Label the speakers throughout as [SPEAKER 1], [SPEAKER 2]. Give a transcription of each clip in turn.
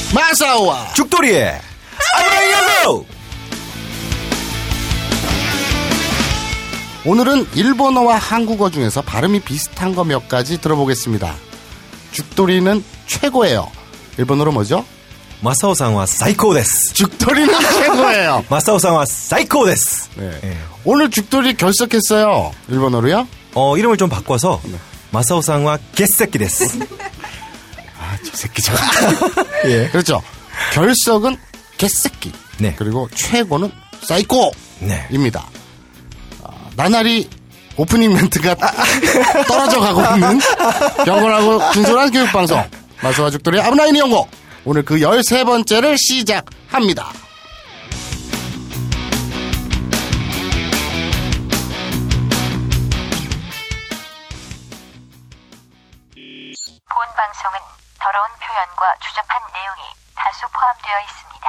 [SPEAKER 1] 시사와
[SPEAKER 2] 죽돌이의 아브라이야고
[SPEAKER 1] 오늘은 일본어와 한국어 중에서 발음이 비슷한 거 몇 가지 들어보겠습니다. 죽돌이는 최고예요. 일본어로 뭐죠?
[SPEAKER 2] 마사오상와 사이코데스
[SPEAKER 1] 죽돌이는 최고예요.
[SPEAKER 2] 마사오상와 사이코데스
[SPEAKER 1] 네.
[SPEAKER 2] 예.
[SPEAKER 1] 오늘 죽돌이 결석했어요. 일본어로요?
[SPEAKER 2] 어 이름을 좀 바꿔서 마사오상와 개새끼데스
[SPEAKER 1] 아, 저 새끼죠. 그렇죠. 결석은 개새끼.
[SPEAKER 2] 네.
[SPEAKER 1] 그리고 최고는 사이코입니다.
[SPEAKER 2] 네.
[SPEAKER 1] 아, 나날이 오프닝 멘트가 떨어져 가고 있는 경건하고 진솔한 교육방송. 마서와 죽돌이 아브나인 연고. 오늘 그 13번째를 시작합니다.
[SPEAKER 3] 본 방송은 더러운 표현과 추접한 내용이 다수 포함되어 있습니다.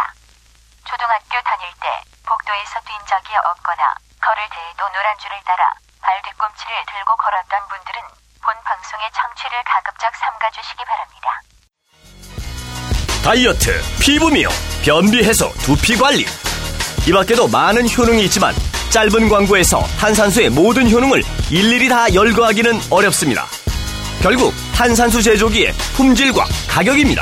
[SPEAKER 3] 초등학교 다닐 때 복도에서 뛴 적이 없거나 걸을 때에도 노란 줄을 따라 발 뒤꿈치를 들고 걸었던 분들은 본 방송의 청취를 가급적 삼가주시기 바랍니다.
[SPEAKER 4] 다이어트, 피부 미용, 변비 해소, 두피 관리. 이 밖에도 많은 효능이 있지만 짧은 광고에서 탄산수의 모든 효능을 일일이 다 열거하기는 어렵습니다. 결국 탄산수 제조기의 품질과 가격입니다.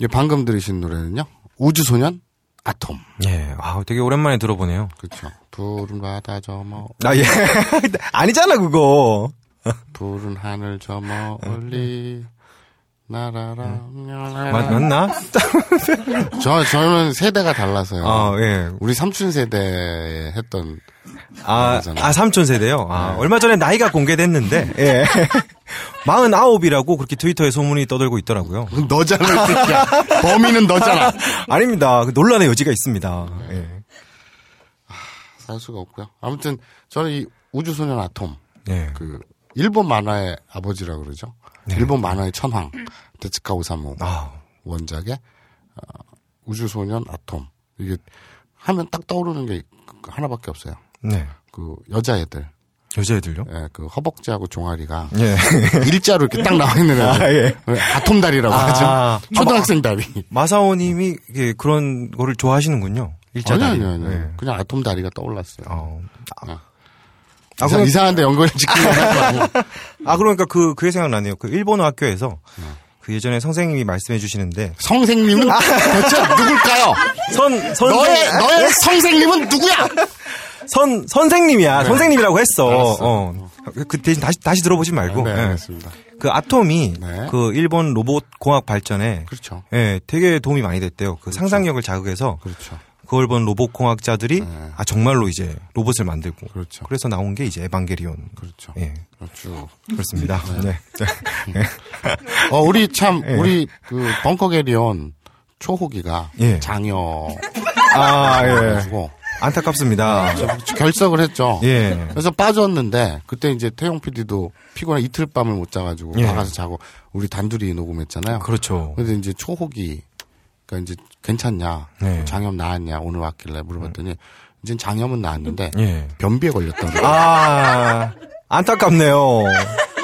[SPEAKER 1] 예, 방금 들으신 노래는요. 우주소년 아톰.
[SPEAKER 2] 예, 아 되게 오랜만에 들어보네요
[SPEAKER 1] 그렇죠. 푸른 바다 저머
[SPEAKER 2] 아 예. 아니잖아 그거
[SPEAKER 1] 푸른 하늘 저 멀리 나라라
[SPEAKER 2] 맞, 맞나?
[SPEAKER 1] 저 저는 세대가 달라서요.
[SPEAKER 2] 아 예.
[SPEAKER 1] 우리 삼촌 세대에 했던
[SPEAKER 2] 아,
[SPEAKER 1] 아니잖아요.
[SPEAKER 2] 아 삼촌 세대요. 아, 얼마 전에 나이가 공개됐는데, 예. 49이라고 그렇게 트위터에 소문이 떠돌고 있더라고요.
[SPEAKER 1] 너잖아 이 새끼야. 범인은 너잖아.
[SPEAKER 2] 아닙니다. 그 논란의 여지가 있습니다. 예.
[SPEAKER 1] 살 수가 없고요. 아무튼 저는 이 우주소년 아톰
[SPEAKER 2] 예.
[SPEAKER 1] 그 일본 만화의 아버지라고 그러죠. 일본 만화의 천황 데츠카 오사무
[SPEAKER 2] 네. 아,
[SPEAKER 1] 원작의 어, 우주소년 아톰 이게 하면 딱 떠오르는 게 하나밖에 없어요.
[SPEAKER 2] 네.
[SPEAKER 1] 그 여자애들
[SPEAKER 2] 여자애들요?
[SPEAKER 1] 예, 그 허벅지하고 종아리가
[SPEAKER 2] 예.
[SPEAKER 1] 일자로 이렇게 딱 나와 있는 애들 아, 톰 다리라고
[SPEAKER 2] 아.
[SPEAKER 1] 하죠. 초등학생 다리.
[SPEAKER 2] 마사오 님이 예, 그런 거를 좋아하시는군요. 일자
[SPEAKER 1] 아니
[SPEAKER 2] 다리.
[SPEAKER 1] 아니 아니.
[SPEAKER 2] 예.
[SPEAKER 1] 그냥 아톰 다리가 떠올랐어요.
[SPEAKER 2] 어.
[SPEAKER 1] 아, 이상,
[SPEAKER 2] 그럼-
[SPEAKER 1] 이상한데 연결을 지키는 거
[SPEAKER 2] 아, 그러니까 그, 그게 생각나네요. 그 일본어 학교에서
[SPEAKER 1] 네.
[SPEAKER 2] 그 예전에 선생님이 말씀해 주시는데
[SPEAKER 1] 성생님은
[SPEAKER 2] 아.
[SPEAKER 1] 대체 누굴까요?
[SPEAKER 2] 선, 선,
[SPEAKER 1] 너의 너의 성생님은 누구야?
[SPEAKER 2] 선, 선생님이야. 선생님이라고 했어.
[SPEAKER 1] 네. 알았어.
[SPEAKER 2] 어. 그 대신 다시, 다시 들어보지 말고.
[SPEAKER 1] 네,
[SPEAKER 2] 예.
[SPEAKER 1] 알겠습니다.
[SPEAKER 2] 그 아톰이
[SPEAKER 1] 네.
[SPEAKER 2] 그 일본 로봇 공학 발전에
[SPEAKER 1] 그렇죠.
[SPEAKER 2] 예, 되게 도움이 많이 됐대요. 그 상상력을 자극해서
[SPEAKER 1] 그렇죠. 네.
[SPEAKER 2] 그걸 본 로봇 공학자들이 아 정말로 이제 로봇을 만들고
[SPEAKER 1] 그렇죠.
[SPEAKER 2] 래서 나온 게 이제 에반게리온
[SPEAKER 1] 그렇죠.
[SPEAKER 2] 예.
[SPEAKER 1] 그렇죠.
[SPEAKER 2] 그렇습니다. 네.
[SPEAKER 1] 어, 우리 참
[SPEAKER 2] 예.
[SPEAKER 1] 우리 그 벙커 게리온 초호기가
[SPEAKER 2] 예.
[SPEAKER 1] 장여
[SPEAKER 2] 아, 예.
[SPEAKER 1] 가지고
[SPEAKER 2] 안타깝습니다.
[SPEAKER 1] 결석을 했죠.
[SPEAKER 2] 예.
[SPEAKER 1] 그래서 빠졌는데 그때 이제 태용 PD도 피곤해 이틀 밤을 못 자가지고
[SPEAKER 2] 예.
[SPEAKER 1] 나가서 자고 우리 단둘이 녹음했잖아요.
[SPEAKER 2] 그렇죠.
[SPEAKER 1] 근데 이제 초호기 그러니까 이제 괜찮냐
[SPEAKER 2] 네.
[SPEAKER 1] 장염 나았냐 오늘 왔길래 물어봤더니 이제 장염은 나았는데
[SPEAKER 2] 예.
[SPEAKER 1] 변비에 걸렸다고.
[SPEAKER 2] 아, 안타깝네요.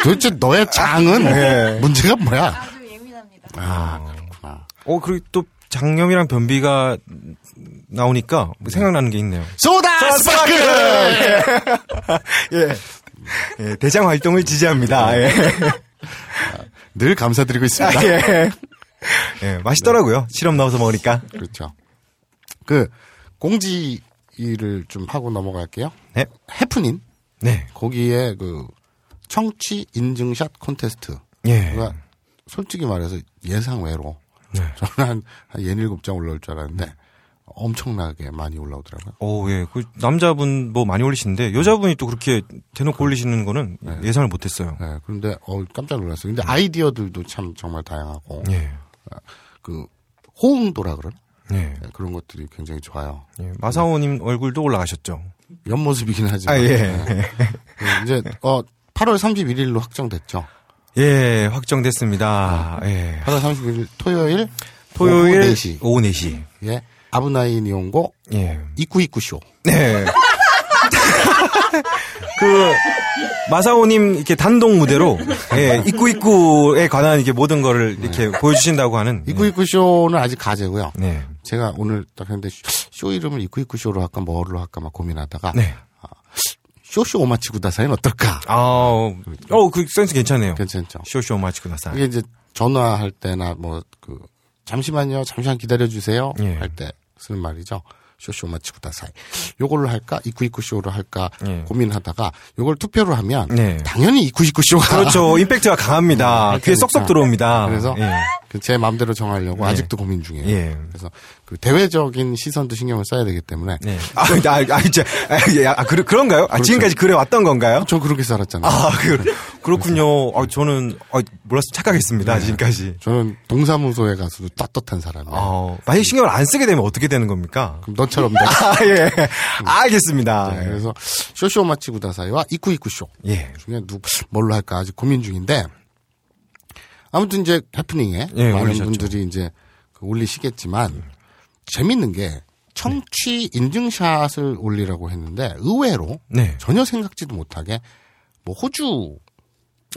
[SPEAKER 1] 도대체 너의 장은
[SPEAKER 2] 예.
[SPEAKER 1] 문제가 뭐야?
[SPEAKER 5] 아주 예민합니다.
[SPEAKER 1] 아 그렇구나.
[SPEAKER 2] 어, 그리고 또 장염이랑 변비가 나오니까 뭐 생각나는 게 있네요.
[SPEAKER 1] 소다 스파클.
[SPEAKER 2] 예. 예, 대장 활동을 지지합니다. 예.
[SPEAKER 1] 네. 늘 감사드리고 있습니다.
[SPEAKER 2] 예. 예, 맛있더라고요. 시럽 넣어서 먹으니까.
[SPEAKER 1] 그렇죠. 그 공지를 좀 하고 넘어갈게요.
[SPEAKER 2] 네.
[SPEAKER 1] 해프닝
[SPEAKER 2] 네.
[SPEAKER 1] 거기에 그 청취 인증샷 콘테스트가
[SPEAKER 2] 예.
[SPEAKER 1] 솔직히 말해서 예상외로
[SPEAKER 2] 네.
[SPEAKER 1] 저는 한, 한 예닐곱 장 올라올 줄 알았는데 엄청나게 많이 올라오더라고요.
[SPEAKER 2] 오, 예. 그 남자분 뭐 많이 올리시는데 여자분이 또 그렇게 대놓고 올리시는 거는 예상을 못 했어요.
[SPEAKER 1] 네, 그런데 어 깜짝 놀랐어요. 근데 아이디어들도 참 정말 다양하고
[SPEAKER 2] 예.
[SPEAKER 1] 그 호응도라 그러나
[SPEAKER 2] 예.
[SPEAKER 1] 네, 그런 것들이 굉장히 좋아요.
[SPEAKER 2] 예. 마사오 님 얼굴도 올라가셨죠.
[SPEAKER 1] 옆모습이긴 하지만
[SPEAKER 2] 아, 예.
[SPEAKER 1] 네. 이제 어 8월 31일로 확정됐죠.
[SPEAKER 2] 예, 확정됐습니다. 예.
[SPEAKER 1] 8월 31일 토요일
[SPEAKER 2] 토요일
[SPEAKER 1] 오후 4시
[SPEAKER 2] 오후 4시.
[SPEAKER 1] 예 아브나이 니온고
[SPEAKER 2] 예.
[SPEAKER 1] 이쿠이쿠 쇼.
[SPEAKER 2] 네. 그 마사오님 이렇게 단독 무대로 예, 입구 입구에 관한 이게 모든 거를 이렇게 보여주신다고 하는 예.
[SPEAKER 1] 이쿠이쿠 쇼는 아직 가제고요.
[SPEAKER 2] 네.
[SPEAKER 1] 제가 오늘 딱 했는데 쇼, 쇼 이름을 이쿠이쿠 쇼로 할까 뭐로 할까 막 고민하다가
[SPEAKER 2] 네.
[SPEAKER 1] 쇼쇼 오마치구 다사인 어떨까?
[SPEAKER 2] 아, 어, 그 센스 괜찮네요.
[SPEAKER 1] 괜찮죠.
[SPEAKER 2] 쇼쇼 마치고 나서.
[SPEAKER 1] 이게 이제 전화할 때나 뭐 그 잠시만요, 잠시만 기다려 주세요
[SPEAKER 2] 예.
[SPEAKER 1] 할 때 쓰는 말이죠. 쇼쇼 마치고 다사이. 요걸로 할까? 이쿠이쿠 쇼로 할까?
[SPEAKER 2] 예.
[SPEAKER 1] 고민하다가 요걸 투표로 하면
[SPEAKER 2] 네.
[SPEAKER 1] 당연히 이쿠이쿠 쇼가
[SPEAKER 2] 그렇죠. 임팩트가 강합니다. 귀에 쏙쏙 들어옵니다.
[SPEAKER 1] 그래서
[SPEAKER 2] 예.
[SPEAKER 1] 그제 마음대로 정하려고 아직도 고민 중이에요.
[SPEAKER 2] 예.
[SPEAKER 1] 그래서 그 대외적인 시선도 신경을 써야 되기 때문에
[SPEAKER 2] 네. 아, 아, 아, 진짜. 아, 예, 아, 그, 그런가요?
[SPEAKER 1] 그렇죠.
[SPEAKER 2] 아, 지금까지 그래 왔던 건가요?
[SPEAKER 1] 저 그렇게 살았잖아요.
[SPEAKER 2] 아, 그, 그렇군요. 아, 저는, 아, 몰라서
[SPEAKER 1] 네.
[SPEAKER 2] 착각했습니다. 지금까지.
[SPEAKER 1] 저는 동사무소에 가서도 떳떳한 사람이에요.
[SPEAKER 2] 어, 만약에 신경을 안 쓰게 되면 어떻게 되는 겁니까?
[SPEAKER 1] 그럼 너처럼 내가
[SPEAKER 2] 아, 예. 알겠습니다.
[SPEAKER 1] 네, 그래서 쇼쇼 마치고 다사이와 이쿠이쿠쇼
[SPEAKER 2] 예.
[SPEAKER 1] 중에 누 뭘로 할까 아직 고민 중인데 아무튼 이제 해프닝에
[SPEAKER 2] 예,
[SPEAKER 1] 많은
[SPEAKER 2] 올리셨죠.
[SPEAKER 1] 분들이 이제 그 올리시겠지만 재밌는 게 청취 인증샷을 올리라고 했는데 의외로
[SPEAKER 2] 네.
[SPEAKER 1] 전혀 생각지도 못하게 뭐 호주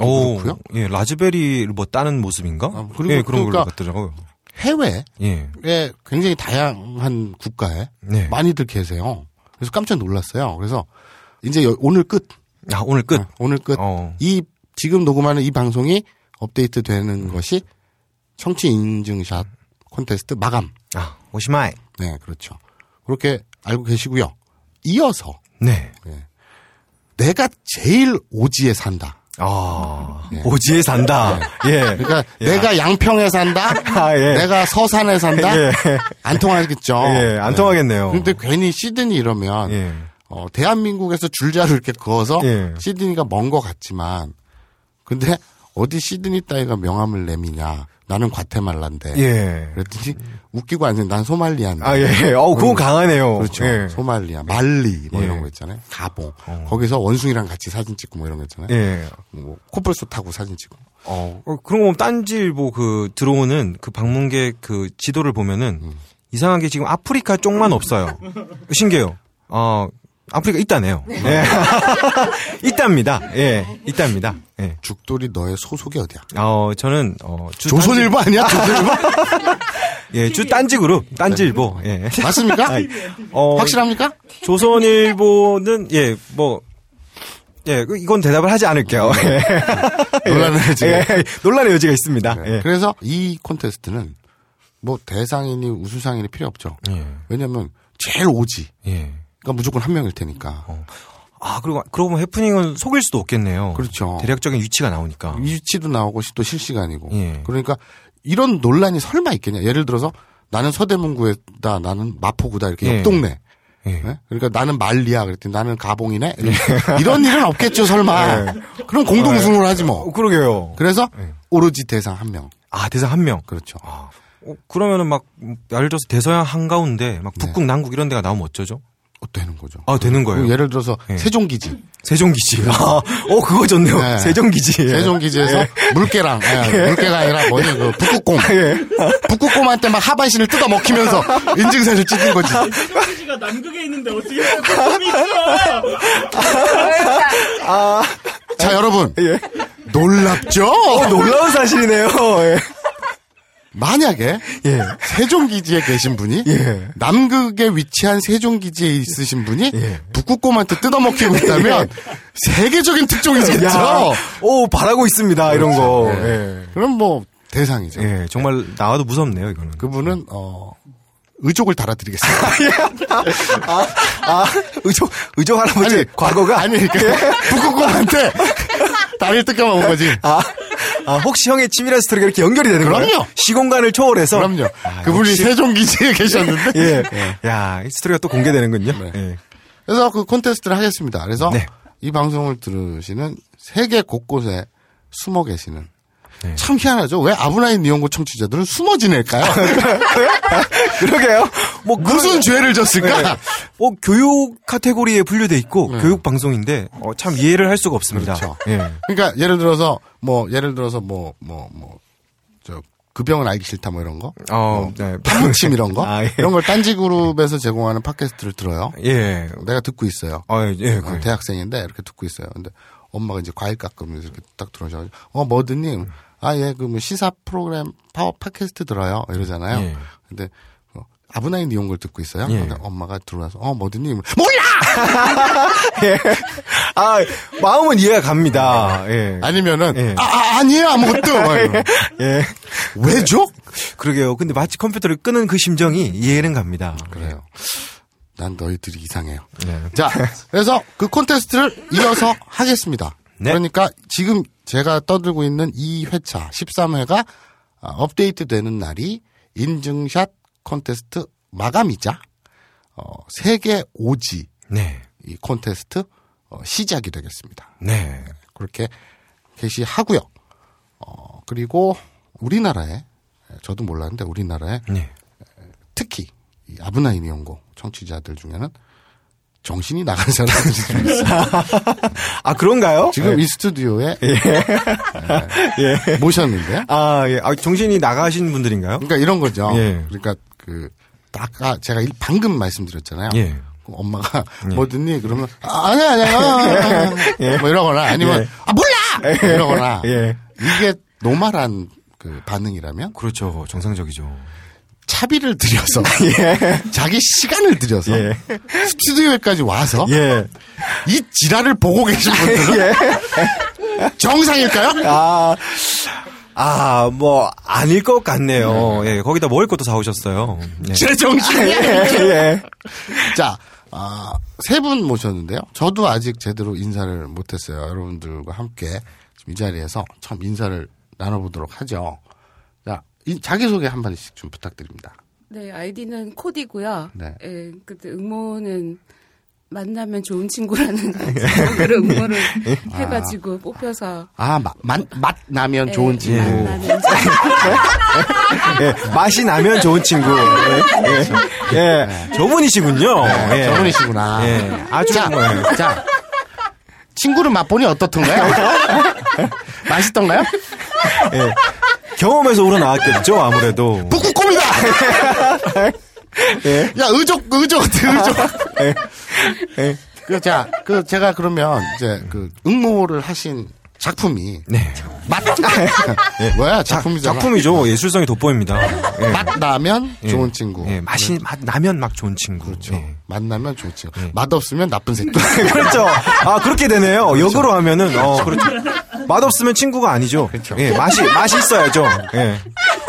[SPEAKER 2] 오,
[SPEAKER 1] 어, 그렇고요.
[SPEAKER 2] 예, 라즈베리를 뭐 따는 모습인가?
[SPEAKER 1] 아, 그리고
[SPEAKER 2] 예, 그런
[SPEAKER 1] 그러니까-
[SPEAKER 2] 걸로 같더라고요.
[SPEAKER 1] 해외에
[SPEAKER 2] 예.
[SPEAKER 1] 굉장히 다양한 국가에
[SPEAKER 2] 네.
[SPEAKER 1] 많이들 계세요. 그래서 깜짝 놀랐어요. 그래서 이제 여- 오늘 끝
[SPEAKER 2] 아, 오늘 끝.
[SPEAKER 1] 아, 오늘 끝.
[SPEAKER 2] 어.
[SPEAKER 1] 이 지금 녹음하는 이 방송이 업데이트 되는
[SPEAKER 2] 음.
[SPEAKER 1] 것이 청취 인증샷 콘테스트 마감.
[SPEAKER 2] 아, 오시마이.
[SPEAKER 1] 네, 그렇죠. 그렇게 알고 계시고요. 이어서
[SPEAKER 2] 네.
[SPEAKER 1] 내가 제일 오지에 산다.
[SPEAKER 2] 아,
[SPEAKER 1] 네.
[SPEAKER 2] 오지에 산다. 예.
[SPEAKER 1] 그러니까 내가 양평에 산다.
[SPEAKER 2] 아, 예.
[SPEAKER 1] 내가 서산에 산다.
[SPEAKER 2] 예.
[SPEAKER 1] 안 통하겠죠.
[SPEAKER 2] 예, 안 통하겠네요.
[SPEAKER 1] 근데 괜히 시드니 이러면
[SPEAKER 2] 예.
[SPEAKER 1] 어, 대한민국에서 줄자를 이렇게 그어서
[SPEAKER 2] 예.
[SPEAKER 1] 시드니가 먼 것 같지만 근데 어디 시드니 따위가 명함을 내미냐 나는 과테말란데
[SPEAKER 2] 예.
[SPEAKER 1] 그랬더니 웃기고 앉은 난 소말리아인데
[SPEAKER 2] 아, 예. 어우, 그건 강하네요.
[SPEAKER 1] 그렇죠
[SPEAKER 2] 예.
[SPEAKER 1] 소말리아 말리 뭐 이런
[SPEAKER 2] 예.
[SPEAKER 1] 거 있잖아요 가봉 거기서 원숭이랑 같이 사진 찍고 뭐 이런 거 있잖아요
[SPEAKER 2] 예.
[SPEAKER 1] 뭐 코뿔소 타고 사진 찍고
[SPEAKER 2] 어, 그런 거 보면 딴지 뭐 그 들어오는 그 방문객 그 지도를 보면은 이상하게 지금 아프리카 쪽만 없어요. 신기해요. 어, 아프리카 있다네요. 예. 있답니다. 예, 있답니다. 예.
[SPEAKER 1] 죽돌이 너의 소속이 어디야
[SPEAKER 2] 어, 저는 어, 주
[SPEAKER 1] 조선일보 아니야 조선일보
[SPEAKER 2] 딴지- 예, 주 딴지 그룹, 딴지일보. 예.
[SPEAKER 1] 맞습니까
[SPEAKER 2] 어,
[SPEAKER 1] 확실합니까
[SPEAKER 2] 조선일보는 예, 뭐 예, 그- 이건 대답을 하지 않을게요. 예.
[SPEAKER 1] 음. 논란의 여지가 네,
[SPEAKER 2] 예, 논란의 여지가 있습니다. 예.
[SPEAKER 1] 그래서 이 콘테스트는 뭐 대상이니 우수상이니 필요 없죠
[SPEAKER 2] 예.
[SPEAKER 1] 왜냐면 제일 오지
[SPEAKER 2] 예.
[SPEAKER 1] 그러니까 무조건 한 명일 테니까.
[SPEAKER 2] 아 그리고 그러고 보면 해프닝은 속일 수도 없겠네요.
[SPEAKER 1] 그렇죠.
[SPEAKER 2] 대략적인 위치가 나오니까.
[SPEAKER 1] 위치도 나오고 시- 또 실시간이고.
[SPEAKER 2] 예.
[SPEAKER 1] 그러니까 이런 논란이 설마 있겠냐. 예를 들어서 나는 서대문구에다, 나는 마포구다 이렇게
[SPEAKER 2] 예.
[SPEAKER 1] 옆 동네.
[SPEAKER 2] 예.
[SPEAKER 1] 예? 그러니까 나는 말리야 그랬더니 나는 가봉이네. 이런- 이런 일은 없겠죠 설마. 그럼 공동 우승을 하지
[SPEAKER 2] 예. 어,
[SPEAKER 1] 뭐.
[SPEAKER 2] 그러게요. 예.
[SPEAKER 1] 그래서 오로지 대상 한 명.
[SPEAKER 2] 아 대상 한 명. 아.
[SPEAKER 1] 그렇죠.
[SPEAKER 2] 어, 그러면은 막 음, 예를 들어서 대서양 한 가운데 막 북극 남극 이런 데가 나오면 어쩌죠?
[SPEAKER 1] 어, 되는 거죠.
[SPEAKER 2] 아, 되는 거예요.
[SPEAKER 1] 네. 그럼 예를 들어서
[SPEAKER 2] 예.
[SPEAKER 1] 세종기지.
[SPEAKER 2] 세종기지. 아, 어, 그거 좋네요.
[SPEAKER 1] 예.
[SPEAKER 2] 세종기지. 예.
[SPEAKER 1] 세종기지에서 물개랑 예, 물개가 아니라 뭐냐 그 북극곰.
[SPEAKER 2] 예.
[SPEAKER 1] 북극곰한테 막 하반신을 뜯어 먹히면서 인증샷을 찍는 거지.
[SPEAKER 5] 씨가 남극에 있는데 어떻게 꿈이 있어?
[SPEAKER 1] 자 여러분 놀랍죠?
[SPEAKER 2] 아. 예. 어, 놀라운 사실이네요. 예.
[SPEAKER 1] 만약에
[SPEAKER 2] 예.
[SPEAKER 1] 세종기지에 계신 분이
[SPEAKER 2] 예.
[SPEAKER 1] 남극에 위치한 세종기지에 있으신 분이
[SPEAKER 2] 예.
[SPEAKER 1] 북극곰한테 뜯어먹히고 있다면 세계적인 특종이겠죠.
[SPEAKER 2] 야, 오, 바라고 있습니다. 이런
[SPEAKER 1] 그렇죠.
[SPEAKER 2] 거.
[SPEAKER 1] 네.
[SPEAKER 2] 예.
[SPEAKER 1] 그럼 뭐 대상이죠.
[SPEAKER 2] 예, 정말 나와도 무섭네요, 이거는.
[SPEAKER 1] 그분은 어 의족을 달아드리겠습니다.
[SPEAKER 2] 아, 의족, 의족 할아버지 과거가? 예?
[SPEAKER 1] 아니 그러니까 북극곰한테 다리를 뜯겨먹은 거지.
[SPEAKER 2] 아, 아, 혹시 형의 치밀한 스토리가 이렇게 연결이 되는
[SPEAKER 1] 그럼요.
[SPEAKER 2] 거예요? 시공간을 초월해서.
[SPEAKER 1] 그럼요.
[SPEAKER 2] 아,
[SPEAKER 1] 그분이
[SPEAKER 2] 역시.
[SPEAKER 1] 세종기지에 계셨는데
[SPEAKER 2] 예. 야, 이 스토리가 또 공개되는군요.
[SPEAKER 1] 네.
[SPEAKER 2] 예.
[SPEAKER 1] 그래서 그 콘테스트를 하겠습니다. 그래서
[SPEAKER 2] 네.
[SPEAKER 1] 이 방송을 들으시는 세계 곳곳에 숨어 계시는
[SPEAKER 2] 네.
[SPEAKER 1] 참 희한하죠. 왜 아브나인 니온고 청취자들은 숨어 지낼까요?
[SPEAKER 2] 그러게요. 뭐,
[SPEAKER 1] 무슨
[SPEAKER 2] 그런-
[SPEAKER 1] 죄를 졌을까? 네.
[SPEAKER 2] 어, 교육 카테고리에 분류돼 있고 교육 방송인데 어, 참 이해를 할 수가 없습니다.
[SPEAKER 1] 그렇죠.
[SPEAKER 2] 예.
[SPEAKER 1] 그러니까 예를 들어서 뭐 예를 들어서 뭐 뭐 뭐 저 급병은 알기 싫다 뭐 이런 거,
[SPEAKER 2] 어, 네.
[SPEAKER 1] 파무침 이런 거
[SPEAKER 2] 아, 예.
[SPEAKER 1] 이런 걸 딴지 그룹에서 제공하는 팟캐스트를 들어요.
[SPEAKER 2] 예.
[SPEAKER 1] 내가 듣고 있어요.
[SPEAKER 2] 아, 예, 예.
[SPEAKER 1] 어,
[SPEAKER 2] 그,
[SPEAKER 1] 대학생인데 이렇게 듣고 있어요. 근데 엄마가 이제 과일 깎으면서 이렇게 딱 들어오셔가지고 어 뭐드님
[SPEAKER 2] 음.
[SPEAKER 1] 아 예 그 뭐 시사 프로그램 파워 팟캐스트 들어요 이러잖아요.
[SPEAKER 2] 예.
[SPEAKER 1] 근데 어, 아브나인 이용걸 듣고 있어요.
[SPEAKER 2] 예.
[SPEAKER 1] 근데 엄마가 들어와서 어 뭐드님 몰라
[SPEAKER 2] 아, 마음은 이해가 갑니다. 예.
[SPEAKER 1] 아니면은
[SPEAKER 2] 예.
[SPEAKER 1] 아, 아 아니에요 아무것도 막 이러고.
[SPEAKER 2] 예.
[SPEAKER 1] 왜죠?
[SPEAKER 2] 그러게요. 근데 마치 컴퓨터를 끄는 그 심정이 이해는 갑니다.
[SPEAKER 1] 그래요. 난 너희들이 이상해요.
[SPEAKER 2] 네.
[SPEAKER 1] 자, 그래서 그 콘테스트를 이어서 하겠습니다.
[SPEAKER 2] 네.
[SPEAKER 1] 그러니까 지금 제가 떠들고 있는 이 회차 13회가 아, 업데이트 되는 날이 인증샷 콘테스트 마감이자 어, 세계 오지
[SPEAKER 2] 네.
[SPEAKER 1] 이 콘테스트 어, 시작이 되겠습니다.
[SPEAKER 2] 네.
[SPEAKER 1] 그렇게 게시하고요. 어, 그리고 우리나라에 저도 몰랐는데 우리나라에
[SPEAKER 2] 네.
[SPEAKER 1] 특히 이 아브나인 연고 청취자들 중에는 정신이 나간 사람들이 좀 있어요.
[SPEAKER 2] 아, 그런가요?
[SPEAKER 1] 지금 이 스튜디오에
[SPEAKER 2] 예.
[SPEAKER 1] 네, 모셨는데요.
[SPEAKER 2] 아, 예. 아, 정신이 나가신 분들인가요?
[SPEAKER 1] 그러니까 이런 거죠.
[SPEAKER 2] 예.
[SPEAKER 1] 그러니까 그 아까 제가 일- 방금 말씀드렸잖아요.
[SPEAKER 2] 예.
[SPEAKER 1] 그럼 엄마가 뭐 듣니? 그러면 아, 아니 아니 아니 뭐 이러거나 아니면
[SPEAKER 2] 예.
[SPEAKER 1] 아 몰라 뭐 이러거나
[SPEAKER 2] 예.
[SPEAKER 1] 이게 노말한 그 반응이라면
[SPEAKER 2] 그렇죠. 정상적이죠.
[SPEAKER 1] 차비를 들여서 예. 자기 시간을 들여서
[SPEAKER 2] 예.
[SPEAKER 1] 스튜디오에까지 와서
[SPEAKER 2] 예.
[SPEAKER 1] 이 지랄을 보고 계신 분들은
[SPEAKER 2] 예.
[SPEAKER 1] 정상일까요?
[SPEAKER 2] 아, 아, 뭐, 아닐 것 같네요. 예, 거기다 먹을 것도 사오셨어요. 예.
[SPEAKER 1] 제 정신.
[SPEAKER 2] 예.
[SPEAKER 1] 자, 아, 세 분 모셨는데요. 저도 아직 제대로 인사를 못했어요. 여러분들과 함께 지금 이 자리에서 참 인사를 나눠보도록 하죠. 자, 이- 자기소개 한 마디씩 좀 부탁드립니다.
[SPEAKER 6] 네, 아이디는 코디고요.
[SPEAKER 1] 네.
[SPEAKER 6] 예, 그때 응모는 만나면 좋은 친구라는 그런 응모를 해가지고 뽑혀서
[SPEAKER 1] 아, 맛, 맛, 맛 나면
[SPEAKER 6] 예.
[SPEAKER 1] 좋은 친구.
[SPEAKER 6] 만나는
[SPEAKER 2] 예, 맛이 나면 좋은 친구. 예, 예, 예, 저분이시군요. 예.
[SPEAKER 1] 아, 네, 저분이시구나.
[SPEAKER 2] 예, 아주
[SPEAKER 1] 자,
[SPEAKER 2] 뭐, 예.
[SPEAKER 1] 자, 친구를 맛보니 어떻던가요? 맛있던가요?
[SPEAKER 2] 예. 경험에서 우러나왔겠죠, 아무래도.
[SPEAKER 1] 북극곰이다! 야, 의족, 의족, 의족.
[SPEAKER 2] 예.
[SPEAKER 1] 그, 자, 그, 제가 그러면, 이제, 그, 응모를 하신 작품이.
[SPEAKER 2] 네.
[SPEAKER 1] 맛, 예. 뭐야, 작품이잖아.
[SPEAKER 2] 작품이죠. 예술성이 돋보입니다. 예.
[SPEAKER 1] 맛 나면
[SPEAKER 2] 예.
[SPEAKER 1] 좋은 친구. 네.
[SPEAKER 2] 예, 맛이 맛 나면 막 좋은 친구.
[SPEAKER 1] 그렇죠.
[SPEAKER 2] 예.
[SPEAKER 1] 맛 나면 좋은 친구. 맛 없으면 나쁜 새끼.
[SPEAKER 2] 그렇죠. 아 그렇게 되네요.
[SPEAKER 1] 그렇죠.
[SPEAKER 2] 역으로 하면은 어 그렇죠. 맛 없으면 친구가 아니죠. 그렇죠. 예, 맛이 맛이 있어야죠. 예.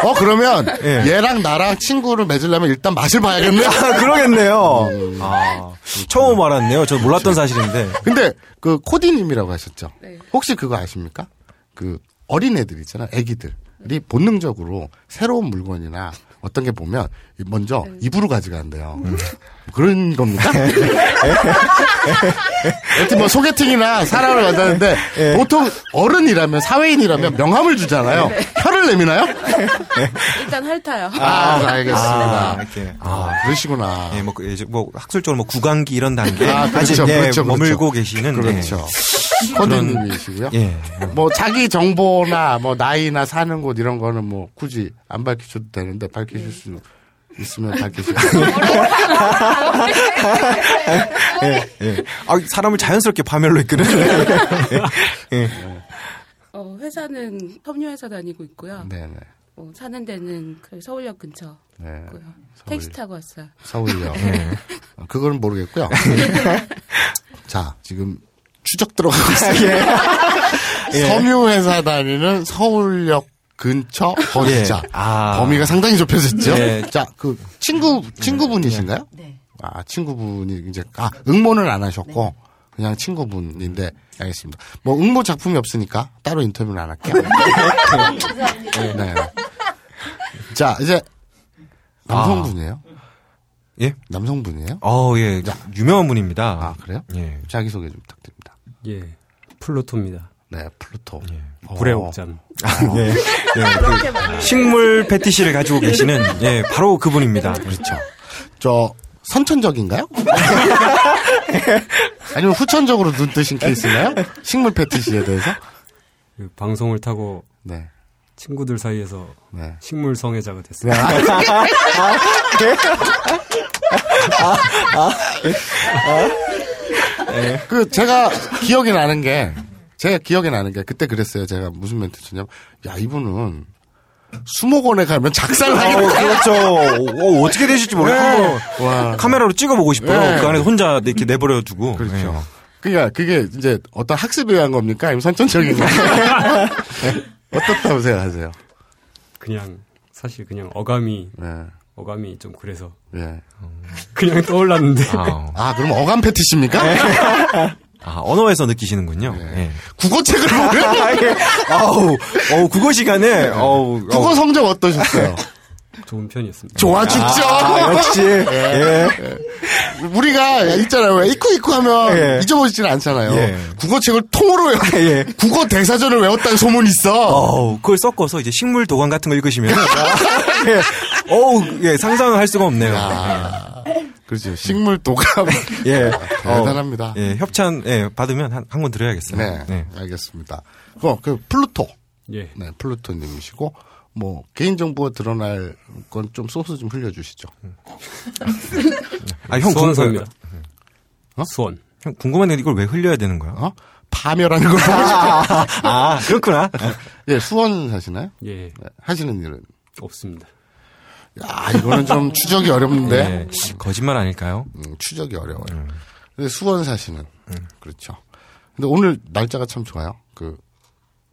[SPEAKER 1] 어, 그러면,
[SPEAKER 2] 예.
[SPEAKER 1] 얘랑 나랑 친구를 맺으려면 일단 맛을 봐야겠네.
[SPEAKER 2] 아 그러겠네요. 아 처음 알았네요. 저 몰랐던
[SPEAKER 1] 그렇죠.
[SPEAKER 2] 사실인데.
[SPEAKER 1] 근데, 그, 코디님이라고 하셨죠?
[SPEAKER 6] 네.
[SPEAKER 1] 혹시 그거 아십니까? 그, 어린애들 있잖아, 애기들이 본능적으로 새로운 물건이나 어떤 게 보면 먼저 입으로 가져간대요. 그런 겁니다. 하여튼 뭐 소개팅이나 사람을 만나는데
[SPEAKER 2] 예.
[SPEAKER 1] 보통 어른이라면 사회인이라면 명함을 주잖아요. 혀를 내미나요?
[SPEAKER 6] 일단 핥아요.
[SPEAKER 1] 아, 알겠습니다.
[SPEAKER 2] 아, 이렇게.
[SPEAKER 1] 아, 그러시구나.
[SPEAKER 2] 예, 뭐, 그, 이제 뭐 학술적으로 뭐 구강기 이런 단계
[SPEAKER 1] 아,
[SPEAKER 2] 아직
[SPEAKER 1] 그렇죠,
[SPEAKER 2] 예,
[SPEAKER 1] 그렇죠, 그렇죠.
[SPEAKER 2] 머물고 계시는 예.
[SPEAKER 1] 그렇죠. 코디님이시고요.
[SPEAKER 2] 예.
[SPEAKER 1] 뭐 자기 정보나 뭐 나이나 사는 곳 이런 거는 뭐 굳이 안 밝히셔도 되는데 밝히실 수 있으면 밝히세요.
[SPEAKER 2] 예. 아, 사람을 자연스럽게 파멸로 이끄는. 예.
[SPEAKER 6] 어, 회사는 섬유회사 다니고 있고요.
[SPEAKER 1] 네네.
[SPEAKER 6] 어, 사는 데는 그 서울역 근처고요. 네.
[SPEAKER 1] 네.
[SPEAKER 6] 택시 타고 왔어요.
[SPEAKER 1] 서울역. 어, 그건 모르겠고요. 자, 지금 추적 들어가고
[SPEAKER 2] 아,
[SPEAKER 1] 있어요.
[SPEAKER 2] 예.
[SPEAKER 1] 섬유회사 다니는 서울역 근처 거주자.
[SPEAKER 2] 예. 아.
[SPEAKER 1] 범위가 상당히 좁혀졌죠.
[SPEAKER 2] 예.
[SPEAKER 1] 자, 그 친구 친구분이신가요?
[SPEAKER 7] 네.
[SPEAKER 1] 아, 친구분이 이제 아, 응모는 안 하셨고 그냥 친구분인데 알겠습니다. 뭐 응모 작품이 없으니까 따로 인터뷰는 안 할게요. 네. 네. 자, 이제 남성분이에요?
[SPEAKER 2] 예?
[SPEAKER 1] 남성분이에요?
[SPEAKER 2] 어, 예. 유명한 분입니다.
[SPEAKER 1] 아, 그래요?
[SPEAKER 2] 예.
[SPEAKER 1] 자기 소개 좀 부탁드립니다.
[SPEAKER 8] 예. 플루토입니다.
[SPEAKER 1] 네, 플루토. 어,
[SPEAKER 8] 불의 옥잠.
[SPEAKER 2] 예. 예, 그 식물 패티시를 가지고 계시는 예, 바로 그분입니다.
[SPEAKER 1] 그렇죠. 저 선천적인가요? 아니면 후천적으로 눈 뜨신 케이스인가요? 식물 패티시에 대해서?
[SPEAKER 8] 그 방송을 타고
[SPEAKER 1] 네.
[SPEAKER 8] 친구들 사이에서
[SPEAKER 1] 네.
[SPEAKER 8] 식물 성애자가 됐어요.
[SPEAKER 1] 네. 아, 그 제가 기억이 나는 게, 제가 기억이 나는 게 그때 그랬어요. 제가 무슨 멘트 쳤냐면, 야 이분은 수목원에 가면
[SPEAKER 2] 어,
[SPEAKER 1] 작살나겠다.
[SPEAKER 2] 그렇죠. 어, 어떻게 되실지 모르겠어요.
[SPEAKER 8] 예.
[SPEAKER 1] 와.
[SPEAKER 2] 카메라로 찍어보고 싶어요.
[SPEAKER 1] 네.
[SPEAKER 2] 그 안에 혼자 이렇게 내버려 두고.
[SPEAKER 1] 그렇죠. 그러니까 그게 이제 어떤 학습에 의한 겁니까? 아니면 선천적인 겁니까? 네. 어떻다고 생각하세요?
[SPEAKER 8] 그냥 사실 그냥 어감이
[SPEAKER 1] 네.
[SPEAKER 8] 어감이 좀 그래서
[SPEAKER 1] 예.
[SPEAKER 8] 그냥 떠올랐는데
[SPEAKER 2] 예. 아,
[SPEAKER 1] 아, 그럼 어감 패티십니까?
[SPEAKER 2] 아, 언어에서 느끼시는군요. 예.
[SPEAKER 1] 국어책을 보면
[SPEAKER 2] 아, 예. 아우, 어우, 국어
[SPEAKER 8] 예.
[SPEAKER 2] 시간에, 어우,
[SPEAKER 1] 국어
[SPEAKER 2] 어우,
[SPEAKER 1] 성적 어떠셨어요?
[SPEAKER 8] 좋은 편이었습니다.
[SPEAKER 1] 네. 좋아 죽죠.
[SPEAKER 2] 아, 역시, 예.
[SPEAKER 1] 우리가 있잖아요. 왜 이쿠 이쿠 하면
[SPEAKER 2] 예.
[SPEAKER 1] 잊어버리지는 않잖아요.
[SPEAKER 2] 예.
[SPEAKER 1] 국어책을 통으로 외워.
[SPEAKER 2] 예.
[SPEAKER 1] 국어 대사전을 외웠다는 소문이 있어.
[SPEAKER 2] 어우, 그걸 섞어서 이제 식물 도감 같은 거 읽으시면, 예. 어우, 예, 상상을 할 수가 없네요.
[SPEAKER 1] 아, 그렇죠. 식물 도감.
[SPEAKER 2] 예.
[SPEAKER 1] 대단합니다.
[SPEAKER 2] 어, 예, 협찬, 예, 받으면 한, 한 권 드려야겠어요.
[SPEAKER 1] 네, 알겠습니다. 그럼 그 플루토.
[SPEAKER 8] 예.
[SPEAKER 1] 네, 플루토님이시고 뭐 개인 정보가 드러날 건 좀 소스 좀 흘려주시죠.
[SPEAKER 2] 아, 형, 궁금,
[SPEAKER 8] 수원사입니다. 어? 수원.
[SPEAKER 2] 형, 궁금한데 이걸 왜 흘려야 되는 거야?
[SPEAKER 1] 어? 파멸하는 걸 보고 싶어요.
[SPEAKER 2] 아, 그렇구나.
[SPEAKER 1] 예, 수원 사시나요?
[SPEAKER 8] 예.
[SPEAKER 1] 네, 하시는 일은.
[SPEAKER 8] 없습니다.
[SPEAKER 1] 야, 이거는 좀 추적이 어렵는데.
[SPEAKER 2] 예, 거짓말 아닐까요?
[SPEAKER 1] 음, 추적이 어려워요. 근데 수원 사시는.
[SPEAKER 2] 음.
[SPEAKER 1] 그렇죠. 근데 오늘 날짜가 참 좋아요. 그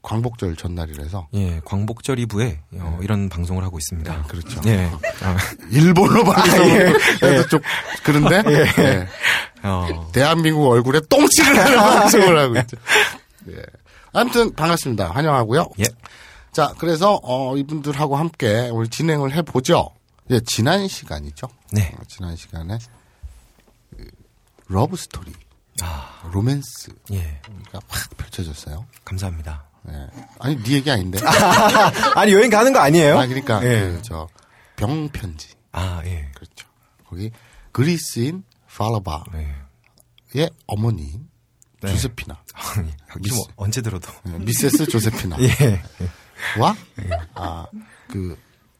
[SPEAKER 1] 광복절 전날이라서.
[SPEAKER 2] 예, 광복절 이브에 어, 이런 방송을 하고 있습니다.
[SPEAKER 1] 그렇죠.
[SPEAKER 2] 예. 아, 예.
[SPEAKER 1] 일본어 방송으로 해도 좀 그런데 예.
[SPEAKER 2] 어,
[SPEAKER 1] 대한민국 얼굴에 똥칠을 하는
[SPEAKER 2] 아,
[SPEAKER 1] 방송을 하고 있죠. 예. 아무튼 반갑습니다. 환영하고요.
[SPEAKER 2] 예.
[SPEAKER 1] 자, 그래서 어, 이분들하고 함께 오늘 진행을 해 보죠. 예, 지난 시간이죠.
[SPEAKER 2] 네.
[SPEAKER 1] 어, 지난 시간에 그, 러브 스토리,
[SPEAKER 2] 아.
[SPEAKER 1] 로맨스가
[SPEAKER 2] 예.
[SPEAKER 1] 그러니까 확 펼쳐졌어요.
[SPEAKER 2] 감사합니다.
[SPEAKER 1] 예. 아니, 네 얘기 아닌데.
[SPEAKER 2] 아니, 여행 가는 거 아니에요?
[SPEAKER 1] 아, 그러니까
[SPEAKER 2] 예.
[SPEAKER 1] 그, 저 병편지.
[SPEAKER 2] 아, 예.
[SPEAKER 1] 그렇죠. 거기 그리스인 팔라바의
[SPEAKER 2] 네.
[SPEAKER 1] 어머니 조세피나.
[SPEAKER 2] 아니, 혹시 뭐
[SPEAKER 1] 미스.
[SPEAKER 2] 언제 들어도.
[SPEAKER 1] 네, 미세스 조세피나.
[SPEAKER 2] 예.
[SPEAKER 1] 와? 아, 그,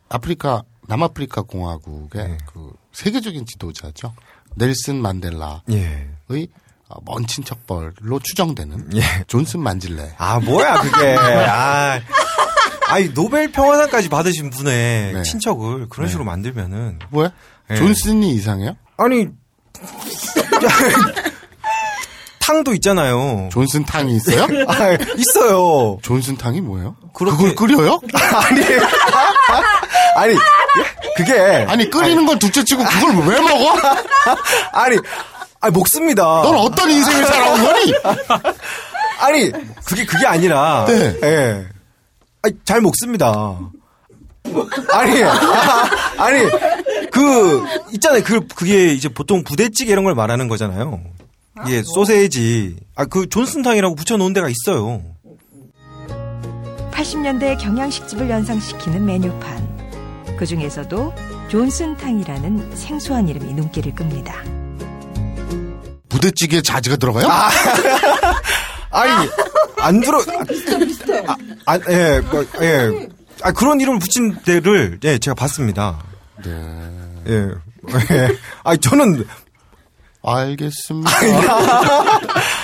[SPEAKER 1] 아프리카, 남아프리카 공화국의
[SPEAKER 2] 네.
[SPEAKER 1] 그 세계적인 지도자죠. 넬슨 만델라의
[SPEAKER 2] 예.
[SPEAKER 1] 어, 먼 친척벌로 추정되는
[SPEAKER 2] 예.
[SPEAKER 1] 존슨 만질레.
[SPEAKER 2] 아, 뭐야, 그게. 아. 아니, 노벨 평화상까지 받으신 분의
[SPEAKER 1] 네.
[SPEAKER 2] 친척을 그런 식으로 만들면은.
[SPEAKER 1] 뭐야?
[SPEAKER 2] 예.
[SPEAKER 1] 존슨이 이상해요?
[SPEAKER 2] 아니. 탕도 있잖아요.
[SPEAKER 1] 존슨 탕이 있어요?
[SPEAKER 2] 아, 있어요.
[SPEAKER 1] 존슨 탕이 뭐예요?
[SPEAKER 2] 그렇게- 네.
[SPEAKER 1] 그걸 끓여요?
[SPEAKER 2] 아니, 아니, 그게,
[SPEAKER 1] 아니 끓이는 걸 둘째치고 그걸 왜 먹어?
[SPEAKER 2] 아니, 아니, 목습니다.
[SPEAKER 1] 넌 어떤 인생을 살아온 거니?
[SPEAKER 2] 아니, 그게, 그게 아니라,
[SPEAKER 1] 네.
[SPEAKER 2] 예. 아니, 잘 목습니다. 아니, 아니, 그, 있잖아요. 그, 그게 이제 보통 부대찌개 이런 걸 말하는 거잖아요. 이게 소세지. 아, 그 존슨탕이라고 붙여놓은 데가 있어요.
[SPEAKER 7] 80년대 경양식집을 연상시키는 메뉴판. 그 중에서도 존슨탕이라는 생소한 이름이 눈길을 끕니다.
[SPEAKER 1] 부대찌개에 자지가 들어가요?
[SPEAKER 2] 아. 아니, 안 들어. 아, 아, 예, 뭐, 예. 아, 그런 이름을 붙인 데를, 예, 제가 봤습니다. 네. 예. 예. 아, 저는,
[SPEAKER 1] 알겠습니다.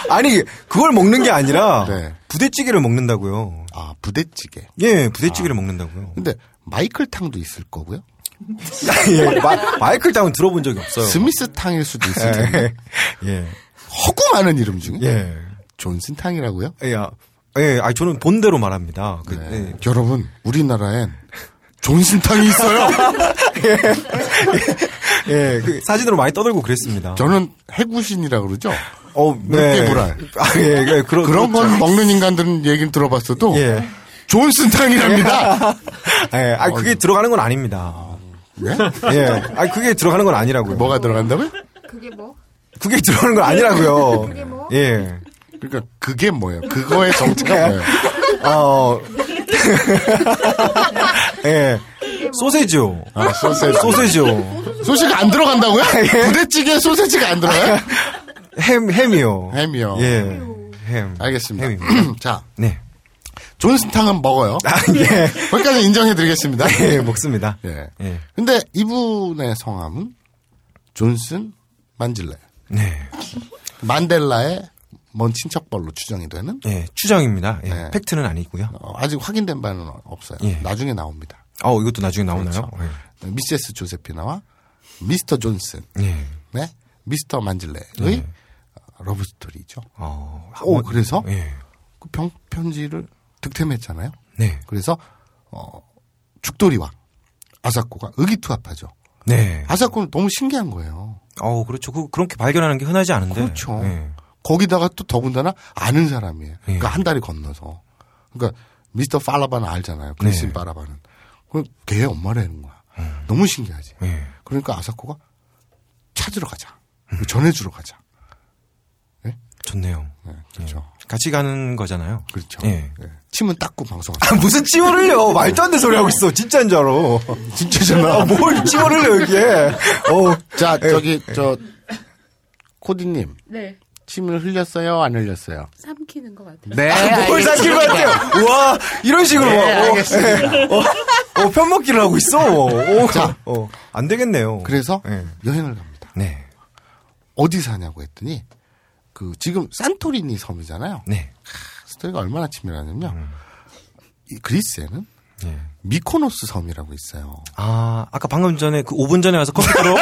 [SPEAKER 2] 아니, 그걸 먹는 게 아니라,
[SPEAKER 1] 네.
[SPEAKER 2] 부대찌개를 먹는다고요.
[SPEAKER 1] 아, 부대찌개.
[SPEAKER 2] 예, 부대찌개를 먹는다고요.
[SPEAKER 1] 근데 마이클 탕도 있을 거고요.
[SPEAKER 2] 예, 마, 마이클 다운 들어본 적이 없어요.
[SPEAKER 1] 스미스 탕일 수도 있을 텐데.
[SPEAKER 2] 예.
[SPEAKER 1] 허구 많은 이름 중에.
[SPEAKER 2] 네. 예.
[SPEAKER 1] 존슨 탕이라고요? 네.
[SPEAKER 2] 예. 아, 예, 아 저는 본대로 말합니다. 그, 예.
[SPEAKER 1] 여러분, 우리나라엔 존슨 탕이 있어요.
[SPEAKER 2] 예, 그 사진으로 많이 떠들고 그랬습니다.
[SPEAKER 1] 저는 해구신이라 그러죠.
[SPEAKER 2] 어,
[SPEAKER 1] 물개불알.
[SPEAKER 2] 아, 예, 예, 그런
[SPEAKER 1] 그런
[SPEAKER 2] 그렇죠.
[SPEAKER 1] 건 먹는 인간들은 얘기는 들어봤어도
[SPEAKER 2] 예.
[SPEAKER 1] 존슨 탕이랍니다.
[SPEAKER 2] 예, 아 그게 들어가는 건 아닙니다.
[SPEAKER 1] 예?
[SPEAKER 2] 예, 아 그게 들어가는 건 아니라고요.
[SPEAKER 1] 뭐가 들어간다고요?
[SPEAKER 9] 그게 뭐?
[SPEAKER 2] 그게 들어가는 건 아니라고요.
[SPEAKER 9] 뭐?
[SPEAKER 2] 예,
[SPEAKER 1] 그러니까 그게 뭐예요? 그거의 정체가 뭐예요?
[SPEAKER 2] 어, 예, 소세지요. 예,
[SPEAKER 1] 아, 소세지.
[SPEAKER 2] 소세지요.
[SPEAKER 1] 소세지가 안 들어간다고요? 부대찌개에 소세지가 안 들어가요?
[SPEAKER 2] 햄, 햄이요.
[SPEAKER 1] 햄이요. 아,
[SPEAKER 2] 예, 햄.
[SPEAKER 1] 알겠습니다.
[SPEAKER 2] 햄입니다.
[SPEAKER 1] 자,
[SPEAKER 2] 네.
[SPEAKER 1] 존슨탕은 먹어요.
[SPEAKER 2] 아, 예.
[SPEAKER 1] 거기까지 인정해드리겠습니다.
[SPEAKER 2] 예, 먹습니다.
[SPEAKER 1] 예.
[SPEAKER 2] 예.
[SPEAKER 1] 근데 이분의 성함은 존슨 만질레.
[SPEAKER 2] 네.
[SPEAKER 1] 만델라의 먼 친척벌로 추정이 되는
[SPEAKER 2] 예, 추정입니다. 예,
[SPEAKER 1] 네.
[SPEAKER 2] 팩트는 아니고요.
[SPEAKER 1] 어, 아직 확인된 바는 없어요.
[SPEAKER 2] 예.
[SPEAKER 1] 나중에 나옵니다.
[SPEAKER 2] 아, 이것도 나중에 나오나요?
[SPEAKER 1] 그렇죠. 미세스 조세피나와 미스터 존슨,
[SPEAKER 2] 예. 예.
[SPEAKER 1] 네? 미스터 만질레의 러브 스토리죠.
[SPEAKER 2] 어,
[SPEAKER 1] 오, 그래서
[SPEAKER 2] 예.
[SPEAKER 1] 그 병편지를 득템했잖아요.
[SPEAKER 2] 네.
[SPEAKER 1] 그래서 어, 죽돌이와 아사코가 의기투합하죠.
[SPEAKER 2] 네.
[SPEAKER 1] 아사코는 너무 신기한 거예요.
[SPEAKER 2] 어, 그렇죠. 그 그렇게 발견하는 게 흔하지 않은데.
[SPEAKER 1] 그렇죠.
[SPEAKER 2] 예.
[SPEAKER 1] 거기다가 또 더군다나 아는 사람이에요. 그러니까
[SPEAKER 2] 예.
[SPEAKER 1] 한 달이 건너서. 그러니까 미스터 팔라바는 알잖아요. 그리스인
[SPEAKER 2] 네.
[SPEAKER 1] 팔라바는. 그럼 걔 엄마라는 거야. 너무 신기하지.
[SPEAKER 2] 예.
[SPEAKER 1] 그러니까 아사코가 찾으러 가자. 전해주러 가자.
[SPEAKER 2] 좋네요.
[SPEAKER 1] 네, 그렇죠.
[SPEAKER 2] 같이 가는 거잖아요.
[SPEAKER 1] 그렇죠.
[SPEAKER 2] 예.
[SPEAKER 1] 예. 침은 닦고 방송하자.
[SPEAKER 2] 아, 무슨 찌월을요? 말도 안 되는 소리 하고 있어. 진짜인 줄 알아. 진짜잖아. 아, 뭘 찌월을요, 여기에. 어,
[SPEAKER 1] 자, 저기, 저, 코디님.
[SPEAKER 6] 네.
[SPEAKER 1] 침을 흘렸어요? 안 흘렸어요?
[SPEAKER 6] 삼키는 것 같아요.
[SPEAKER 1] 네.
[SPEAKER 2] 뭘 삼킬 것 같아요. 와, 이런 식으로. 어, 예. 어, 어, 편먹기를 하고 있어. 어,
[SPEAKER 1] 자.
[SPEAKER 2] 어, 안 되겠네요.
[SPEAKER 1] 그래서
[SPEAKER 2] 예.
[SPEAKER 1] 여행을 갑니다.
[SPEAKER 2] 네.
[SPEAKER 1] 어디 사냐고 했더니 그 지금 산토리니 섬이잖아요.
[SPEAKER 2] 네.
[SPEAKER 1] 스토리가 얼마나 치밀하냐면요. 이 그리스에는 미코노스 섬이라고 있어요.
[SPEAKER 2] 아, 아까 방금 전에 그 5분 전에 와서 컴퓨터로 뭐,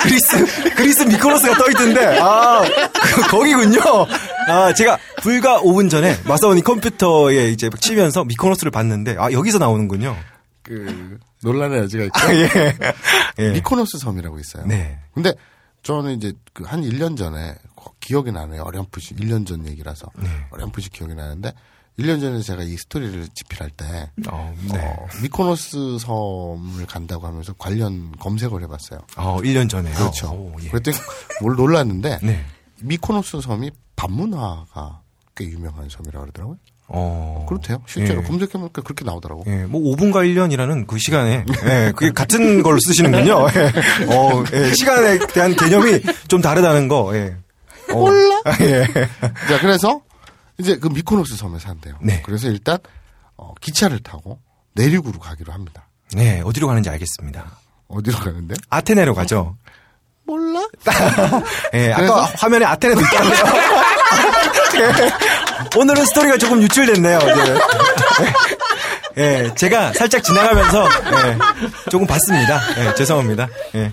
[SPEAKER 2] 그리스 그리스 미코노스가 떠 있던데. 아, 그, 거기군요. 아, 제가 불과 5분 전에 마사오니 컴퓨터에 이제 치면서 미코노스를 봤는데 아, 여기서 나오는군요.
[SPEAKER 1] 그 논란의 여지가 있죠.
[SPEAKER 2] 예. 예.
[SPEAKER 1] 미코노스 섬이라고 있어요.
[SPEAKER 2] 네.
[SPEAKER 1] 근데 저는 이제 그 한 1년 전에 거- 기억이 나네요. 어렴풋이 1년 전 얘기라서
[SPEAKER 2] 네.
[SPEAKER 1] 어렴풋이 기억이 나는데 1년 전에 제가 이 스토리를 집필할 때
[SPEAKER 2] 어, 네.
[SPEAKER 1] 어, 미코노스 섬을 간다고 하면서 관련 검색을 해봤어요.
[SPEAKER 2] 어, 1년 전에.
[SPEAKER 1] 그렇죠.
[SPEAKER 2] 오, 예.
[SPEAKER 1] 그랬더니 뭘 놀랐는데
[SPEAKER 2] 네.
[SPEAKER 1] 미코노스 섬이 반문화가 꽤 유명한 섬이라고 그러더라고요.
[SPEAKER 2] 어.
[SPEAKER 1] 그렇대요. 실제로
[SPEAKER 2] 예.
[SPEAKER 1] 검색해보니까 그렇게 나오더라고.
[SPEAKER 2] 예, 뭐 5분과 1년이라는 그 시간에 예, 그게 같은 걸로 쓰시는군요. 예. 어, 예, 시간에 대한 개념이 좀 다르다는 거. 예. 몰라? 예.
[SPEAKER 1] 자, 그래서 이제 그 미코노스 섬에 산대요.
[SPEAKER 2] 네.
[SPEAKER 1] 그래서 일단 어, 기차를 타고 내륙으로 가기로 합니다.
[SPEAKER 2] 네, 어디로 가는지 알겠습니다.
[SPEAKER 1] 어디로 가는데?
[SPEAKER 2] 아테네로 가죠.
[SPEAKER 1] 몰라.
[SPEAKER 2] 예,
[SPEAKER 1] 그래서?
[SPEAKER 2] 아까 화면에 아테네도 있다고요. 예. 오늘은 스토리가 조금 유출됐네요. 예. 예, 제가 살짝 지나가면서 예, 조금 봤습니다. 예, 죄송합니다. 예.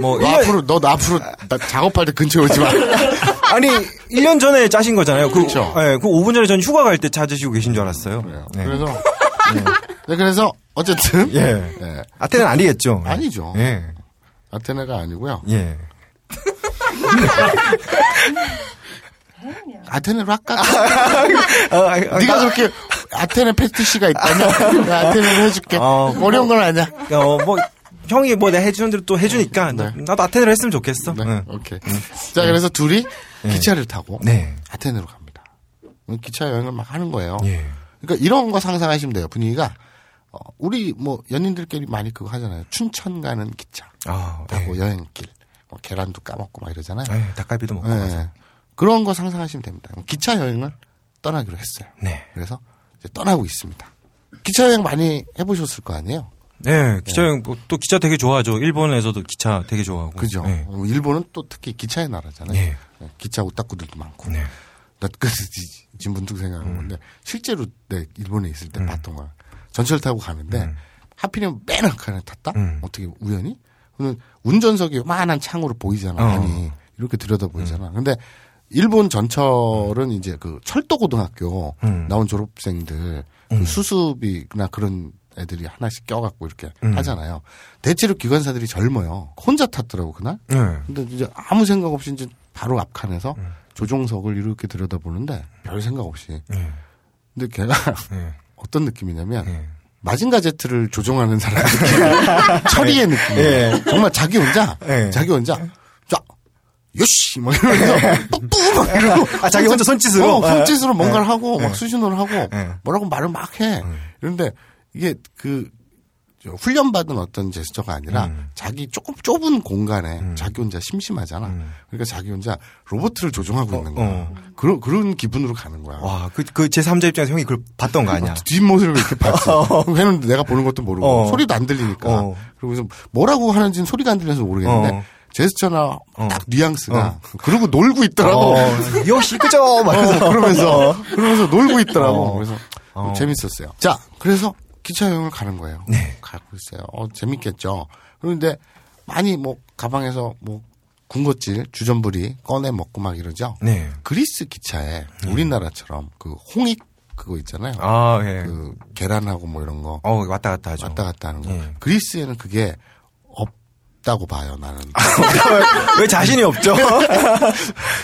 [SPEAKER 2] 뭐
[SPEAKER 1] 너
[SPEAKER 2] 1년,
[SPEAKER 1] 앞으로 너 나 앞으로 나 작업할 때 근처에 오지 마. 네.
[SPEAKER 2] 아니 1년 전에 짜신 거잖아요. 그,
[SPEAKER 1] 그렇죠.
[SPEAKER 2] 예, 그 5분 전에 전 휴가 갈 때 찾으시고 계신 줄 알았어요. 예.
[SPEAKER 1] 그래서 네. 네, 그래서 어쨌든
[SPEAKER 2] 예.
[SPEAKER 1] 예.
[SPEAKER 2] 아테네 아니겠죠.
[SPEAKER 1] 아니죠.
[SPEAKER 2] 예.
[SPEAKER 1] 아테네가 아니고요.
[SPEAKER 2] 예.
[SPEAKER 1] 아테네로 할까?
[SPEAKER 2] 아, 아, 아,
[SPEAKER 1] 네가 그렇게 아테네 패티시가 있다면 나 아테네로 해줄게.
[SPEAKER 2] 어.
[SPEAKER 1] 어려운 건 아니야.
[SPEAKER 2] 야, 어, 뭐 형이 뭐 내가 해주는 대로 또 해주니까 나- 나도 아테네로 했으면 좋겠어.
[SPEAKER 1] 네,
[SPEAKER 2] 응.
[SPEAKER 1] 오케이. 자, 그래서 둘이 기차를 타고
[SPEAKER 2] 네.
[SPEAKER 1] 아테네로 갑니다. 기차 여행을 막 하는 거예요.
[SPEAKER 2] 예.
[SPEAKER 1] 그러니까 이런 거 상상하시면 돼요. 분위기가 어, 우리 뭐 연인들끼리 많이 그거 하잖아요. 춘천 가는 기차
[SPEAKER 2] 아,
[SPEAKER 1] 타고
[SPEAKER 2] 예.
[SPEAKER 1] 여행길 뭐 계란도 까먹고 막 이러잖아요.
[SPEAKER 2] 아유, 닭갈비도 먹고.
[SPEAKER 1] 예.
[SPEAKER 2] 가서.
[SPEAKER 1] 그런 거 상상하시면 됩니다. 기차 여행을 떠나기로 했어요.
[SPEAKER 2] 네.
[SPEAKER 1] 그래서 이제 떠나고 있습니다. 기차 여행 많이 해보셨을 거 아니에요?
[SPEAKER 2] 네, 기차 여행 뭐또 기차 되게 좋아하죠. 일본에서도 기차 되게 좋아하고.
[SPEAKER 1] 그죠?
[SPEAKER 2] 네.
[SPEAKER 1] 어, 일본은 또 특히 기차의 나라잖아요.
[SPEAKER 2] 네.
[SPEAKER 1] 예, 기차 오타쿠들도 많고.
[SPEAKER 2] 네.
[SPEAKER 1] 나 그래서 지- 지금 문득
[SPEAKER 2] 음.
[SPEAKER 1] 생각한 건데 실제로 내 일본에 있을 때 봤던 거야. 전철 타고 가는데 하필이면 맨 앞칸에 탔다.
[SPEAKER 2] 음.
[SPEAKER 1] 어떻게 우연히? 그러면 운전석이 요만한 창으로 보이잖아.
[SPEAKER 2] 어. 음.
[SPEAKER 1] 아니 이렇게 들여다 보이잖아. 근데 일본 전철은 이제 그 철도고등학교
[SPEAKER 2] 음.
[SPEAKER 1] 나온 졸업생들 그 수습이나 그런 애들이 하나씩 껴갖고 이렇게
[SPEAKER 2] 음.
[SPEAKER 1] 하잖아요. 대체로 기관사들이 젊어요. 혼자 탔더라고 그날.
[SPEAKER 2] 네.
[SPEAKER 1] 근데 이제 아무 생각 없이 이제 바로 앞칸에서
[SPEAKER 2] 음.
[SPEAKER 1] 조종석을 이렇게 들여다보는데 별 생각 없이.
[SPEAKER 2] 네.
[SPEAKER 1] 근데 걔가
[SPEAKER 2] 네.
[SPEAKER 1] 어떤 느낌이냐면
[SPEAKER 2] 네.
[SPEAKER 1] 마징가 제트를 조종하는 사람 느낌. 처리의 느낌이에요. 정말 자기 혼자,
[SPEAKER 2] 예.
[SPEAKER 1] 자기 혼자, 자, 요시! 막 이러면서, 뿌뿌! 막 이러고.
[SPEAKER 2] 예. 아, 자기 혼자 손짓으로?
[SPEAKER 1] 어, 손짓으로
[SPEAKER 2] 예.
[SPEAKER 1] 뭔가를 하고,
[SPEAKER 2] 예.
[SPEAKER 1] 막 수신호를 하고,
[SPEAKER 2] 예.
[SPEAKER 1] 뭐라고 말을 막
[SPEAKER 2] 네.
[SPEAKER 1] 해. 그런데 이게 그, 저 훈련받은 어떤 제스처가 아니라
[SPEAKER 2] 음.
[SPEAKER 1] 자기 조금 좁은 공간에 자기 혼자 심심하잖아. 그러니까 자기 혼자 로봇을 조종하고 있는 거야.
[SPEAKER 2] 음. 어.
[SPEAKER 1] 그런, 그런 기분으로 가는 거야.
[SPEAKER 2] 와, 그, 그 제3자 입장에서 형이 그걸 봤던 거 아니야?
[SPEAKER 1] 뒷모습을 이렇게 봤어. 그럼 걔는 내가 보는 것도 모르고
[SPEAKER 2] 어.
[SPEAKER 1] 소리도 안 들리니까.
[SPEAKER 2] 어.
[SPEAKER 1] 그리고 뭐라고 하는지는 소리가 안 들려서 모르겠는데
[SPEAKER 2] 어.
[SPEAKER 1] 제스처나
[SPEAKER 2] 어.
[SPEAKER 1] 딱 뉘앙스가 그러고 놀고 있더라고.
[SPEAKER 2] 어, 역시 그죠? 막 이러면서.
[SPEAKER 1] 그렇죠. 어, 그러면서 그러면서 놀고 있더라고.
[SPEAKER 2] 어.
[SPEAKER 1] 그래서
[SPEAKER 2] 어.
[SPEAKER 1] 재밌었어요. 자, 그래서 기차 여행을 가는 거예요.
[SPEAKER 2] 네.
[SPEAKER 1] 가고 있어요. 어, 재밌겠죠. 그런데 많이 뭐 가방에서 뭐 군것질, 주전부리 꺼내 먹고 막 이러죠.
[SPEAKER 2] 네.
[SPEAKER 1] 그리스 기차에 우리나라처럼 그 홍익 그거 있잖아요.
[SPEAKER 2] 아, 예.
[SPEAKER 1] 그 계란하고 뭐 이런 거
[SPEAKER 2] 어, 왔다 갔다 하죠.
[SPEAKER 1] 왔다 갔다 하는 거.
[SPEAKER 2] 예.
[SPEAKER 1] 그리스에는 그게 없다고 봐요, 나는.
[SPEAKER 2] 아, 왜 자신이 없죠?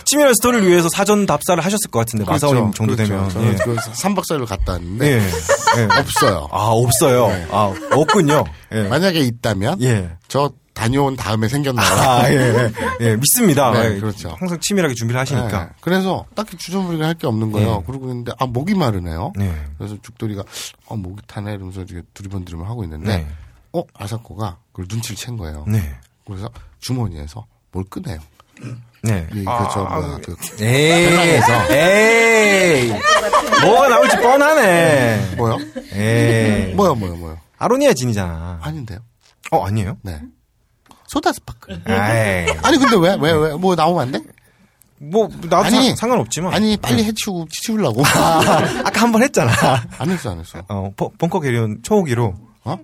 [SPEAKER 2] 치밀한 스토리를 위해서 사전 답사를 하셨을 것 같은데, 마사오님 정도 되면.
[SPEAKER 1] 저는
[SPEAKER 2] 예.
[SPEAKER 1] 그렇죠. 그래서 3박 4일로 갔다 왔는데
[SPEAKER 2] 예. 예.
[SPEAKER 1] 없어요.
[SPEAKER 2] 아, 없어요.
[SPEAKER 1] 네.
[SPEAKER 2] 아, 없군요. 예.
[SPEAKER 1] 만약에 있다면
[SPEAKER 2] 예.
[SPEAKER 1] 저 다녀온 다음에 생겼나요?
[SPEAKER 2] 아, 예, 예. 예, 믿습니다.
[SPEAKER 1] 네,
[SPEAKER 2] 예.
[SPEAKER 1] 그렇죠.
[SPEAKER 2] 항상 치밀하게 준비를 하시니까.
[SPEAKER 1] 그래서 딱히 주전부리가 할 게 없는 거예요.
[SPEAKER 2] 예.
[SPEAKER 1] 그러고 있는데 아 목이 마르네요.
[SPEAKER 2] 네.
[SPEAKER 1] 그래서 죽돌이가 어 목이 타네 이러면서 이렇게 두리번두리번 하고 있는데
[SPEAKER 2] 네.
[SPEAKER 1] 어 아사코가 그걸 눈치를 챈 거예요.
[SPEAKER 2] 네.
[SPEAKER 1] 그래서 주머니에서 뭘 꺼내요. 예,
[SPEAKER 2] 네.
[SPEAKER 1] 이 그저 뭐야 그
[SPEAKER 2] 에이, 에이, 뭐가 나올지 뻔하네.
[SPEAKER 1] 뭐요?
[SPEAKER 2] 에이,
[SPEAKER 1] 뭐요 뭐요 뭐요?
[SPEAKER 2] 아로니아 진이잖아.
[SPEAKER 1] 아닌데요.
[SPEAKER 2] 어, 아니에요?
[SPEAKER 1] 네. 소다 스파클.
[SPEAKER 2] 에이,
[SPEAKER 1] 아니 근데 왜 왜 왜 뭐 나오면 안 돼?
[SPEAKER 2] 뭐 나도
[SPEAKER 1] 아니.
[SPEAKER 2] 상, 상관없지만.
[SPEAKER 1] 아니 빨리
[SPEAKER 2] 네.
[SPEAKER 1] 해치우고 치우려고.
[SPEAKER 2] 아까 한 번 했잖아.
[SPEAKER 1] 안 했어 아, 안 했어.
[SPEAKER 2] 어, 버- 벙커 개리온 초호기로.
[SPEAKER 1] 어?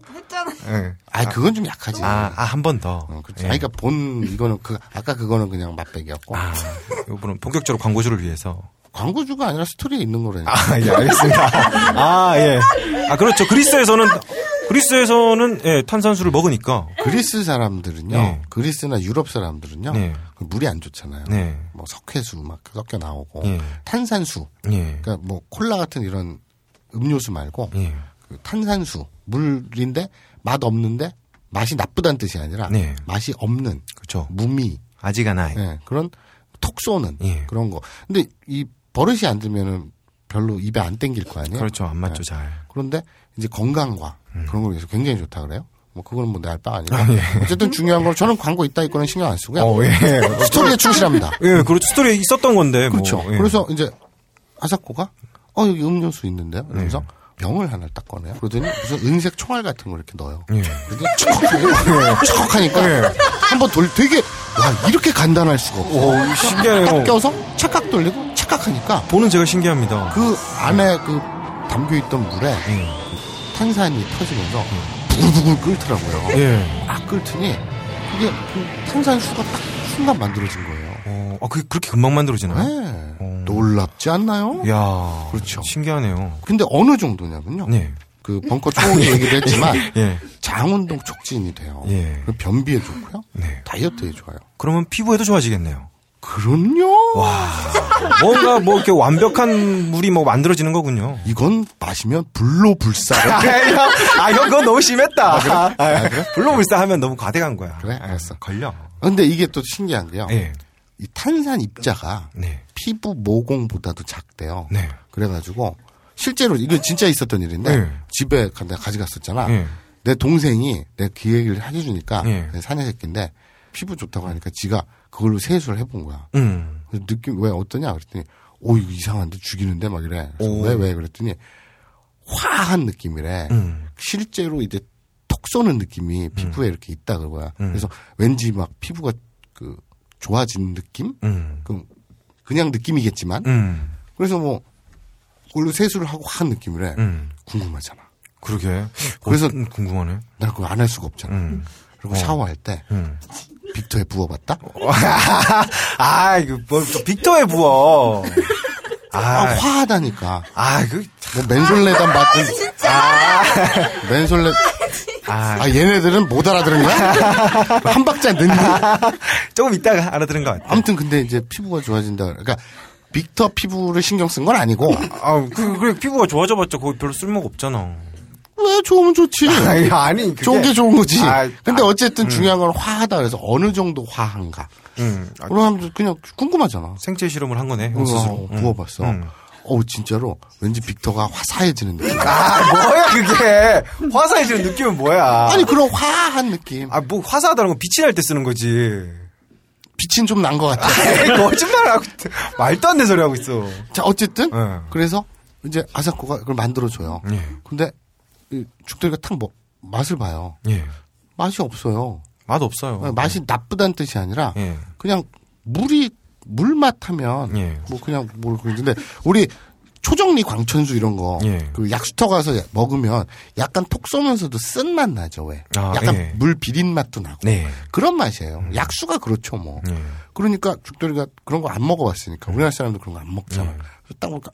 [SPEAKER 2] 예.
[SPEAKER 1] 아 그건 좀 약하지.
[SPEAKER 2] 아, 아, 한 번 더.
[SPEAKER 1] 어, 그렇지.
[SPEAKER 2] 예.
[SPEAKER 1] 아니, 그러니까 본 이거는 그 아까 그거는 그냥 맛배기였고
[SPEAKER 2] 아, 이분은 본격적으로 광고주를 위해서.
[SPEAKER 1] 광고주가 아니라 스토리에 있는 거라니까.
[SPEAKER 2] 아, 예, 알겠습니다. 아, 예. 아, 그렇죠. 그리스에서는, 그리스에서는, 예, 탄산수를 먹으니까.
[SPEAKER 1] 그리스 사람들은요,
[SPEAKER 2] 네.
[SPEAKER 1] 그리스나 유럽 사람들은요,
[SPEAKER 2] 네.
[SPEAKER 1] 그 물이 안 좋잖아요.
[SPEAKER 2] 네.
[SPEAKER 1] 뭐 석회수 막 섞여 나오고
[SPEAKER 2] 네.
[SPEAKER 1] 탄산수,
[SPEAKER 2] 예.
[SPEAKER 1] 그러니까 뭐 콜라 같은 이런 음료수 말고
[SPEAKER 2] 예.
[SPEAKER 1] 그 탄산수 물인데 맛 없는데 맛이 나쁘다는 뜻이 아니라
[SPEAKER 2] 네.
[SPEAKER 1] 맛이 없는
[SPEAKER 2] 그렇죠.
[SPEAKER 1] 무미
[SPEAKER 2] 아직 하나이.
[SPEAKER 1] 예, 그런 톡 쏘는
[SPEAKER 2] 예.
[SPEAKER 1] 그런 거. 근데 이 버릇이 안 들면은 별로 입에 안 땡길 거 아니에요.
[SPEAKER 2] 그렇죠. 안 맞죠, 잘.
[SPEAKER 1] 그런데 이제 건강과 그런 걸 위해서 굉장히 좋다 그래요. 뭐 그거는 뭐 내 알 바 아니고 어쨌든 중요한 건 저는 광고 있다 이거는 신경 안 쓰고요.
[SPEAKER 2] 어, 예.
[SPEAKER 1] 스토리에 충실합니다.
[SPEAKER 2] 예, 그렇죠. 스토리에 있었던 건데. 뭐.
[SPEAKER 1] 그렇죠.
[SPEAKER 2] 예.
[SPEAKER 1] 그래서 이제 아사코가 어 여기 음료수 있는데요. 그래서 병을 하나 딱 꺼내요. 그러더니 무슨 은색 총알 같은 걸 이렇게 넣어요.
[SPEAKER 2] 예.
[SPEAKER 1] 그러더니 촉, 촉 하니까 한번 돌 되게 와 이렇게 간단할 수가 없어.
[SPEAKER 2] 오, 예.
[SPEAKER 1] 딱
[SPEAKER 2] 신기하네요.
[SPEAKER 1] 껴서 착각 돌리고 착각하니까
[SPEAKER 2] 보는 제가 신기합니다.
[SPEAKER 1] 그 안에 그 담겨 있던 물에
[SPEAKER 2] 예.
[SPEAKER 1] 탄산이 터지면서 부글부글 끓더라고요.
[SPEAKER 2] 예.
[SPEAKER 1] 막 끓더니 그게 그 탄산수가 딱 순간 만들어진 거예요.
[SPEAKER 2] 어, 아, 그게 그렇게 금방 만들어지나요?
[SPEAKER 1] 네.
[SPEAKER 2] 어. 예.
[SPEAKER 1] 놀랍지 않나요?
[SPEAKER 2] 네. 이야.
[SPEAKER 1] 그렇죠.
[SPEAKER 2] 신기하네요.
[SPEAKER 1] 근데 어느 정도냐면요.
[SPEAKER 2] 네.
[SPEAKER 1] 그 벙커 초기 얘기도 했지만
[SPEAKER 2] 예.
[SPEAKER 1] 장운동 촉진이 돼요.
[SPEAKER 2] 예.
[SPEAKER 1] 그럼 변비에 좋고요.
[SPEAKER 2] 네.
[SPEAKER 1] 다이어트에 좋아요.
[SPEAKER 2] 그러면 피부에도 좋아지겠네요.
[SPEAKER 1] 그럼요.
[SPEAKER 2] 뭔가 뭐 이렇게 완벽한 물이 뭐 만들어지는 거군요.
[SPEAKER 1] 이건 마시면 불로 불사를.
[SPEAKER 2] 아, 형, 아, 그건 너무 심했다. 불로불사하면 너무 과대간 거야.
[SPEAKER 1] 그래? 알았어.
[SPEAKER 2] 걸려.
[SPEAKER 1] 근데 이게 또 신기한 게요.
[SPEAKER 2] 네.
[SPEAKER 1] 이 탄산 입자가
[SPEAKER 2] 네.
[SPEAKER 1] 피부 모공보다도 작대요.
[SPEAKER 2] 네.
[SPEAKER 1] 그래가지고 실제로 이거 진짜 있었던 일인데
[SPEAKER 2] 네.
[SPEAKER 1] 집에 가- 내가 가져갔었잖아.
[SPEAKER 2] 네.
[SPEAKER 1] 내 동생이 내 그 얘기를 해주니까
[SPEAKER 2] 네.
[SPEAKER 1] 내 사내 새끼인데 피부 좋다고 하니까 지가 그걸로 세수를 해본 거야.
[SPEAKER 2] 음.
[SPEAKER 1] 그래서 느낌 왜 어떠냐 그랬더니 오 이거 이상한데 죽이는데 막 이래.
[SPEAKER 2] 오.
[SPEAKER 1] 왜왜 그랬더니 화한 느낌이래.
[SPEAKER 2] 음.
[SPEAKER 1] 실제로 이제 톡 쏘는 느낌이 피부에 이렇게 있다 그거야.
[SPEAKER 2] 음.
[SPEAKER 1] 그래서 왠지 막 피부가 그 좋아진 느낌?
[SPEAKER 2] 음.
[SPEAKER 1] 그럼 그냥 느낌이겠지만
[SPEAKER 2] 음.
[SPEAKER 1] 그래서 뭐 그걸로 세수를 하고 한 느낌이래.
[SPEAKER 2] 음.
[SPEAKER 1] 궁금하잖아.
[SPEAKER 2] 그러게.
[SPEAKER 1] 그래서-
[SPEAKER 2] 그래서 궁금하네.
[SPEAKER 1] 나 그거 안 할 수가 없잖아.
[SPEAKER 2] 음.
[SPEAKER 1] 그리고 샤워할 때
[SPEAKER 2] 음.
[SPEAKER 1] 빅터에 부어봤다.
[SPEAKER 2] 아, 이거 뭐, 또 빅터에 부어.
[SPEAKER 1] 아,
[SPEAKER 2] 아,
[SPEAKER 1] 화하다니까.
[SPEAKER 2] 아, 그,
[SPEAKER 1] 뭐 맨솔레단 맞든. 아, 맨솔레.
[SPEAKER 2] 아,
[SPEAKER 1] 아 얘네들은 못 알아들은 거야? 한 박자 늦니?
[SPEAKER 2] 조금 이따가 알아들은 것 같아.
[SPEAKER 1] 아무튼 근데 이제 피부가 좋아진다. 그러니까 빅터 피부를 신경 쓴 건 아니고
[SPEAKER 2] 아, 그, 그래, 피부가 좋아져봤자 그거 별로 쓸모가 없잖아.
[SPEAKER 1] 왜 좋으면 좋지.
[SPEAKER 2] 아니, 그게-
[SPEAKER 1] 좋은 게 좋은 거지.
[SPEAKER 2] 아,
[SPEAKER 1] 근데 어쨌든 중요한 건 화하다 그래서 어느 정도 화한가.
[SPEAKER 2] 음, 아,
[SPEAKER 1] 그럼 그냥 궁금하잖아.
[SPEAKER 2] 생체 실험을 한 거네, 형
[SPEAKER 1] 우와,
[SPEAKER 2] 스스로.
[SPEAKER 1] 어, 부어봤어.
[SPEAKER 2] 음.
[SPEAKER 1] 어 진짜로 왠지 빅터가 화사해지는 느낌.
[SPEAKER 2] 아, 뭐야, 그게. 화사해지는 느낌은 뭐야.
[SPEAKER 1] 아니 그런 화한 느낌.
[SPEAKER 2] 아, 뭐, 화사하다는 건 빛이 날 때 쓰는 거지.
[SPEAKER 1] 빛은 좀 난 것 같아.
[SPEAKER 2] 에이, 거짓말하고, 있- 말도 안 되는 소리 하고 있어.
[SPEAKER 1] 자 어쨌든
[SPEAKER 2] 예.
[SPEAKER 1] 그래서 이제 아사코가 그걸 만들어 줘요.
[SPEAKER 2] 예.
[SPEAKER 1] 근데 이 죽돌이가 탁 먹- 맛을 봐요.
[SPEAKER 2] 예.
[SPEAKER 1] 맛이 없어요.
[SPEAKER 2] 아, 맛 없어요.
[SPEAKER 1] 맛이 나쁘다는 뜻이 아니라
[SPEAKER 2] 예.
[SPEAKER 1] 그냥 물이 물맛 하면
[SPEAKER 2] 예.
[SPEAKER 1] 뭐 그냥 뭘 그런데 우리 초정리 광천수 이런 거 그
[SPEAKER 2] 예.
[SPEAKER 1] 약수터 가서 먹으면 약간 톡 쏘면서도 쓴맛 나죠 왜
[SPEAKER 2] 아,
[SPEAKER 1] 약간
[SPEAKER 2] 예.
[SPEAKER 1] 물 비린 맛도 나고
[SPEAKER 2] 네. 음.
[SPEAKER 1] 그런 맛이에요 약수가 그렇죠 뭐
[SPEAKER 2] 예.
[SPEAKER 1] 그러니까 죽돌이가 그런 거 안
[SPEAKER 2] 음.
[SPEAKER 1] 먹어봤으니까 우리나라 사람도 그런 거 안 먹잖아 그래서 딱 보니까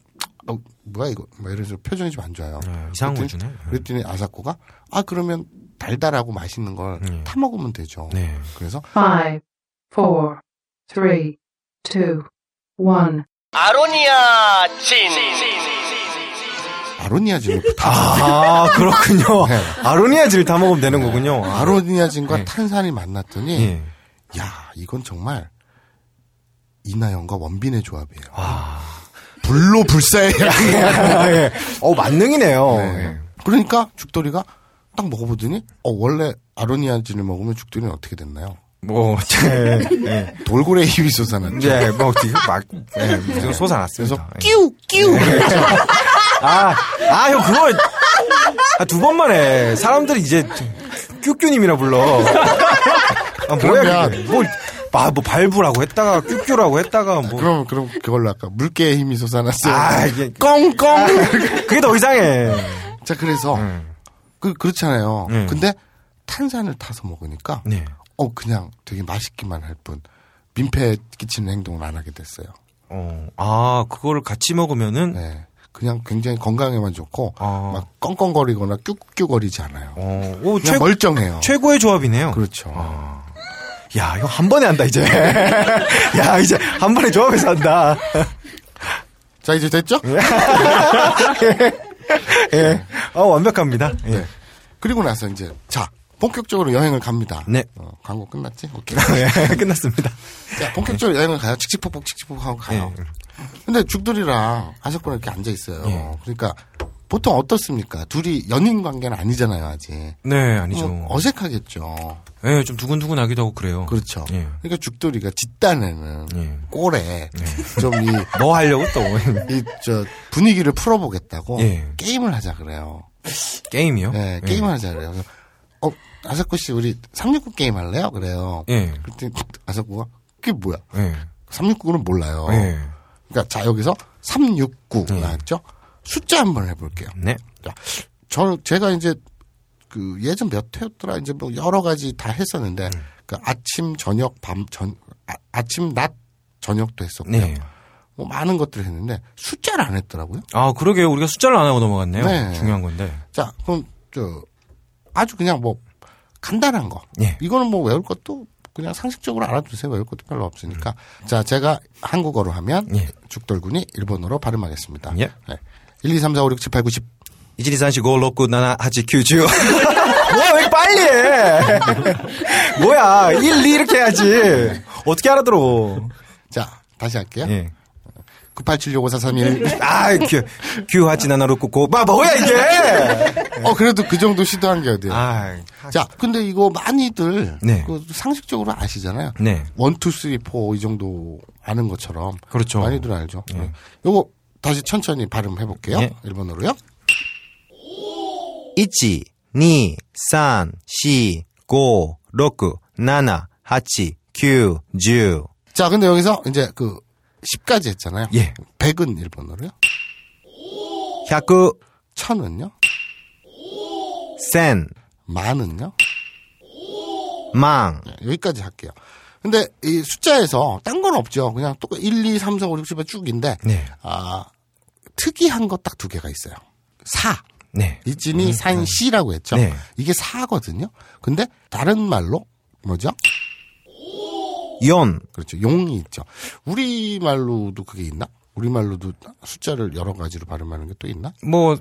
[SPEAKER 1] 어, 뭐야 이거 막 이래서 표정이 좀 안 좋아요
[SPEAKER 2] 예, 이상한 걸
[SPEAKER 1] 그랬더니-
[SPEAKER 2] 주네. 예.
[SPEAKER 1] 그랬더니 아사코가 아 그러면 달달하고 맛있는 걸
[SPEAKER 2] 예.
[SPEAKER 1] 타 먹으면 되죠
[SPEAKER 2] 네.
[SPEAKER 1] 그래서
[SPEAKER 9] Five, four, three, two, one.
[SPEAKER 4] 아로니아 진.
[SPEAKER 1] 아로니아진을
[SPEAKER 2] 아, 그렇군요.
[SPEAKER 1] 네.
[SPEAKER 2] 아로니아진을 다 먹으면 되는 거군요.
[SPEAKER 1] 아로니아진과
[SPEAKER 2] 네.
[SPEAKER 1] 탄산이 만났더니
[SPEAKER 2] 예.
[SPEAKER 1] 야 이건 정말 이나영과 원빈의 조합이에요.
[SPEAKER 2] 아,
[SPEAKER 1] 불로 불사해라는
[SPEAKER 2] 예. 어, 만능이네요.
[SPEAKER 1] 거예요. 그러니까 죽돌이가 딱 먹어보더니 어 원래 아로니아진을 먹으면 죽돌이는 어떻게 됐나요?
[SPEAKER 2] 뭐, 예. 예.
[SPEAKER 1] 돌고래 힘이 솟아났죠.
[SPEAKER 2] 예, 뭐, 어떻게 막, 예, 무슨
[SPEAKER 1] 그래서
[SPEAKER 2] 솟아났습니다. 예.
[SPEAKER 1] 끼우 끼우
[SPEAKER 7] 네.
[SPEAKER 2] 아, 아, 형, 그거, 아, 두 번만 해. 사람들이 이제, 큐큐님이라 불러. 아, 뭐야, 그게.
[SPEAKER 1] 그러면-
[SPEAKER 2] 뭐, 아, 뭐, 발부라고 했다가, 큐큐라고 했다가, 뭐.
[SPEAKER 1] 그럼 그럼 그걸로 아까 물개의 힘이 솟아났어요.
[SPEAKER 2] 아, 이게-
[SPEAKER 1] 꽁꽁.
[SPEAKER 2] 그게 더 이상해.
[SPEAKER 1] 자 그래서 그 그렇잖아요.
[SPEAKER 2] 네.
[SPEAKER 1] 근데 탄산을 타서 먹으니까
[SPEAKER 2] 네.
[SPEAKER 1] 어 그냥 되게 맛있기만 할 뿐 민폐 끼치는 행동을 안 하게 됐어요.
[SPEAKER 2] 어, 아, 그거를 같이 먹으면은,
[SPEAKER 1] 네. 그냥 굉장히 건강에만 좋고
[SPEAKER 2] 아.
[SPEAKER 1] 막 껑껑거리거나 뀨뀨거리지 않아요.
[SPEAKER 2] 어, 오,
[SPEAKER 1] 그냥
[SPEAKER 2] 최,
[SPEAKER 1] 멀쩡해요.
[SPEAKER 2] 최고의 아. 조합이네요.
[SPEAKER 1] 그렇죠.
[SPEAKER 2] 야, 이거 한 번에 한다, 이제. 야, 이제 한 번에 조합해서 한다.
[SPEAKER 1] 자 이제 됐죠?
[SPEAKER 2] 예. 어, 완벽합니다. 예.
[SPEAKER 1] 네. 그리고 나서 이제 자 본격적으로 여행을 갑니다.
[SPEAKER 2] 네.
[SPEAKER 1] 어, 광고 끝났지? 오케이.
[SPEAKER 2] 예, 끝났습니다.
[SPEAKER 1] 자 본격적으로
[SPEAKER 2] 예.
[SPEAKER 1] 여행을 가요. 칙칙폭폭 칙칙폭폭 하고 가요. 근데 죽돌이랑 아사코랑 이렇게 앉아 있어요.
[SPEAKER 2] 예.
[SPEAKER 1] 그러니까 보통 어떻습니까? 둘이 연인 관계는 아니잖아요 아직.
[SPEAKER 2] 네, 아니죠.
[SPEAKER 1] 어, 어색하겠죠.
[SPEAKER 2] 예, 좀 두근두근하기도 하고 그래요.
[SPEAKER 1] 그렇죠.
[SPEAKER 2] 예.
[SPEAKER 1] 그러니까 죽돌이가 짓단에는
[SPEAKER 2] 예.
[SPEAKER 1] 꼴에 좀이
[SPEAKER 2] 뭐 하려고 또
[SPEAKER 1] 이 저 분위기를 풀어보겠다고
[SPEAKER 2] 예. 어?
[SPEAKER 1] 게임을 하자 그래요.
[SPEAKER 2] 게임이요? 네.
[SPEAKER 1] 예, 게임을 하자 그래요. 그래서 어 아사코 씨 우리 369 게임 할래요? 그래요.
[SPEAKER 2] 예.
[SPEAKER 1] 그때 아사코가 그게 뭐야?
[SPEAKER 2] 예.
[SPEAKER 1] 369는 몰라요.
[SPEAKER 2] 예.
[SPEAKER 1] 그러니까 자 여기서 369
[SPEAKER 2] 예.
[SPEAKER 1] 나왔죠. 숫자 한번 해볼게요.
[SPEAKER 2] 네.
[SPEAKER 1] 자, 저 제가 이제 그 예전 몇 회였더라 이제 뭐 여러 가지 다 했었는데
[SPEAKER 2] 음.
[SPEAKER 1] 그 아침 저녁 밤 전 아, 침낮 저녁도 했었고요.
[SPEAKER 2] 네.
[SPEAKER 1] 뭐 많은 것들을 했는데 숫자를 안 했더라고요.
[SPEAKER 2] 아, 그러게요. 우리가 숫자를 안 하고 넘어갔네요.
[SPEAKER 1] 네.
[SPEAKER 2] 중요한 건데.
[SPEAKER 1] 자, 그럼 저 아주 그냥 뭐 간단한 거.
[SPEAKER 2] 예.
[SPEAKER 1] 이거는 뭐 외울 것도 그냥 상식적으로 알아두세요. 외울 것도 별로 없으니까.
[SPEAKER 2] 음.
[SPEAKER 1] 자, 제가 한국어로 하면 죽돌군이 일본어로 발음하겠습니다.
[SPEAKER 2] 예.
[SPEAKER 1] 네. 1, 2, 3, 4, 5, 6, 7, 8, 9, 10.
[SPEAKER 2] 이지리산시 고로쿠 나나 하지 큐주. 뭐야 왜 이렇게 빨리 해? 뭐야 1, 2 이렇게 해야지. 어떻게 알아들어?
[SPEAKER 1] 자, 다시 할게요.
[SPEAKER 2] 예.
[SPEAKER 1] 9876541.
[SPEAKER 2] 아, 큐, 큐 하지 나나 로쿠고. 마 뭐야 이게?
[SPEAKER 1] 어, 그래도 그 정도 시도한 게 어디예요?
[SPEAKER 2] 아,
[SPEAKER 1] 자, 근데 이거 많이들
[SPEAKER 2] 네.
[SPEAKER 1] 그 상식적으로 아시잖아요.
[SPEAKER 2] 네.
[SPEAKER 1] 원, 투, 쓰리, 포, 이 정도 아는 것처럼.
[SPEAKER 2] 그렇죠.
[SPEAKER 1] 많이들 알죠. 네. 요거 다시 천천히 발음해 볼게요.
[SPEAKER 2] 예.
[SPEAKER 1] 일본어로요.
[SPEAKER 2] 1, 2, 3, 4, 5, 6, 7, 8, 9, 10.
[SPEAKER 1] 자, 근데 여기서 이제 그 10까지 했잖아요.
[SPEAKER 2] 예.
[SPEAKER 1] 100은 일본어로요.
[SPEAKER 2] 100,
[SPEAKER 1] 1000은요.
[SPEAKER 2] 1000,
[SPEAKER 1] 만은요.
[SPEAKER 2] 망.
[SPEAKER 1] 네, 여기까지 할게요. 근데 이 숫자에서 딴 건 없죠. 그냥 또 1, 2, 3, 4, 5, 6, 7, 쭉인데
[SPEAKER 2] 네.
[SPEAKER 1] 아, 특이한 것 딱 두 개가 있어요. 4.
[SPEAKER 2] 네.
[SPEAKER 1] 이진이 산 씨라고 했죠.
[SPEAKER 2] 네.
[SPEAKER 1] 이게 4거든요. 근데 다른 말로 뭐죠?
[SPEAKER 2] 4,
[SPEAKER 1] 그렇죠. 용이 있죠. 우리말로도 그게 있나? 우리말로도 숫자를 여러 가지로 발음하는 게 또 있나?
[SPEAKER 2] 뭐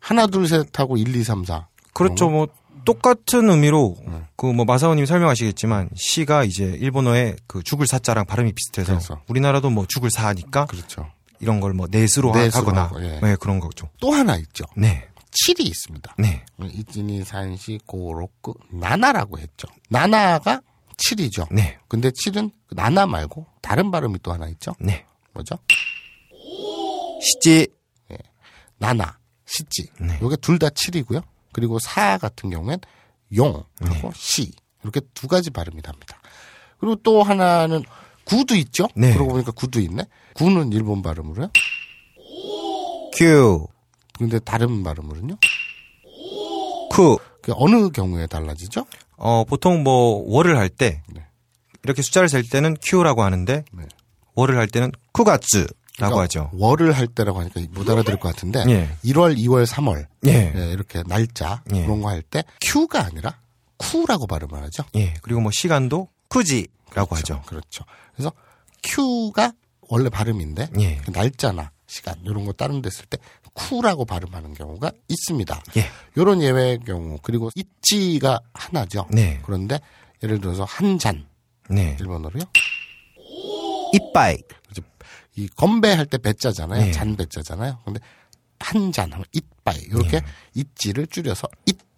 [SPEAKER 1] 하나, 둘, 셋 하고 1, 2, 3, 4.
[SPEAKER 2] 그렇죠. 뭐 똑같은 의미로
[SPEAKER 1] 음.
[SPEAKER 2] 그 뭐 마사오님 이 설명하시겠지만 시가 이제 일본어의 그 죽을 사자랑 발음이 비슷해서
[SPEAKER 1] 그래서.
[SPEAKER 2] 우리나라도 뭐 죽을 사니까
[SPEAKER 1] 그렇죠.
[SPEAKER 2] 이런 걸 뭐 넷으로
[SPEAKER 1] 넷으로
[SPEAKER 2] 하거나
[SPEAKER 1] 하고, 예.
[SPEAKER 2] 네, 그런 거죠.
[SPEAKER 1] 또 하나 있죠.
[SPEAKER 2] 네,
[SPEAKER 1] 7이 있습니다.
[SPEAKER 2] 네,
[SPEAKER 1] 이진이 산시 고로쿠 나나라고 했죠. 나나가 7이죠.
[SPEAKER 2] 네,
[SPEAKER 1] 근데 7은 나나 말고 다른 발음이 또 하나 있죠.
[SPEAKER 2] 네.
[SPEAKER 1] 뭐죠?
[SPEAKER 2] 시지
[SPEAKER 1] 나나, 시지.
[SPEAKER 2] 네.
[SPEAKER 1] 요게 둘 다 7이고요. 그리고 사 같은 경우엔 용하고
[SPEAKER 2] 네.
[SPEAKER 1] 시. 이렇게 두 가지 발음이 납니다. 그리고 또 하나는 구도 있죠?
[SPEAKER 2] 네.
[SPEAKER 1] 그러고 보니까 구도 있네. 구는 일본 발음으로요.
[SPEAKER 2] 큐,
[SPEAKER 1] 근데 다른 발음으로는요?
[SPEAKER 2] 쿠.
[SPEAKER 1] 그 어느 경우에 달라지죠?
[SPEAKER 2] 어 보통 뭐 월을 할 때
[SPEAKER 1] 네.
[SPEAKER 2] 이렇게 숫자를 셀 때는 큐라고 하는데
[SPEAKER 1] 네.
[SPEAKER 2] 월을 할 때는 쿠가츠라고
[SPEAKER 1] 그러니까
[SPEAKER 2] 하죠.
[SPEAKER 1] 월을 할 때라고 하니까 못 알아들을 것 같은데
[SPEAKER 2] 아, 예.
[SPEAKER 1] 1월, 2월, 3월
[SPEAKER 2] 예.
[SPEAKER 1] 예, 이렇게 날짜
[SPEAKER 2] 예.
[SPEAKER 1] 그런 거 할 때 Q가 아니라 쿠라고 발음을 하죠.
[SPEAKER 2] 예, 그리고 뭐 시간도 쿠지라고 하죠.
[SPEAKER 1] 그렇죠. 그래서 Q가 원래 발음인데
[SPEAKER 2] 예.
[SPEAKER 1] 그 날짜나 시간 이런 거 다른 데쓸 때 쿠라고 발음하는 경우가 있습니다.
[SPEAKER 2] 예.
[SPEAKER 1] 이런 예외 경우 그리고 있지가 하나죠.
[SPEAKER 2] 네.
[SPEAKER 1] 그런데 예를 들어서 한 잔
[SPEAKER 2] 네,
[SPEAKER 1] 일본어로요. 그렇죠.
[SPEAKER 2] 이빠이.
[SPEAKER 1] 이 건배 할 때 배짜잖아요.
[SPEAKER 2] 네.
[SPEAKER 1] 잔 배짜잖아요. 근데 한 잔 하면 이빠이 이렇게
[SPEAKER 2] 네.
[SPEAKER 1] 있지를 줄여서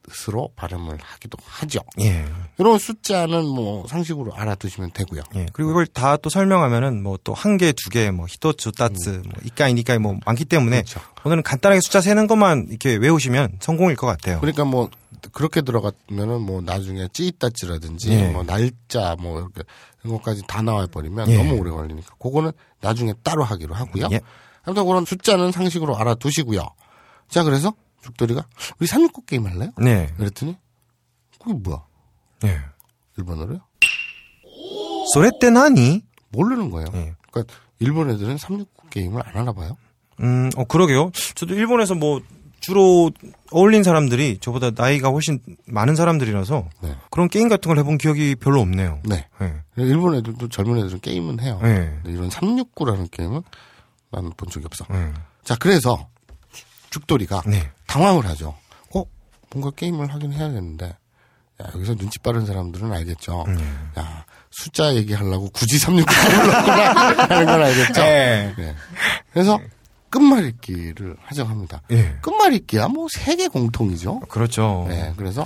[SPEAKER 1] 잇으로 발음을 하기도 하죠.
[SPEAKER 2] 예.
[SPEAKER 1] 이런 숫자는 뭐 상식으로 알아두시면 되고요.
[SPEAKER 2] 예. 그리고 이걸 다 또 설명하면은 뭐 또 한 개, 두 개, 뭐 히토츠, 따츠, 뭐 이까이, 니까이 뭐 많기 때문에
[SPEAKER 1] 음. 그렇죠.
[SPEAKER 2] 오늘은 간단하게 숫자 세는 것만 이렇게 외우시면 성공일 것 같아요.
[SPEAKER 1] 그러니까 뭐 그렇게 들어갔면은 뭐 나중에 찌따찌라든지
[SPEAKER 2] 예.
[SPEAKER 1] 뭐 날짜 뭐 이렇게 이런 것까지 다 나와 버리면
[SPEAKER 2] 예.
[SPEAKER 1] 너무 오래 걸리니까 그거는 나중에 따로 하기로 하고요.
[SPEAKER 2] 예.
[SPEAKER 1] 아무튼 그런 숫자는 상식으로 알아두시고요. 자 그래서 죽돌이가 우리 삼육국 게임 할래요?
[SPEAKER 2] 네.
[SPEAKER 1] 그랬더니 그게 뭐야
[SPEAKER 2] 예.
[SPEAKER 1] 일본어로요?
[SPEAKER 2] 소레떼 나니?
[SPEAKER 1] 모르는 거예요.
[SPEAKER 2] 예.
[SPEAKER 1] 그러니까 일본 애들은 삼육국 게임을 안 하나 봐요.
[SPEAKER 2] 음, 어 그러게요. 저도 일본에서 뭐 주로 어울린 사람들이 저보다 나이가 훨씬 많은 사람들이라서
[SPEAKER 1] 네.
[SPEAKER 2] 그런 게임 같은 걸 해본 기억이 별로 없네요.
[SPEAKER 1] 네.
[SPEAKER 2] 예.
[SPEAKER 1] 일본 애들도 젊은 애들은 게임은 해요.
[SPEAKER 2] 예.
[SPEAKER 1] 근데 이런 369라는 게임은 난 본 적이 없어.
[SPEAKER 2] 예.
[SPEAKER 1] 자, 그래서 죽돌이가
[SPEAKER 2] 네.
[SPEAKER 1] 당황을 하죠. 어, 뭔가 게임을 하긴 해야겠는데. 야, 여기서 눈치 빠른 사람들은 알겠죠.
[SPEAKER 2] 네.
[SPEAKER 1] 야, 숫자 얘기하려고 굳이 369를 불렀구나. 라는 걸 알겠죠.
[SPEAKER 2] 예.
[SPEAKER 1] 네. 그래서 끝말잇기를 하자고 합니다.
[SPEAKER 2] 예.
[SPEAKER 1] 끝말잇기야 뭐 세계 공통이죠.
[SPEAKER 2] 그렇죠.
[SPEAKER 1] 네, 그래서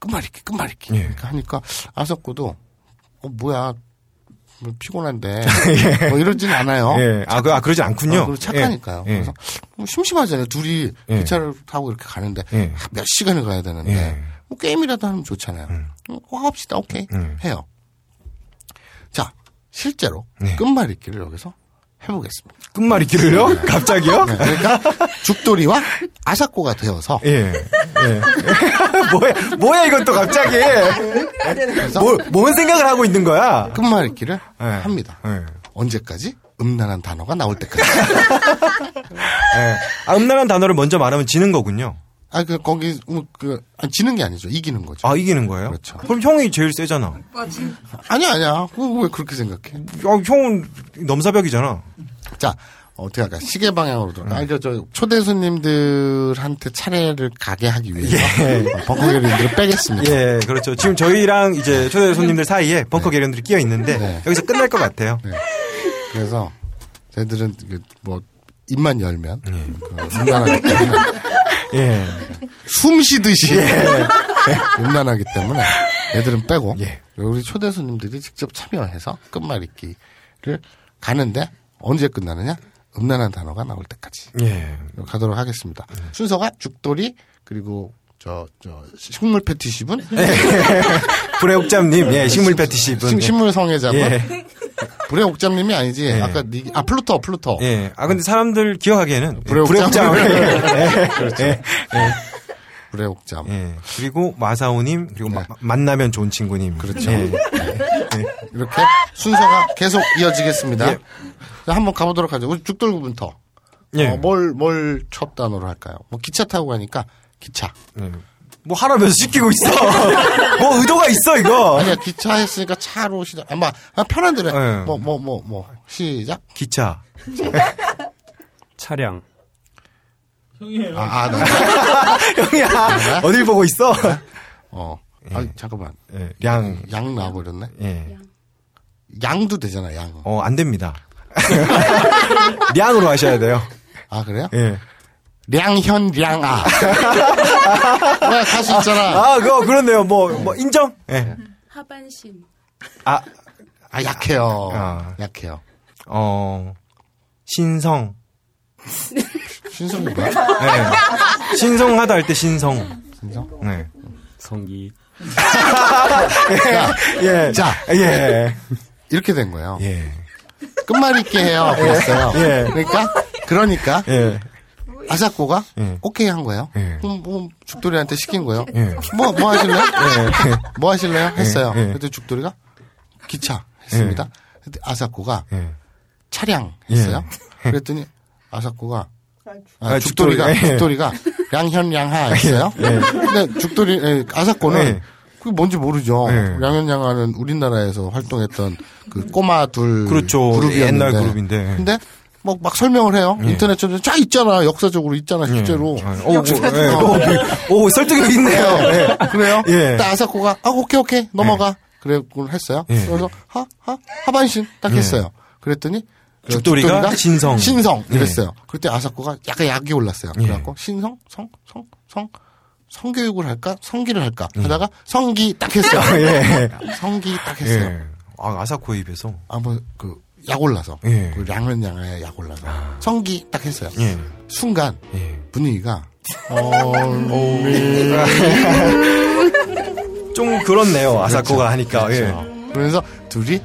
[SPEAKER 1] 끝말잇기, 끝말잇기.
[SPEAKER 2] 예.
[SPEAKER 1] 이렇게 하니까 아석구도 어 뭐야 뭐 피곤한데 뭐 이러진 않아요.
[SPEAKER 2] 예. 아, 그, 아 그러지 않군요.
[SPEAKER 1] 네. 아, 그리고 착하니까요.
[SPEAKER 2] 예. 예.
[SPEAKER 1] 그래서 뭐 심심하잖아요. 둘이
[SPEAKER 2] 예.
[SPEAKER 1] 기차를 타고 이렇게 가는데
[SPEAKER 2] 예.
[SPEAKER 1] 몇 시간을 가야 되는데
[SPEAKER 2] 예.
[SPEAKER 1] 뭐 게임이라도 하면 좋잖아요. 와 합시다. 오케이
[SPEAKER 2] 음.
[SPEAKER 1] 해요. 자 실제로
[SPEAKER 2] 예.
[SPEAKER 1] 끝말잇기를 여기서 해보겠습니다.
[SPEAKER 2] 끝말잇기를요? 갑자기요?
[SPEAKER 1] 네, 그러니까 죽돌이와 아사코가 되어서
[SPEAKER 2] 예. 예. 뭐야, 뭐야, 이건 또 갑자기. 뭐, 뭔 생각을 하고 있는 거야?
[SPEAKER 1] 끝말잇기를
[SPEAKER 2] 예.
[SPEAKER 1] 합니다.
[SPEAKER 2] 예.
[SPEAKER 1] 언제까지? 음란한 단어가 나올 때까지.
[SPEAKER 2] 예. 아, 음란한 단어를 먼저 말하면 지는 거군요.
[SPEAKER 1] 아, 그, 거기, 뭐, 그, 아, 지는 게 아니죠. 이기는 거죠.
[SPEAKER 2] 아 이기는 거예요?
[SPEAKER 1] 그렇죠.
[SPEAKER 2] 그럼 형이 제일 세잖아.
[SPEAKER 1] 아니야, 아니야. 그거 왜 그렇게 생각해?
[SPEAKER 2] 야, 어, 형은 넘사벽이잖아.
[SPEAKER 1] 자, 어떻게 할까? 시계 방향으로 돌아. 아, 저, 저, 초대 손님들한테 차례를 가게 하기 위해서. 벙커 게리님들을 빼겠습니다.
[SPEAKER 2] 예, 네. 그렇죠. 지금 저희랑 이제 초대 손님들 사이에 벙커 계련들이 끼어 있는데 여기서 끝날 것 같아요.
[SPEAKER 1] 그래서, 쟤들은, 그 뭐, 입만 열면. 그 음란하기 때문에.
[SPEAKER 2] 예,
[SPEAKER 1] 숨 쉬듯이. 예, 음란하기 때문에. 애들은 빼고. 우리 초대 손님들이 직접 참여해서 끝말잇기를 가는데, 언제 끝나느냐? 음란한 단어가 나올 때까지.
[SPEAKER 2] 예.
[SPEAKER 1] 가도록 하겠습니다.
[SPEAKER 2] 네.
[SPEAKER 1] 순서가 죽돌이 그리고 저, 저, 식물 패티십은?
[SPEAKER 2] 네, 불의 옥잠님, 예, 식물 패티시분.
[SPEAKER 1] 식- 식물 성애자분?
[SPEAKER 2] 예,
[SPEAKER 1] 불의 옥잠님이 아니지. 아까 니, 아, 플루토, 플루토.
[SPEAKER 2] 예. 아 근데 사람들 기억하기에는
[SPEAKER 1] 불의 옥잠.
[SPEAKER 2] 예, 예,
[SPEAKER 1] 불의 옥잠.
[SPEAKER 2] 예. 그리고 마사오님 그리고 마- 만나면 좋은 친구님. 네. 그렇죠. 예.
[SPEAKER 1] 이렇게 순서가 계속 이어지겠습니다. 자, 한번 가보도록 하죠. 우리 죽돌구분터.
[SPEAKER 2] 예.
[SPEAKER 1] 어, 뭘, 뭘 첫 단어로 할까요? 뭐 기차 타고 가니까 기차.
[SPEAKER 2] 뭐 하라면서 시키고 있어. 뭐 의도가 있어 이거.
[SPEAKER 1] 아니야, 기차 했으니까 차로 시작. 아마 아, 편한 대로. 해.
[SPEAKER 2] 예.
[SPEAKER 1] 뭐, 뭐, 뭐, 뭐. 시작.
[SPEAKER 2] 기차.
[SPEAKER 8] 차량.
[SPEAKER 5] 형이에요.
[SPEAKER 1] 아, 아, 나.
[SPEAKER 2] 형이야. 어딜 보고 있어?
[SPEAKER 1] 어. 아 잠깐만.
[SPEAKER 2] 예, 량.
[SPEAKER 1] 양 나와버렸네.
[SPEAKER 2] 예.
[SPEAKER 1] 양도 되잖아, 양.
[SPEAKER 2] 어, 안 됩니다. 량으로 하셔야 돼요.
[SPEAKER 1] 아, 그래요?
[SPEAKER 2] 예.
[SPEAKER 1] 량현, 량아. 뭐야, 가수 있잖아.
[SPEAKER 2] 아, 그거 그렇네요. 뭐, 뭐, 인정? 예.
[SPEAKER 6] 하반신.
[SPEAKER 2] 아,
[SPEAKER 1] 아, 약해요.
[SPEAKER 2] 아.
[SPEAKER 1] 약해요.
[SPEAKER 2] 어, 신성.
[SPEAKER 1] 신성이 뭐야?
[SPEAKER 2] 예. 신성하다 할 때 신성. 신성? 네.
[SPEAKER 8] 성기.
[SPEAKER 2] 예.
[SPEAKER 1] 자,
[SPEAKER 2] 예.
[SPEAKER 1] 이렇게 된 거예요.
[SPEAKER 2] 예.
[SPEAKER 1] 끝말잇기 해요. 그랬어요.
[SPEAKER 2] 예.
[SPEAKER 1] 그러니까, 그러니까,
[SPEAKER 2] 예.
[SPEAKER 1] 아사코가
[SPEAKER 2] 예.
[SPEAKER 1] 오케이 한 거예요.
[SPEAKER 2] 예.
[SPEAKER 1] 그럼 뭐, 죽돌이한테 시킨 거예요.
[SPEAKER 2] 예.
[SPEAKER 1] 뭐, 뭐 하실래요? 뭐 하실래요? 했어요.
[SPEAKER 2] 예.
[SPEAKER 1] 그랬더니 죽돌이가 기차 했습니다. 그랬더니 아사코가
[SPEAKER 2] 예.
[SPEAKER 1] 차량 했어요. 그랬더니 아사코가 아,
[SPEAKER 2] 아,
[SPEAKER 1] 죽돌이가
[SPEAKER 2] 죽돌이. 예. 아,
[SPEAKER 1] 죽돌이가 양현 양하 했어요. 근데 죽돌이 예, 아사코는
[SPEAKER 2] 예.
[SPEAKER 1] 그게 뭔지 모르죠.
[SPEAKER 2] 예.
[SPEAKER 1] 양현 양하는 우리나라에서 활동했던 그 꼬마 둘
[SPEAKER 2] 그렇죠.
[SPEAKER 1] 그룹이었는데.
[SPEAKER 2] 옛날 그룹인데. 예.
[SPEAKER 1] 근데 뭐 막 설명을 해요. 인터넷처럼 쫙 있잖아. 역사적으로 있잖아. 실제로. 어.
[SPEAKER 2] 아, 오, 오, 예. 오, 오, 설득력 있네요. 예.
[SPEAKER 1] 그래요?
[SPEAKER 2] 예.
[SPEAKER 1] 딱 아사코가 아 오케이 오케이
[SPEAKER 2] 네.
[SPEAKER 1] 넘어가 그래곤 했어요.
[SPEAKER 2] 예.
[SPEAKER 1] 그래서 하 하 하반신 딱 했어요. 그랬더니 그
[SPEAKER 2] 네. 죽돌이가 신성. 네.
[SPEAKER 1] 신성
[SPEAKER 2] 예.
[SPEAKER 1] 이랬어요. 그때 아사코가 약간 약이 올랐어요. 그래갖고 신성 성 성 성 성교육을 할까 성기를 할까
[SPEAKER 2] 네.
[SPEAKER 1] 하다가 성기 딱 했어요. 성기 딱 했어요.
[SPEAKER 2] 아, 예. 아, 아사코 입에서.
[SPEAKER 1] 아뭐 그 약 올라서
[SPEAKER 2] 예.
[SPEAKER 1] 그 양면 양아에 약 올라서 성기 딱 했어요.
[SPEAKER 2] 예.
[SPEAKER 1] 순간
[SPEAKER 2] 예.
[SPEAKER 1] 분위기가
[SPEAKER 2] 좀 그렇네요. 아사코가 하니까. 예.
[SPEAKER 1] 그렇죠. 그래서 둘이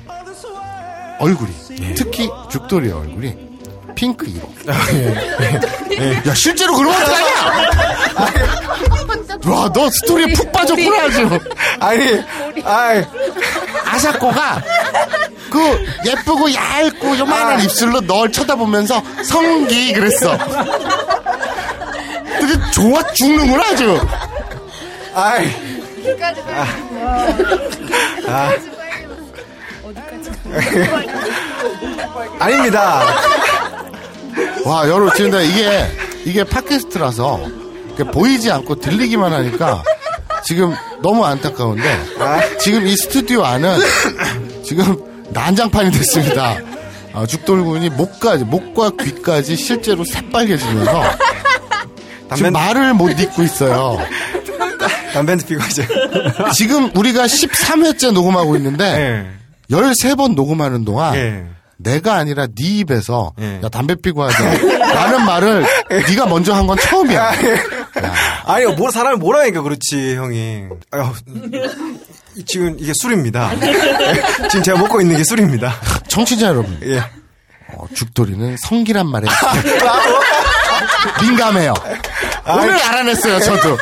[SPEAKER 1] 얼굴이
[SPEAKER 2] 예.
[SPEAKER 1] 특히 죽돌이의 얼굴이 핑크 1호.
[SPEAKER 2] 예.
[SPEAKER 1] 야 실제로 그런 거 같아. 와너 스토리에 푹 빠졌구나 아주.
[SPEAKER 2] 아니, 아이,
[SPEAKER 1] 아사코가 그 예쁘고 얇고
[SPEAKER 2] 아.
[SPEAKER 1] 요만한 입술로 널 쳐다보면서 성기 그랬어. 되게 좋아 죽는구나 아주.
[SPEAKER 2] 아이. 아. 아. 아닙니다.
[SPEAKER 1] 와 여러분 진짜 이게 이게 팟캐스트라서 이렇게 보이지 않고 들리기만 하니까 지금 너무 안타까운데 지금 이 스튜디오 안은 지금 난장판이 됐습니다. 아, 죽돌군이 목까지 목과 귀까지 실제로 새빨개지면서 지금
[SPEAKER 2] 담배,
[SPEAKER 1] 말을 못 잇고 있어요.
[SPEAKER 2] 담배도 피고 이제.
[SPEAKER 1] 지금 우리가 13회째 녹음하고 있는데
[SPEAKER 2] 예.
[SPEAKER 1] 13번 녹음하는 동안
[SPEAKER 2] 예.
[SPEAKER 1] 내가 아니라 네 입에서
[SPEAKER 2] 예.
[SPEAKER 1] 야 담배 피고 하자 라는 말을 네가 먼저 한 건 처음이야.
[SPEAKER 2] 아, 예. 아니요, 뭐, 사람을 뭐라니까, 그렇지, 형이. 아유, 이- 지금 이게 술입니다. 지금 제가 먹고 있는 게 술입니다.
[SPEAKER 1] 청취자 여러분,
[SPEAKER 2] 예.
[SPEAKER 1] 어, 죽돌이는 성기란 말에 민감해요. 오늘 아, 알아냈어요, 저도.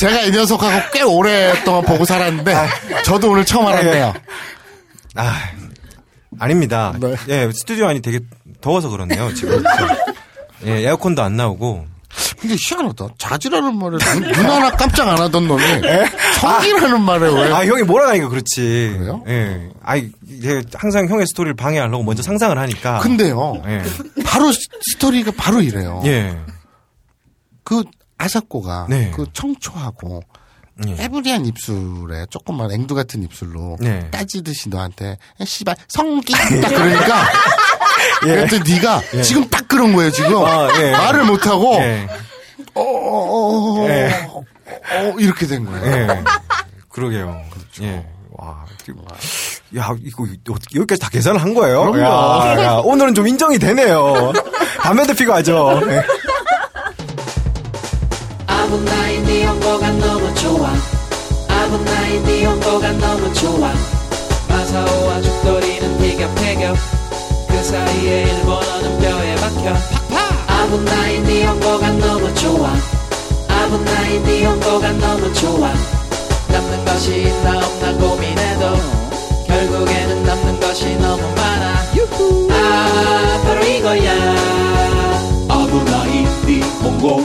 [SPEAKER 1] 제가 이 녀석하고 꽤 오랫동안 보고 살았는데 저도 오늘 처음 알았네요.
[SPEAKER 2] 아, 아닙니다.
[SPEAKER 1] 네.
[SPEAKER 2] 예, 스튜디오 안이 되게 더워서 그렇네요, 지금. 예, 에어컨도 안 나오고.
[SPEAKER 1] 근데 희한하다. 자지라는 예? 아. 말에 눈, 눈 하나 깜짝 안 하던 놈이 성기라는 말에 왜?
[SPEAKER 2] 아 형이 뭐라가니까 그렇지. 그래요? 예. 아이 이게 항상 형의 스토리를 방해하려고 먼저 상상을
[SPEAKER 1] 아.
[SPEAKER 2] 하니까.
[SPEAKER 1] 근데요.
[SPEAKER 2] 예.
[SPEAKER 1] 바로 시- 스토리가 바로 이래요.
[SPEAKER 2] 예.
[SPEAKER 1] 그 아사코가
[SPEAKER 2] 네.
[SPEAKER 1] 그 청초하고
[SPEAKER 2] 예.
[SPEAKER 1] 깨부리한 입술에 조금만 앵두 같은 입술로
[SPEAKER 2] 네.
[SPEAKER 1] 따지듯이 너한테 야, 씨발 성기 딱 그러니까 그랬더니 네가
[SPEAKER 2] 예.
[SPEAKER 1] 지금 딱 그런 거예요 지금
[SPEAKER 2] 아, 예.
[SPEAKER 1] 말을 못 하고
[SPEAKER 2] 예.
[SPEAKER 1] 어, 어, 어, 어,
[SPEAKER 2] 예.
[SPEAKER 1] 어, 이렇게 된 거예요.
[SPEAKER 2] 예. 그러게요. 예. 와. 야, 이거 어떻게 여기까지 다 계산을 한 거예요?
[SPEAKER 1] 그럼요.
[SPEAKER 2] 야, 야, 오늘은 좀 인정이 되네요. 담배도 피고 하죠. 예.
[SPEAKER 10] 아분 나의 네 연고가 너무 좋아 아분 나의 네 연고가 너무 좋아 마사오와 죽돌이는 비교 패겨 그 사이에 일본어는 뼈에 박혀 아분 나의 네 연고가 너무 좋아 아분 나의 네 연고가 너무 좋아 남는 것이 있나 없나 고민해도 결국에는 남는 것이 너무 많아 아 바로 이거야 아분 나의 네 연고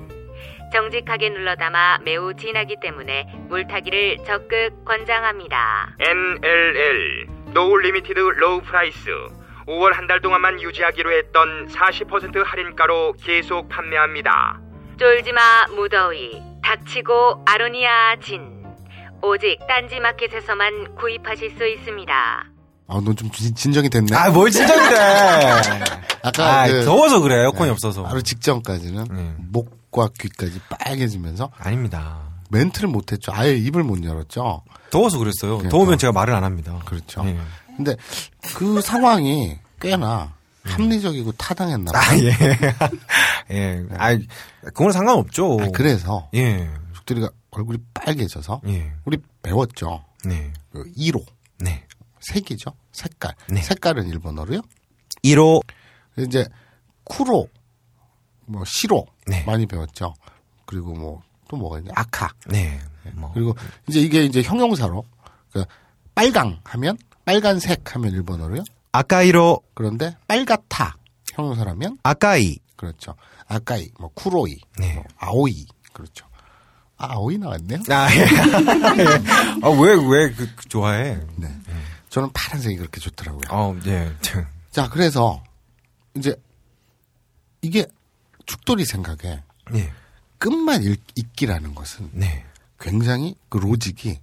[SPEAKER 11] 정직하게 눌러 담아 매우 진하기 때문에 물 타기를 적극 권장합니다.
[SPEAKER 12] NLL 노 리미티드 로우 프라이스 5월 한 달 동안만 유지하기로 했던 40% 할인가로 계속 판매합니다.
[SPEAKER 11] 쫄지마 무더위. 닥치고 아로니아 진. 오직 딴지마켓에서만 구입하실 수 있습니다.
[SPEAKER 1] 아, 넌 좀 진정이 됐네.
[SPEAKER 2] 아, 뭘 진정이 돼.
[SPEAKER 1] 아까
[SPEAKER 2] 아,
[SPEAKER 1] 그-
[SPEAKER 2] 더워서 예. 그래. 에어컨이 없어서.
[SPEAKER 1] 바로 직전까지는 목과 귀까지 빨개지면서
[SPEAKER 2] 아닙니다.
[SPEAKER 1] 멘트를 못했죠. 아예 입을 못 열었죠.
[SPEAKER 2] 더워서 그랬어요. 더우면 제가 말을 안 합니다. 예.
[SPEAKER 1] 그렇죠. 근데 그 상황이 꽤나 합리적이고 타당했나 봐요.
[SPEAKER 2] 아, 예. 예. 아, 그건 상관없죠.
[SPEAKER 1] 아, 그래서
[SPEAKER 2] 예.
[SPEAKER 1] 죽돌이가 얼굴이 빨개져서
[SPEAKER 2] 예.
[SPEAKER 1] 우리 배웠죠.
[SPEAKER 2] 네.
[SPEAKER 1] 그 1호.
[SPEAKER 2] 네.
[SPEAKER 1] 색이죠. 색깔. 색깔은 일본어로요.
[SPEAKER 2] 1호.
[SPEAKER 1] 이제 쿠로, 뭐 시로 많이 배웠죠. 그리고 뭐 또 뭐가 있냐? 아카.
[SPEAKER 2] 네.
[SPEAKER 1] 그리고 이제 이게 이제 형용사로 그러니까 빨강 하면 빨간색 하면 일본어로요.
[SPEAKER 2] 아까이로.
[SPEAKER 1] 그런데 빨갛다 형용사라면
[SPEAKER 2] 아까이.
[SPEAKER 1] 그렇죠. 아까이 뭐 쿠로이. 뭐 아오이. 그렇죠. 아, 아오이 나왔네요.
[SPEAKER 2] 아, 예. 아, 왜, 왜, 그, 그 좋아해?
[SPEAKER 1] 네. 저는 파란색이 그렇게 좋더라고요.
[SPEAKER 2] 어, 예.
[SPEAKER 1] 자, 그래서 이제 이게 죽돌이 생각에
[SPEAKER 2] 예.
[SPEAKER 1] 끝만 읽, 읽기라는 것은
[SPEAKER 2] 네.
[SPEAKER 1] 굉장히 그 로직이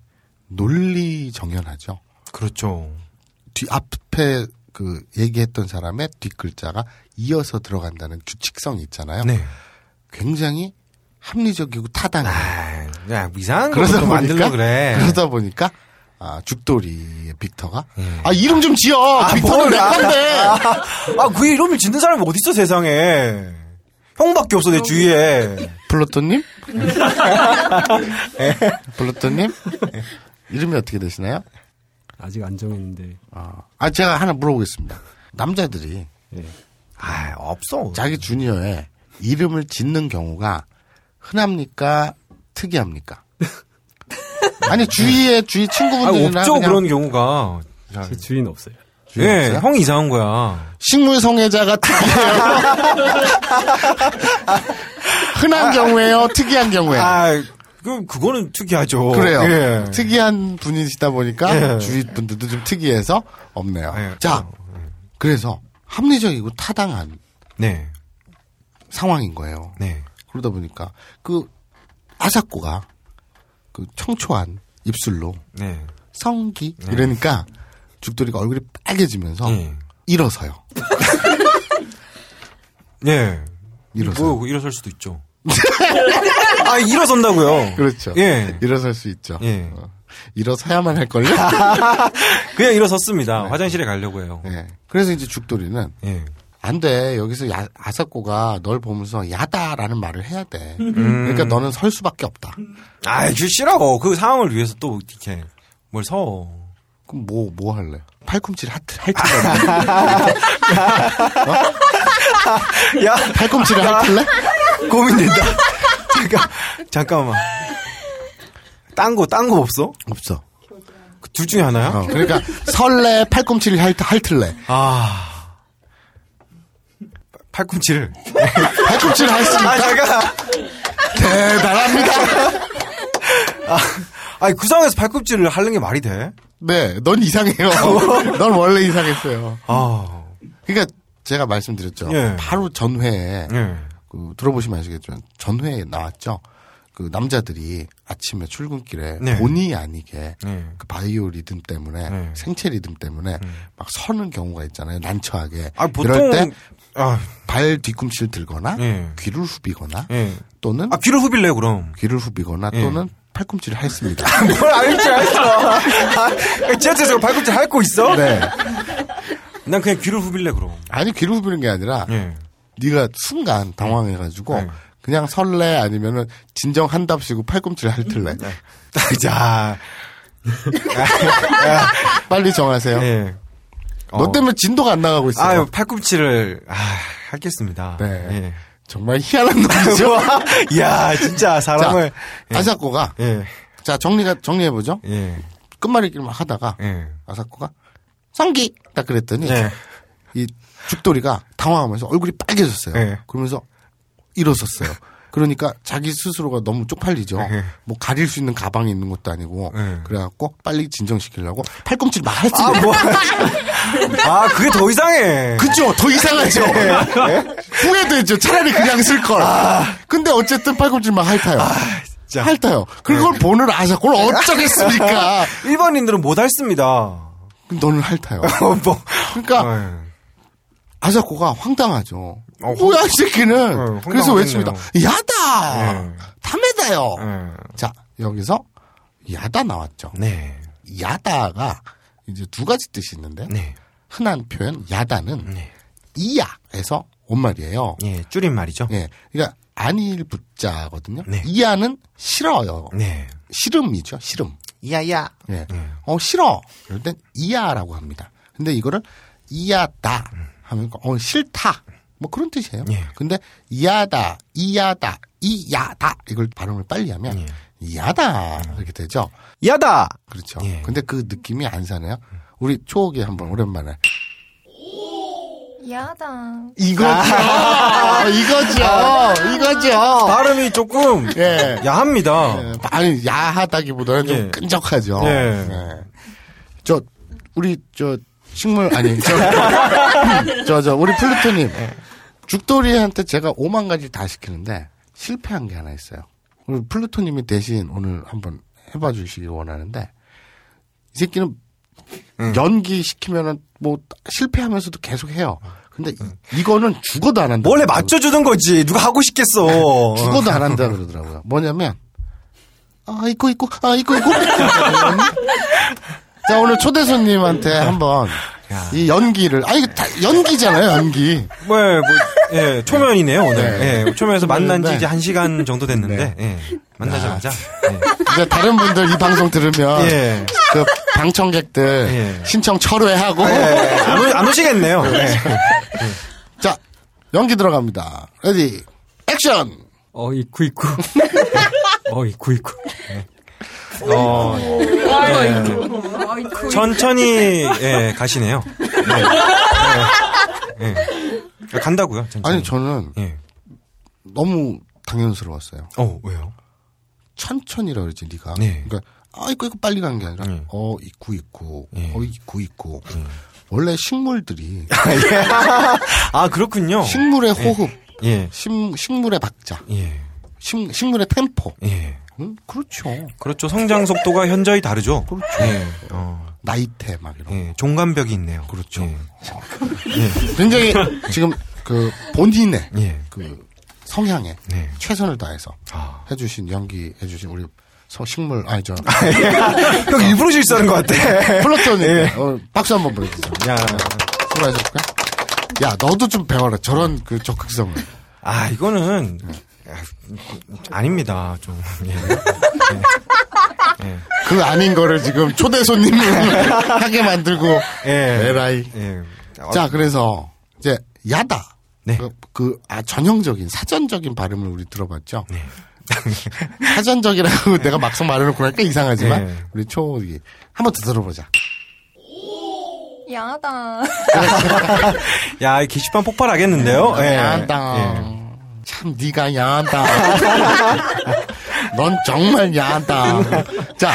[SPEAKER 1] 논리 정연하죠.
[SPEAKER 2] 그렇죠.
[SPEAKER 1] 뒤 앞에 그 얘기했던 사람의 뒷글자가 이어서 들어간다는 규칙성이 있잖아요.
[SPEAKER 2] 네.
[SPEAKER 1] 굉장히 합리적이고 타당해요.
[SPEAKER 2] 아, 야, 이상한 거 좀 만들려 그래.
[SPEAKER 1] 그러다 보니까 아, 죽돌이의 빅터가 아 이름 좀 지어. 빅터는
[SPEAKER 2] 뭘,
[SPEAKER 1] 내
[SPEAKER 2] 예. 아,
[SPEAKER 1] 건데.
[SPEAKER 2] 아, 아, 그 이름을 짓는 사람이 어딨어, 세상에. 형밖에 없어, 내 주위에.
[SPEAKER 1] 플로토님?
[SPEAKER 2] 예.
[SPEAKER 1] 블루토님 예. 이름이 어떻게 되시나요?
[SPEAKER 8] 아직 안 정했는데.
[SPEAKER 1] 아, 아, 제가 하나 물어보겠습니다. 남자들이
[SPEAKER 2] 아 없어
[SPEAKER 1] 자기 주니어에 이름을 짓는 경우가 흔합니까 특이합니까? 아니 주위에 주위
[SPEAKER 2] 아,
[SPEAKER 1] 친구분들이나
[SPEAKER 2] 없죠,
[SPEAKER 1] 그냥
[SPEAKER 2] 그런 경우가.
[SPEAKER 8] 제 주인 없어요.
[SPEAKER 1] 주인
[SPEAKER 2] 예,
[SPEAKER 1] 없어요?
[SPEAKER 2] 형이 이상한 거야.
[SPEAKER 1] 식물 성애자가 특이해요. 흔한 경우에요, 특이한 경우에.
[SPEAKER 2] 아, 그, 그거는 특이하죠.
[SPEAKER 1] 네. 그래요.
[SPEAKER 2] 예.
[SPEAKER 1] 특이한 분이시다 보니까
[SPEAKER 2] 예. 어.
[SPEAKER 1] 주위 분들도 좀 특이해서 없네요. 자, 그래서 합리적이고 타당한
[SPEAKER 2] 네.
[SPEAKER 1] 상황인 거예요.
[SPEAKER 2] 네.
[SPEAKER 1] 그러다 보니까 그 아사코가 그 청초한 입술로
[SPEAKER 2] 네.
[SPEAKER 1] 성기 이러니까 죽돌이가 얼굴이 빨개지면서 일어서요.
[SPEAKER 2] 예.
[SPEAKER 1] 일어서요.
[SPEAKER 2] 뭐, 일어설 수도 있죠. 아, 일어선다고요.
[SPEAKER 1] 그렇죠.
[SPEAKER 2] 예.
[SPEAKER 1] 일어설 수 있죠.
[SPEAKER 2] 예.
[SPEAKER 1] 어. 일어서야만 할 걸요. 네.
[SPEAKER 2] 그냥 일어섰습니다. 화장실에 가려고 해요.
[SPEAKER 1] 그래서 이제 예. 죽돌이는
[SPEAKER 2] 예.
[SPEAKER 1] 안 돼. 여기서 야- 아사코가 널 보면서 야다라는 말을 해야 돼. 그러니까
[SPEAKER 2] 음.
[SPEAKER 1] 너는 설 수밖에 없다.
[SPEAKER 2] 아, 주시라고. 그 상황을 위해서 또 이렇게 뭘 서.
[SPEAKER 1] 그럼 뭐 뭐 할래? 팔꿈치를 하트
[SPEAKER 2] 야,
[SPEAKER 1] 어? 팔꿈치를 할래?
[SPEAKER 2] 고민된다. 잠깐, 잠깐만. 딴 거, 딴 거 없어? 그
[SPEAKER 1] 없어.
[SPEAKER 2] 둘 중에 하나야?
[SPEAKER 1] 어, 그러니까 설레 팔꿈치를 할, 할틀래.
[SPEAKER 2] 아. 팔꿈치를.
[SPEAKER 1] 팔꿈치를 할수 있다.
[SPEAKER 2] 아, 잠깐.
[SPEAKER 1] 대단합니다.
[SPEAKER 2] 아, 아니, 그 상황에서 팔꿈치를 하는 게 말이 돼?
[SPEAKER 1] 네, 넌 이상해요. 넌 원래 이상했어요.
[SPEAKER 2] 아.
[SPEAKER 1] 그러니까 제가 말씀드렸죠.
[SPEAKER 2] 예. 음.
[SPEAKER 1] 바로 전회에 그 들어보시면 아시겠지만 전회에 나왔죠. 그 남자들이 아침에 출근길에
[SPEAKER 2] 네.
[SPEAKER 1] 본의 아니게
[SPEAKER 2] 네.
[SPEAKER 1] 그 바이오 리듬 때문에 생체 리듬 때문에 막 서는 경우가 있잖아요. 난처하게.
[SPEAKER 2] 음. 아,
[SPEAKER 1] 그럴
[SPEAKER 2] 보통- 아,
[SPEAKER 1] 때 발 뒤꿈치를 들거나
[SPEAKER 2] 예.
[SPEAKER 1] 귀를 후비거나
[SPEAKER 2] 예.
[SPEAKER 1] 또는
[SPEAKER 2] 아, 귀를 후빌래요, 그럼.
[SPEAKER 1] 귀를 후비거나
[SPEAKER 2] 예.
[SPEAKER 1] 또는 팔꿈치를 했습니다.
[SPEAKER 2] 뭘 알지, 알지. 아, 지하철에서 발꿈치 핥고 있어?
[SPEAKER 1] 네.
[SPEAKER 2] 난 그냥 귀를 후빌래, 그럼. 예.
[SPEAKER 1] 아니 귀를 후비는 게 아니라
[SPEAKER 2] 네.
[SPEAKER 1] 네가 순간 당황해가지고 그냥 설레 아니면은 진정한답시고 팔꿈치를
[SPEAKER 2] 음.
[SPEAKER 1] 핥을래.
[SPEAKER 2] 네. 자
[SPEAKER 1] 빨리 정하세요. 너
[SPEAKER 2] 네. 예. 어.
[SPEAKER 1] 때문에 진도가 안 나가고 있어.
[SPEAKER 2] 아유, 팔꿈치를, 아, 하겠습니다.
[SPEAKER 1] 네.
[SPEAKER 2] 예.
[SPEAKER 1] 정말 희한한 놈이죠.
[SPEAKER 2] 와, 이야, 진짜 사람을- 예.
[SPEAKER 1] 자, 아사코가 자 정리가 정리해 보죠. 끝말잇기를 막 하다가
[SPEAKER 2] 예.
[SPEAKER 1] 아사코가 성기 딱 그랬더니 이 죽돌이가 당황하면서 얼굴이 빨개졌어요.
[SPEAKER 2] 예.
[SPEAKER 1] 그러면서 일어섰어요. 그러니까 자기 스스로가 너무 쪽팔리죠.
[SPEAKER 2] 예.
[SPEAKER 1] 뭐 가릴 수 있는 가방이 있는 것도 아니고 그래갖고 빨리 진정시키려고 팔꿈치를 막 했지.
[SPEAKER 2] 아, 뭐. 아, 그게 더 이상해.
[SPEAKER 1] 그죠? 더 이상하죠?
[SPEAKER 2] 예.
[SPEAKER 1] 예? 후회되죠? 차라리 그냥 쓸걸.
[SPEAKER 2] 아.
[SPEAKER 1] 근데 어쨌든 팔꿈치 막 핥아요. 핥아요. 그걸
[SPEAKER 2] 네.
[SPEAKER 1] 보는 아사콜 어쩌겠습니까?
[SPEAKER 2] 일반인들은 못 핥습니다.
[SPEAKER 1] 그럼 너는 핥아요.
[SPEAKER 2] 뭐.
[SPEAKER 1] 그러니까 아사코가 황당하죠. 뭐야, 이 새끼는.
[SPEAKER 2] 어,
[SPEAKER 1] 그래서
[SPEAKER 2] 황당하겠네요. 네.
[SPEAKER 1] 외칩니다. 야다! 담에다요! 자, 여기서 야다 나왔죠.
[SPEAKER 2] 네.
[SPEAKER 1] 야다가 이제 두 가지 뜻이 있는데
[SPEAKER 2] 네.
[SPEAKER 1] 흔한 표현 야다는 이야에서 온 말이에요.
[SPEAKER 2] 예, 네. 줄임말이죠.
[SPEAKER 1] 예. 그러니까 안일 붙자거든요.
[SPEAKER 2] 네.
[SPEAKER 1] 이야는 싫어요. 싫음이죠. 싫음.
[SPEAKER 2] 이야야.
[SPEAKER 1] 예. 어 싫어. 이럴 땐 이야라고 합니다. 근데 이거를 이야다 하면 어 싫다. 뭐 그런 뜻이에요. 근데 이야다, 이야다, 이야다 이걸 발음을 빨리 하면 이야다 이렇게 되죠.
[SPEAKER 2] 야다.
[SPEAKER 1] 그렇죠. 근데 그 느낌이 안 사네요. 우리 초옥이 한번 오랜만에
[SPEAKER 13] 야당.
[SPEAKER 1] 이거죠. 아, 이거죠.
[SPEAKER 2] 어.
[SPEAKER 1] 이거죠.
[SPEAKER 2] 발음이 조금
[SPEAKER 1] 예.
[SPEAKER 2] 야합니다.
[SPEAKER 1] 예. 아니 야하다기보다는 좀 끈적하죠.
[SPEAKER 2] 예.
[SPEAKER 1] 예. 저 우리 저 식물 아니 저저 저, 우리 플루토님 죽돌이한테 제가 5만 가지 다 시키는데 실패한 게 하나 있어요. 우리 플루토님이 대신 오늘 한번 해봐 주시기 원하는데 이 새끼는 연기 시키면은 뭐 실패하면서도 계속 해요. 근데 이, 거는 죽어도 안 한다.
[SPEAKER 2] 원래 맞춰주는 거지. 누가 하고 싶겠어.
[SPEAKER 1] 죽어도 안 한다 그러더라고요. 뭐냐면 아 이거 이거 아 이거 이거 자 오늘 초대 손님한테 한번 이 연기를 아 이거 다 연기잖아요 연기
[SPEAKER 2] 네, 뭐, 예, 초면이네요, 오늘.
[SPEAKER 1] 네.
[SPEAKER 2] 예, 초면에서 만난 지
[SPEAKER 1] 네.
[SPEAKER 2] 이제 한 시간 정도 됐는데, 예, 만나자마자.
[SPEAKER 1] 이제 다른 분들 이 방송 들으면
[SPEAKER 2] 예.
[SPEAKER 1] 그 방청객들 신청 철회하고
[SPEAKER 2] 예, 안, 오, 시겠네요 예.
[SPEAKER 1] 자 연기 들어갑니다 레디 액션
[SPEAKER 8] 어, 이쿠, 이쿠. 어, 이쿠, 이쿠.
[SPEAKER 2] 네. 어, 예. 천천히, 예, 가시네요. 예. 예. 예. 간다고요, 천천히. 예.
[SPEAKER 1] 아니 저는 너무 당연스러웠어요
[SPEAKER 2] 어, 왜요?
[SPEAKER 1] 천천히라 그러지 네가
[SPEAKER 2] 네.
[SPEAKER 1] 그러니까 아 이거 이거 빨리 간 게 아니라 어 있고 있고 어 있고 있고 원래 식물들이
[SPEAKER 2] 아, 그렇군요.
[SPEAKER 1] 식물의 호흡
[SPEAKER 2] 예.
[SPEAKER 1] 심- 식물의 박자
[SPEAKER 2] 예.
[SPEAKER 1] 식, 식물의 템포
[SPEAKER 2] 예.
[SPEAKER 1] 음, 그렇죠
[SPEAKER 2] 그렇죠. 성장 속도가 현저히 다르죠.
[SPEAKER 1] 그렇죠.
[SPEAKER 2] 예. 어.
[SPEAKER 1] 나이테 막 이런
[SPEAKER 2] 예. 종간벽이 있네요. 그렇죠.
[SPEAKER 1] 굉장히 지금 그 본인의
[SPEAKER 2] 예.
[SPEAKER 1] 그 성향에
[SPEAKER 2] 네.
[SPEAKER 1] 최선을 다해서 해주신 연기 해주신 우리 서 식물 아. 아니 네. 저
[SPEAKER 2] 형 일부러 실수하는 것 같아.
[SPEAKER 1] 플러톤님 어, 박수 한번 보내주세요.
[SPEAKER 2] 야.
[SPEAKER 1] 수고하셨고요. 야, 너도 좀 배워라. 저런 그 적극성을.
[SPEAKER 2] 아, 이거는 아, 아닙니다. 좀. 예.
[SPEAKER 1] 그 아닌 거를 지금 초대 손님을 하게 만들고.
[SPEAKER 2] 예.
[SPEAKER 1] 에라이.
[SPEAKER 2] 예.
[SPEAKER 1] 자, 그래서 이제 야다.
[SPEAKER 2] 네.
[SPEAKER 1] 그, 그, 아, 전형적인 사전적인 발음을 우리 들어봤죠.
[SPEAKER 2] 네.
[SPEAKER 1] 사전적이라고 내가 막상 말해놓고 하니까 이상하지만
[SPEAKER 2] 네.
[SPEAKER 1] 우리 초기 한번 더 들어보자.
[SPEAKER 13] 야하다.
[SPEAKER 2] 야, 이 게시판 폭발하겠는데요?
[SPEAKER 1] 네,
[SPEAKER 2] 예.
[SPEAKER 1] 야하다.
[SPEAKER 2] 예.
[SPEAKER 1] 참 네가 야하다. 넌 정말 야하다. 자,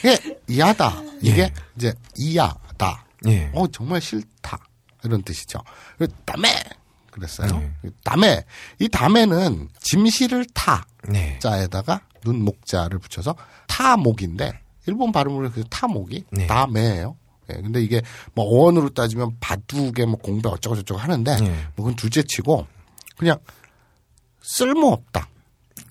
[SPEAKER 1] 이게 야다. 이게
[SPEAKER 2] 예.
[SPEAKER 1] 이제 이야다. 어 정말 싫다 이런 뜻이죠. 그리고 담에 그랬어요.
[SPEAKER 2] 네.
[SPEAKER 1] 담에 이 담에는 짐실을 타
[SPEAKER 2] 네.
[SPEAKER 1] 자에다가 눈 목자를 붙여서 타목인데 일본 발음으로 그 타목이
[SPEAKER 2] 네.
[SPEAKER 1] 담에예요. 예, 근데 이게 뭐 어원으로 따지면 바둑에 뭐 공배 어쩌고 저쩌고 하는데
[SPEAKER 2] 네.
[SPEAKER 1] 뭐 그건 둘째치고 그냥 쓸모없다.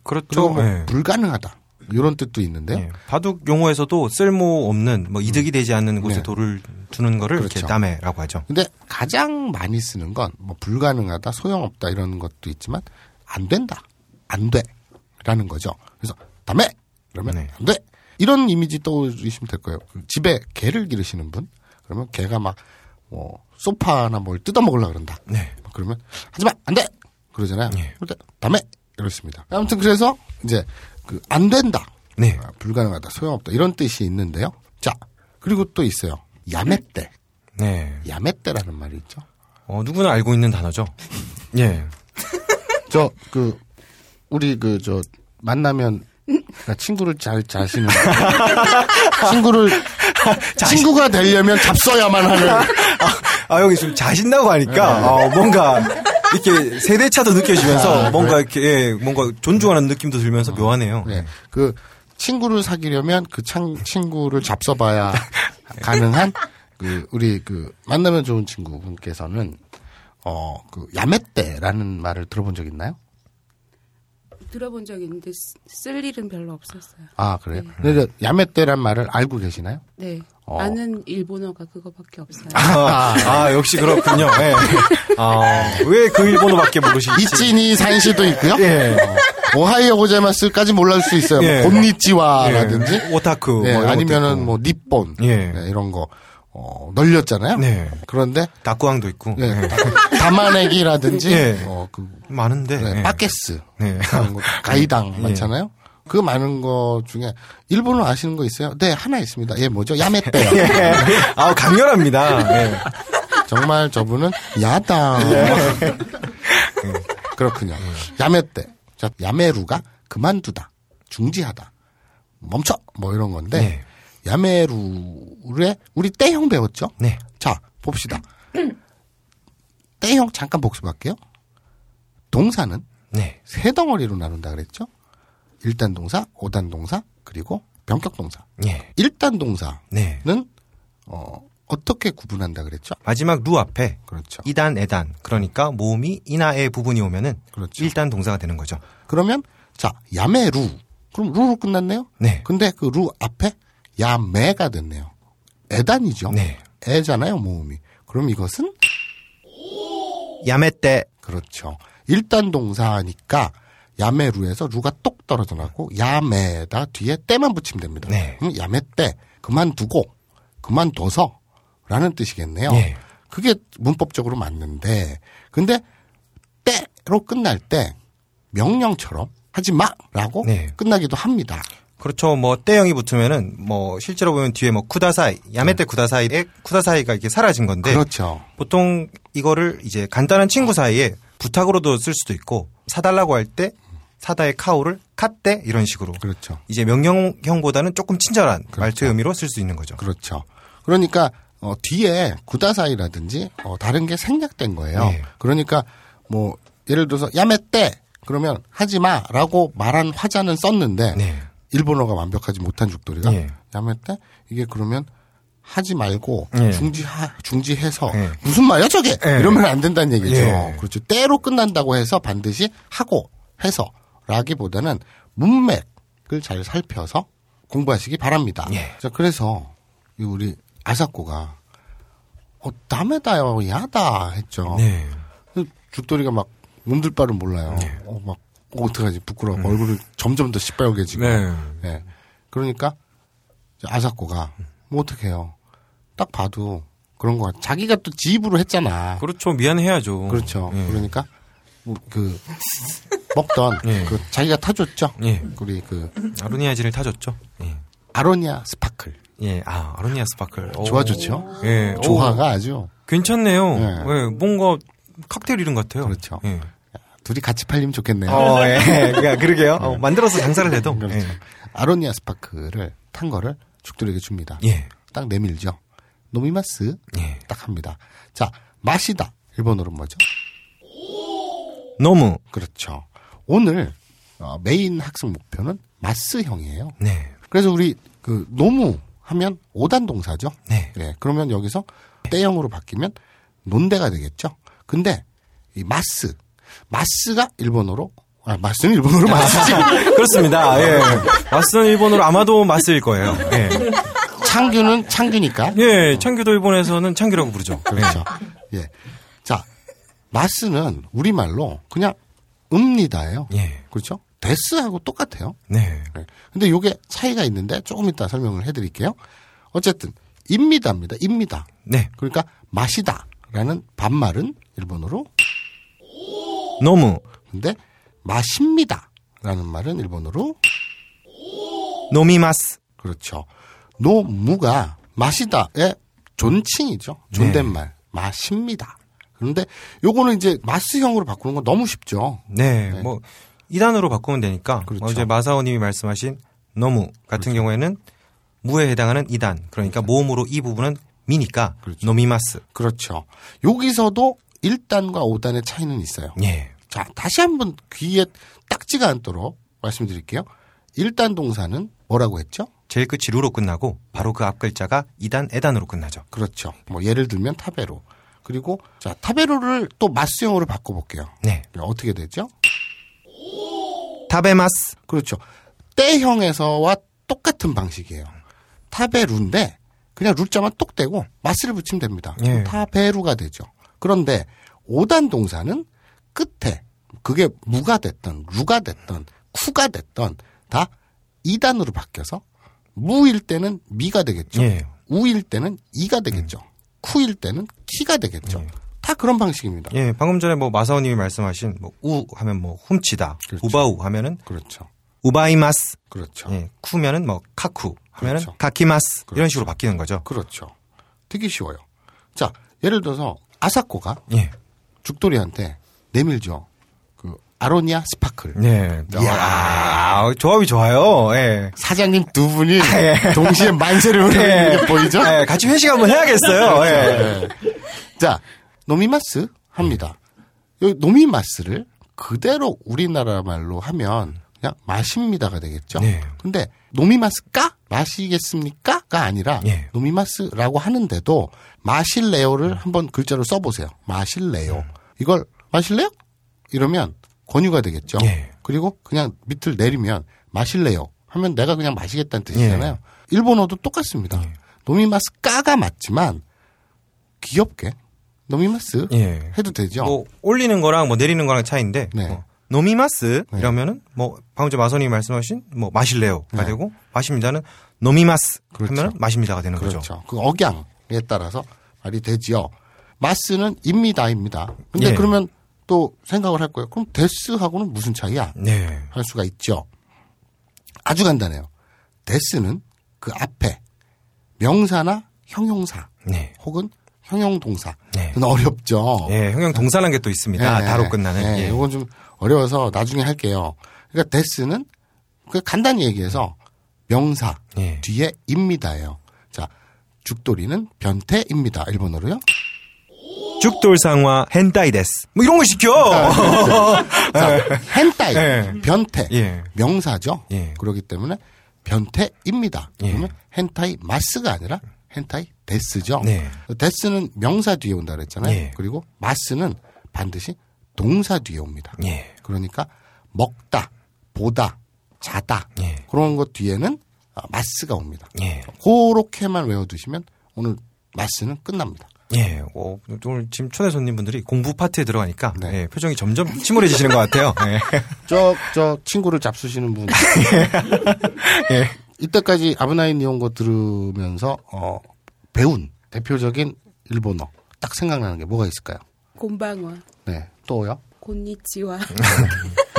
[SPEAKER 2] 그렇죠.
[SPEAKER 1] 뭐
[SPEAKER 2] 예.
[SPEAKER 1] 불가능하다. 이런 뜻도 있는데요.
[SPEAKER 2] 바둑 용어에서도 쓸모없는 뭐 이득이 되지 않는 곳에
[SPEAKER 1] 네.
[SPEAKER 2] 돌을 두는 거를
[SPEAKER 1] 그렇죠.
[SPEAKER 2] 이렇게 담에라고 하죠.
[SPEAKER 1] 근데 가장 많이 쓰는 건 뭐 불가능하다, 소용없다 이런 것도 있지만 안 된다, 안 돼라는 거죠. 그래서 다음에 그러면
[SPEAKER 2] 네.
[SPEAKER 1] 안 돼. 이런 이미지 떠올리시면 될 거예요. 그 집에 개를 기르시는 분 그러면 개가 막 뭐 소파나 뭘 뜯어 먹으려 그런다.
[SPEAKER 2] 네.
[SPEAKER 1] 막 그러면 하지마 안 돼. 그러잖아요. 그런데 다음에 이렇습니다. 아무튼 그래서 이제 그 안 된다,
[SPEAKER 2] 네.
[SPEAKER 1] 아, 불가능하다, 소용없다 이런 뜻이 있는데요. 자 그리고 또 있어요. 야매떼.
[SPEAKER 2] 네.
[SPEAKER 1] 야매떼라는 말이 있죠.
[SPEAKER 2] 어, 누구나 알고 있는 단어죠. 예.
[SPEAKER 1] 저 그 우리 그 저 만나면 나 친구를 잘 자시는 친구를 친구가 되려면 잡숴야만 하는
[SPEAKER 2] 아, 여기 좀 자신다고
[SPEAKER 1] 네.
[SPEAKER 2] 하니까, 어, 뭔가, 이렇게 세대차도 느껴지면서,
[SPEAKER 1] 아, 어.
[SPEAKER 2] 뭔가 이렇게, 예, 뭔가 존중하는 느낌도 들면서 묘하네요.
[SPEAKER 1] 그 친구를 사귀려면 그 창, 친구를 잡숴봐야 가능한 그 우리 그 만나면 좋은 친구분께서는 어그 야매떼라는 말을 들어본 적 있나요?
[SPEAKER 6] 들어본 적이 있는데 쓰- 쓸 일은 별로 없었어요.
[SPEAKER 1] 아 그래요? 근데 저 야매떼란 말을 알고 계시나요?
[SPEAKER 6] 네.
[SPEAKER 1] 어.
[SPEAKER 6] 아는 일본어가 그거밖에 없어요.
[SPEAKER 2] 아, 아, 역시 그렇군요. 예. 아, 왜 그 일본어밖에 모르시지?
[SPEAKER 1] 이치니 산시도 있고요.
[SPEAKER 2] 예.
[SPEAKER 1] 오하이오 고자마스까지 몰랄 수 있어요.
[SPEAKER 2] 예.
[SPEAKER 1] 뭐 곤니찌와라든지
[SPEAKER 2] 예. 오타쿠.
[SPEAKER 1] 예,
[SPEAKER 2] 뭐 이런 것도
[SPEAKER 1] 아니면은
[SPEAKER 2] 있고.
[SPEAKER 1] 뭐 니폰
[SPEAKER 2] 예.
[SPEAKER 1] 예, 이런 거 어, 널렸잖아요.
[SPEAKER 2] 네.
[SPEAKER 1] 그런데
[SPEAKER 2] 낙구왕도 있고.
[SPEAKER 1] 예, 담아내기라든지
[SPEAKER 2] 예.
[SPEAKER 1] 어, 그
[SPEAKER 2] 많은데.
[SPEAKER 1] 네,
[SPEAKER 2] 예.
[SPEAKER 1] 빠케스
[SPEAKER 2] 네.
[SPEAKER 1] 그런 거, 가이당
[SPEAKER 2] 예.
[SPEAKER 1] 많잖아요. 그 많은 거 중에 일본어 아시는 거 있어요? 네 하나 있습니다. 예 뭐죠? 야메떼요.
[SPEAKER 2] 예. 아, 강렬합니다. 예.
[SPEAKER 1] 정말 저분은 야당.
[SPEAKER 2] 네.
[SPEAKER 1] 네, 그렇군요. 야메떼. 자, 야메루가 그만두다, 중지하다, 멈춰 뭐 이런 건데
[SPEAKER 2] 네.
[SPEAKER 1] 야메루의 우리 떼형 배웠죠?
[SPEAKER 2] 네.
[SPEAKER 1] 자 봅시다. 떼형 잠깐 복습할게요. 동사는
[SPEAKER 2] 네.
[SPEAKER 1] 세 덩어리로 나눈다 그랬죠? 일단 동사, 오단 동사, 그리고 변격 동사.
[SPEAKER 2] 예.
[SPEAKER 1] 일단 동사는
[SPEAKER 2] 네.
[SPEAKER 1] 어, 어떻게 구분한다 그랬죠?
[SPEAKER 2] 마지막 루 앞에
[SPEAKER 1] 그렇죠.
[SPEAKER 2] 이단에단 그러니까 모음이 이나의 부분이 오면은
[SPEAKER 1] 그렇죠.
[SPEAKER 2] 일단 동사가 되는 거죠.
[SPEAKER 1] 그러면 자 야매루 그럼 루로 끝났네요.
[SPEAKER 2] 네.
[SPEAKER 1] 근데 그 루 앞에 야매가 됐네요. 애단이죠. 애잖아요 모음이. 그럼 이것은
[SPEAKER 2] 야매떼
[SPEAKER 1] 그렇죠. 일단 동사니까 야매루에서 루가 똑 떨어져 나고 야매다 뒤에 때만 붙이면 됩니다. 그럼 야매때 그만두고 그만둬서라는 뜻이겠네요. 그게 문법적으로 맞는데 근데 때로 끝날 때 명령처럼 하지 마라고 끝나기도 합니다.
[SPEAKER 2] 그렇죠. 뭐 때형이 붙으면은 뭐 실제로 보면 뒤에 뭐 쿠다사이 야매떼 쿠다사이에 쿠다사이가 이렇게 사라진 건데
[SPEAKER 1] 네. 그렇죠.
[SPEAKER 2] 보통 이거를 이제 간단한 친구 사이에 부탁으로도 쓸 수도 있고 사달라고 할 때 사다의 카오를 카떼 이런 식으로
[SPEAKER 1] 그렇죠.
[SPEAKER 2] 이제 명령형보다는 조금 친절한 말투의 의미로 쓸 수 있는 거죠.
[SPEAKER 1] 그렇죠. 그러니까 어, 뒤에 구다사이라든지 어, 다른 게 생략된 거예요.
[SPEAKER 2] 네.
[SPEAKER 1] 그러니까 뭐 예를 들어서 야매떼 그러면 하지 마라고 말한 화자는 썼는데
[SPEAKER 2] 네.
[SPEAKER 1] 일본어가 완벽하지 못한 죽돌이가
[SPEAKER 2] 예.
[SPEAKER 1] 야매떼 이게 그러면 하지 말고
[SPEAKER 2] 예.
[SPEAKER 1] 중지하, 중지해서
[SPEAKER 2] 네.
[SPEAKER 1] 무슨 말이야 저게 이러면 안 된다는 얘기죠.
[SPEAKER 2] 예.
[SPEAKER 1] 그렇죠. 때로 끝난다고 해서 반드시 하고 해서라기보다는 문맥을 잘 살펴서 공부하시기 바랍니다. 자, 그래서 이 우리 아사코가 어, 남에다요, 야다 했죠.
[SPEAKER 2] 네.
[SPEAKER 1] 그래서 죽돌이가 막 몸둘 바를 몰라요. 어, 막 어떡하지 부끄러워. 얼굴이 점점 더 시뻘개지고. 예. 그러니까 이제 아사코가 뭐 어떡해요. 딱 봐도 그런 거 같아. 자기가 또 지입으로 했잖아.
[SPEAKER 2] 그렇죠. 미안해야죠.
[SPEAKER 1] 그렇죠.
[SPEAKER 2] 예.
[SPEAKER 1] 그러니까 뭐 그 먹던
[SPEAKER 2] 예.
[SPEAKER 1] 그 자기가 타줬죠. 우리 그
[SPEAKER 2] 아로니아진을 타줬죠.
[SPEAKER 1] 예. 아로니아 스파클.
[SPEAKER 2] 예, 아, 아로니아 스파클.
[SPEAKER 1] 조화 좋죠?
[SPEAKER 2] 예.
[SPEAKER 1] 조화가 아주
[SPEAKER 2] 괜찮네요. 예, 뭔가 칵테일 이름 같아요.
[SPEAKER 1] 그렇죠.
[SPEAKER 2] 예.
[SPEAKER 1] 둘이 같이 팔리면 좋겠네요.
[SPEAKER 2] 어, 예. 그러니까 그러게요. 어, 만들어서 장사를 해도.
[SPEAKER 1] 그렇죠.
[SPEAKER 2] 예.
[SPEAKER 1] 아로니아 스파크를 탄 거를 죽돌에게 줍니다.
[SPEAKER 2] 예.
[SPEAKER 1] 딱 내밀죠. 노미마스. 딱 합니다. 자, 마시다. 일본어로 뭐죠?
[SPEAKER 2] 너무.
[SPEAKER 1] 그렇죠. 오늘 어, 메인 학습 목표는 마스형이에요.
[SPEAKER 2] 네.
[SPEAKER 1] 그래서 우리 그 노무 하면 오단 동사죠.
[SPEAKER 2] 네.
[SPEAKER 1] 예, 그러면 여기서 때형으로 바뀌면 논대가 되겠죠. 근데 이 마스 마스가 일본어로 아 마스는 일본어로 마스지.
[SPEAKER 2] 그렇습니다. 예. 마스는 일본어로 아마도 마스일 거예요. 예.
[SPEAKER 1] 창규는 창규니까.
[SPEAKER 2] 예, 창규도 일본에서는 창규라고 부르죠.
[SPEAKER 1] 그렇죠. 예. 자, 마스는 우리말로 그냥 읍니다예요.
[SPEAKER 2] 예.
[SPEAKER 1] 그렇죠? 데스하고 똑같아요.
[SPEAKER 2] 네.
[SPEAKER 1] 네. 근데 요게 차이가 있는데 조금 이따 설명을 해드릴게요. 어쨌든 입니다입니다. 입니다.
[SPEAKER 2] 네.
[SPEAKER 1] 그러니까 마시다라는 반말은 일본어로
[SPEAKER 2] 너무.
[SPEAKER 1] 근데 마십니다라는 말은 일본어로
[SPEAKER 2] 노미마스.
[SPEAKER 1] 그렇죠. 노무가 마시다의 존칭이죠. 존댓말 마십니다. 그런데 요거는 이제 마스형으로 바꾸는 건 너무 쉽죠.
[SPEAKER 2] 네, 그렇죠. 뭐, 이단으로 바꾸면 되니까. 어제 마사오 님이 말씀하신 너무 같은 경우에는 무에 해당하는 이단 그렇죠. 그러니까 모음으로 이 부분은 미니까. 노미마스.
[SPEAKER 1] 그렇죠. 여기서도 1단과 5단의 차이는 있어요.
[SPEAKER 2] 예.
[SPEAKER 1] 자, 다시 한번 귀에 딱지가 않도록 말씀드릴게요. 1단 동사는 뭐라고 했죠?
[SPEAKER 2] 제일 끝이 루로 끝나고 바로 그 앞 글자가 이단에단으로 끝나죠.
[SPEAKER 1] 그렇죠. 뭐 예를 들면 타베로. 그리고 자, 타베로를 또 마스형으로 바꿔 볼게요.
[SPEAKER 2] 네.
[SPEAKER 1] 어떻게 되죠?
[SPEAKER 2] 타베마스.
[SPEAKER 1] 그렇죠. 때형에서와 똑같은 방식이에요. 타베루인데 그냥 룰자만 똑 떼고 마스를 붙이면 됩니다.
[SPEAKER 2] 예.
[SPEAKER 1] 타베루가 되죠. 그런데 오단 동사는 끝에 그게 무가 됐던 루가 됐던 쿠가 됐던 다이단으로 바뀌어서 무일 때는 미가 되겠죠.
[SPEAKER 2] 예. 음.
[SPEAKER 1] 우일 때는 이가 되겠죠. 쿠일 때는 키가 되겠죠. 다 그런 방식입니다.
[SPEAKER 2] 예, 방금 전에 뭐 마사오 님이 말씀하신 뭐 우 하면 뭐 훔치다. 우바우 하면은
[SPEAKER 1] 그렇죠.
[SPEAKER 2] 우바이마스.
[SPEAKER 1] 그렇죠.
[SPEAKER 2] 예, 쿠면은 뭐 카쿠 하면은
[SPEAKER 1] 그렇죠.
[SPEAKER 2] 카키마스. 이런 식으로 바뀌는 거죠.
[SPEAKER 1] 그렇죠. 되게 쉬워요. 자, 예를 들어서 아사코가
[SPEAKER 2] 예.
[SPEAKER 1] 죽돌이한테 내밀죠. 그 아로니아 스파클.
[SPEAKER 2] 네. 야, 조합이 좋아요. 예.
[SPEAKER 1] 사장님 두 분이 동시에 만세를
[SPEAKER 2] 예.
[SPEAKER 1] 흐르는 게 보이죠?
[SPEAKER 2] 예, 같이 회식 한번 해야겠어요. 예.
[SPEAKER 1] 그렇죠. 예. 자, 노미마스 합니다.
[SPEAKER 2] 예.
[SPEAKER 1] 여기 노미마스를 그대로 우리나라 말로 하면 그냥 마십니다가 되겠죠.
[SPEAKER 2] 네.
[SPEAKER 1] 근데 노미마스까 마시겠습니까가 아니라
[SPEAKER 2] 예. 음.
[SPEAKER 1] 노미마스라고 하는데도 마실래요를 한번 글자로 써보세요. 마실래요. 이걸 마실래요? 이러면 권유가 되겠죠.
[SPEAKER 2] 예.
[SPEAKER 1] 그리고 그냥 밑을 내리면 마실래요 하면 내가 그냥 마시겠다는 뜻이잖아요.
[SPEAKER 2] 예.
[SPEAKER 1] 일본어도 똑같습니다. 노미마스까가 맞지만 귀엽게 노미마스
[SPEAKER 2] 예.
[SPEAKER 1] 해도 되죠.
[SPEAKER 2] 뭐 올리는 거랑 뭐 내리는 거랑 차이인데
[SPEAKER 1] 그렇죠. 네.
[SPEAKER 2] 뭐 노미마스 이러면은 뭐 방금 전 마선이 말씀하신 뭐 마실래요가
[SPEAKER 1] 네.
[SPEAKER 2] 되고 마십니다는 노미마스
[SPEAKER 1] 그렇죠.
[SPEAKER 2] 하면 마십니다가 되는 거죠.
[SPEAKER 1] 그렇죠. 그 억양에 따라서 말이 되지요. 마스는 입니다입니다. 근데
[SPEAKER 2] 예.
[SPEAKER 1] 그러면 또 생각을 할 거예요. 그럼 데스하고는 무슨 차이야?
[SPEAKER 2] 네.
[SPEAKER 1] 할 수가 있죠. 아주 간단해요. 데스는 그 앞에 명사나 형용사
[SPEAKER 2] 네.
[SPEAKER 1] 혹은 형용동사.
[SPEAKER 2] 네.
[SPEAKER 1] 그건 어렵죠. 네.
[SPEAKER 2] 예, 형용 동사라는 게 또 있습니다.
[SPEAKER 1] 예,
[SPEAKER 2] 다로
[SPEAKER 1] 예,
[SPEAKER 2] 끝나는.
[SPEAKER 1] 예,
[SPEAKER 2] 예.
[SPEAKER 1] 이건 좀 어려워서 나중에 할게요. 그러니까 데스는 그 간단히 얘기해서 명사
[SPEAKER 2] 예.
[SPEAKER 1] 뒤에 입니다예요. 자, 죽돌이는 변태입니다. 일본어로요.
[SPEAKER 2] 죽돌상화 헨타이데스. 뭐 이런 거 시켜.
[SPEAKER 1] 자, 헨타이
[SPEAKER 2] 예.
[SPEAKER 1] 변태
[SPEAKER 2] 예.
[SPEAKER 1] 명사죠.
[SPEAKER 2] 예.
[SPEAKER 1] 그렇기 때문에 변태입니다.
[SPEAKER 2] 예.
[SPEAKER 1] 그러면 헨타이 마스가 아니라 헨타이 데스죠.
[SPEAKER 2] 네.
[SPEAKER 1] 데스는 명사 뒤에 온다 그랬잖아요.
[SPEAKER 2] 예.
[SPEAKER 1] 그리고 마스는 반드시 동사 뒤에 옵니다.
[SPEAKER 2] 예.
[SPEAKER 1] 그러니까 먹다, 보다, 자다
[SPEAKER 2] 예.
[SPEAKER 1] 그런 것 뒤에는 아, 마스가 옵니다.
[SPEAKER 2] 예.
[SPEAKER 1] 그렇게만 외워두시면 오늘 마스는 끝납니다.
[SPEAKER 2] 예, 어, 오늘 지금 초대 손님분들이 공부 파트에 들어가니까
[SPEAKER 1] 네.
[SPEAKER 2] 예, 표정이 점점 침울해지시는 것 같아요. 예.
[SPEAKER 1] 저, 저 친구를 잡수시는 분.
[SPEAKER 2] 예.
[SPEAKER 1] 이때까지 아브나인 이온거 들으면서 어, 배운 대표적인 일본어 딱 생각나는 게 뭐가 있을까요?
[SPEAKER 6] 곤방와
[SPEAKER 1] 네, 또요.
[SPEAKER 6] 곤니치와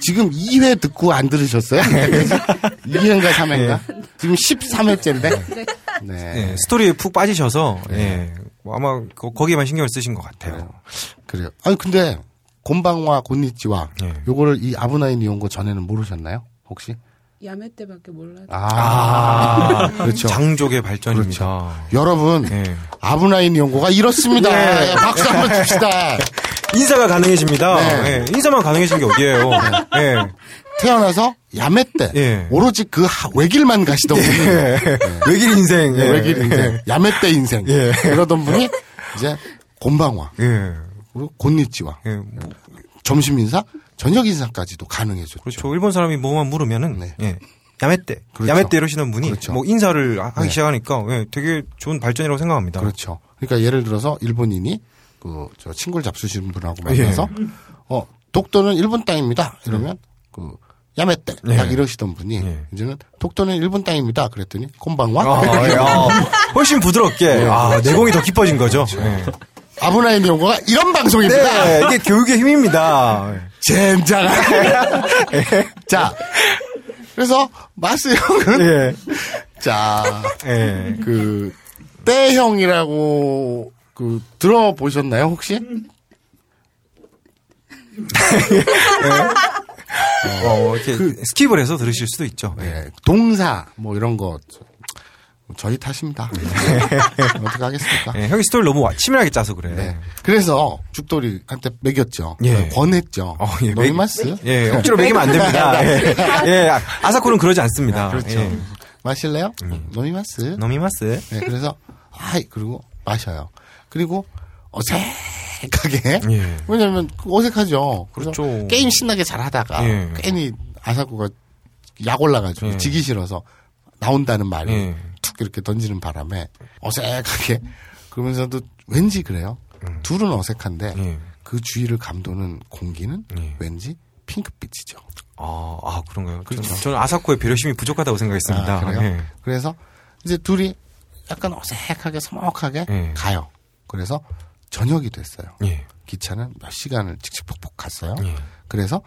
[SPEAKER 1] 지금 2회 듣고 안 들으셨어요? 2회인가 3회인가? 지금 13회째인데.
[SPEAKER 6] 네.
[SPEAKER 2] 예, 스토리에 푹 빠지셔서
[SPEAKER 1] 네.
[SPEAKER 2] 예, 뭐 아마 거, 거기에만 신경을 쓰신 것 같아요.
[SPEAKER 1] 그래요. 아니 근데 곤방와 곤니치와 요거를 이 아브나인 이온거 전에는 모르셨나요? 혹시?
[SPEAKER 6] 야매 때밖에 몰라.
[SPEAKER 2] 아.
[SPEAKER 1] 아,
[SPEAKER 2] 음.
[SPEAKER 1] 그렇죠.
[SPEAKER 2] 장족의 발전입니다.
[SPEAKER 1] 여러분, 아브나인 연구가 이렇습니다.
[SPEAKER 2] 예.
[SPEAKER 1] 예, 박수 한번 칩시다.
[SPEAKER 2] 인사가 가능해집니다.
[SPEAKER 1] 네.
[SPEAKER 2] 예, 인사만 가능해진 게 어디예요? 예.
[SPEAKER 1] 태어나서 야매 때 오로지 그 하- 외길만 가시던 분이 예.
[SPEAKER 2] 외길 인생,
[SPEAKER 1] 예,
[SPEAKER 2] 예.
[SPEAKER 1] 외길 인생, 야매 때 인생
[SPEAKER 2] 예.
[SPEAKER 1] 그러던 분이 이제 곤방화, 그리고 곤니치와
[SPEAKER 2] 예,
[SPEAKER 1] 점심 인사, 저녁 인사까지도 가능해졌죠.
[SPEAKER 2] 뭐 그렇죠. 일본 사람이 뭐만 물으면은
[SPEAKER 1] 네.
[SPEAKER 2] 예. 야매때, 야매때 이러시는 분이 뭐 인사를 하기
[SPEAKER 1] 그렇죠. 네.
[SPEAKER 2] 시작하니까 예, 되게 좋은 발전이라고 생각합니다.
[SPEAKER 1] 그렇죠. 그러니까 예를 들어서 일본인이 그 저 친구를 잡수시는 분하고
[SPEAKER 2] 예.
[SPEAKER 1] 만나서 어 독도는 일본 땅입니다.
[SPEAKER 2] 음.
[SPEAKER 1] 이러면 그 야매떼
[SPEAKER 2] 예.
[SPEAKER 1] 딱 이러시던 분이 이제는 독도는 일본 땅입니다. 그랬더니 콤방와
[SPEAKER 2] 아, 예. 아, 훨씬 부드럽게 아, 내공이 더 깊어진 거죠. 예.
[SPEAKER 1] 아브나인 연구가 이런 방송입니다.
[SPEAKER 2] 네, 이게 교육의 힘입니다.
[SPEAKER 1] 젠장.
[SPEAKER 2] 예.
[SPEAKER 1] 자, 그래서 마스 형은 자,
[SPEAKER 2] 예.
[SPEAKER 1] 그 떼형이라고 그 들어보셨나요 혹시?
[SPEAKER 2] 어, 이렇게 스킵을 해서 들으실 수도 있죠. 예.
[SPEAKER 1] 네, 동사 뭐 이런 거 저희 탓입니다.
[SPEAKER 2] 네.
[SPEAKER 1] 어떻게 하겠습니까?
[SPEAKER 2] 예, 형이 스토리 너무 와- 치밀하게 짜서 그래.
[SPEAKER 1] 네. 그래서 죽돌이한테 매겼죠.
[SPEAKER 2] 예.
[SPEAKER 1] 권했죠.
[SPEAKER 2] 예,
[SPEAKER 1] 너희
[SPEAKER 2] 매기-
[SPEAKER 1] 마스?
[SPEAKER 2] 예, 억지로 매기면 안 됩니다. 예, 예, 아, 아사코는 그러지 않습니다.
[SPEAKER 1] 그렇죠.
[SPEAKER 2] 예.
[SPEAKER 1] 마실래요?
[SPEAKER 2] 음.
[SPEAKER 1] 노미마스.
[SPEAKER 2] 노미마스.
[SPEAKER 1] 네, 그래서 아이 그리고 마셔요. 그리고 어색하게
[SPEAKER 2] 예.
[SPEAKER 1] 왜냐면 그 어색하죠. 그래서
[SPEAKER 2] 그렇죠.
[SPEAKER 1] 게임 신나게 잘하다가
[SPEAKER 2] 예.
[SPEAKER 1] 괜히 아사쿠가 약 올라가지고
[SPEAKER 2] 예.
[SPEAKER 1] 지기 싫어서 나온다는 말이
[SPEAKER 2] 예.
[SPEAKER 1] 툭 이렇게 던지는 바람에 어색하게 그러면서도 왠지 그래요.
[SPEAKER 2] 음.
[SPEAKER 1] 둘은 어색한데
[SPEAKER 2] 예.
[SPEAKER 1] 그 주위를 감도는 공기는 왠지 핑크빛이죠.
[SPEAKER 2] 아, 아, 그런가요? 저는, 저는 아사코의 배려심이 부족하다고 생각했습니다.
[SPEAKER 1] 아, 그래요?
[SPEAKER 2] 예.
[SPEAKER 1] 그래서 이제 둘이 약간 어색하게 서먹하게
[SPEAKER 2] 예.
[SPEAKER 1] 가요. 그래서 저녁이 됐어요. 기차는 몇 시간을 칙칙폭폭 갔어요.
[SPEAKER 2] 예.
[SPEAKER 1] 그래서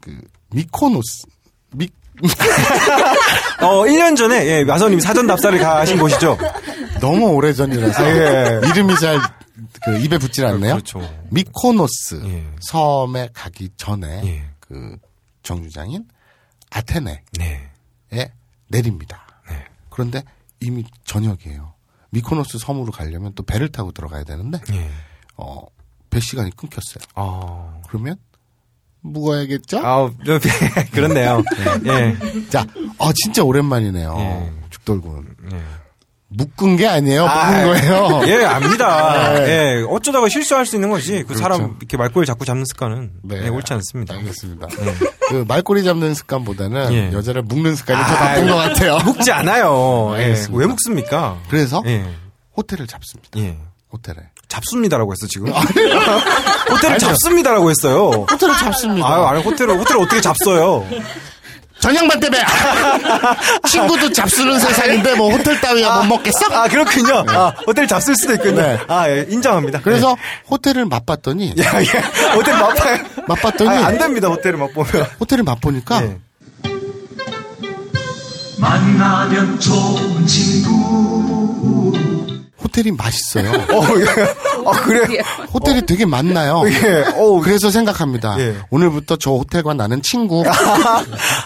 [SPEAKER 1] 그 미코노스 미
[SPEAKER 2] 어, 1년 전에 예, 마선님 사전 답사를 가신 곳이죠.
[SPEAKER 1] 너무 오래 전이라서
[SPEAKER 2] 예.
[SPEAKER 1] 이름이 잘 그 입에 붙질 않네요.
[SPEAKER 2] 그렇죠. 예.
[SPEAKER 1] 미코노스 섬에 가기 전에 그 정류장인 아테네에 내립니다.
[SPEAKER 2] 네.
[SPEAKER 1] 그런데 이미 저녁이에요. 미코노스 섬으로 가려면 또 배를 타고 들어가야 되는데
[SPEAKER 2] 예.
[SPEAKER 1] 어, 배 시간이 끊겼어요. 그러면 묵어야겠죠?
[SPEAKER 2] 아, 그렇네요. 예.
[SPEAKER 1] 자, 어 진짜 오랜만이네요. 죽돌군. 묶은 게 아니에요. 묶은
[SPEAKER 2] 예. 아,
[SPEAKER 1] 거예요.
[SPEAKER 2] 예, 압니다.
[SPEAKER 1] 네.
[SPEAKER 2] 예, 어쩌다가 실수할 수 있는 거지. 그 사람
[SPEAKER 1] 그렇죠.
[SPEAKER 2] 이렇게 말꼬리 잡고 잡는 습관은
[SPEAKER 1] 네.
[SPEAKER 2] 예, 옳지 않습니다.
[SPEAKER 1] 알겠습니다. 그 말꼬리 잡는 습관보다는
[SPEAKER 2] 예.
[SPEAKER 1] 여자를 묶는 습관이 더 나쁜 것 같아요.
[SPEAKER 2] 묶지 않아요. 예,
[SPEAKER 1] 알겠습니다.
[SPEAKER 2] 왜 묶습니까?
[SPEAKER 1] 그래서
[SPEAKER 2] 예.
[SPEAKER 1] 호텔을 잡습니다.
[SPEAKER 2] 예.
[SPEAKER 1] 호텔에.
[SPEAKER 2] 잡습니다라고 했어 지금.
[SPEAKER 1] 아,
[SPEAKER 2] 호텔을 잡습니다라고 했어요.
[SPEAKER 1] 호텔을 잡습니다.
[SPEAKER 2] 아유, 아니 호텔을 호텔을 어떻게 잡어요?
[SPEAKER 1] 저녁만 때문에 아, 친구도 잡수는 세상인데 뭐 호텔 따위야 못 먹겠어?
[SPEAKER 2] 아 그렇군요. 아, 호텔 잡쓸 수도 있군요.
[SPEAKER 1] 네.
[SPEAKER 2] 아 예, 인정합니다.
[SPEAKER 1] 그래서 호텔을 맛봤더니
[SPEAKER 2] 예. 야, 예. 호텔 맛봐요.
[SPEAKER 1] 맛봤더니
[SPEAKER 2] 아, 안 됩니다. 호텔을 맛보면. 예.
[SPEAKER 1] 호텔을 맛보니까
[SPEAKER 10] 만나면 좋은 친구
[SPEAKER 1] 호텔이 맛있어요.
[SPEAKER 2] 어, 예. 아 그래요.
[SPEAKER 1] 호텔이 되게 많나요?
[SPEAKER 2] 예.
[SPEAKER 1] 그래서 생각합니다.
[SPEAKER 2] 예.
[SPEAKER 1] 오늘부터 저 호텔과 나는 친구.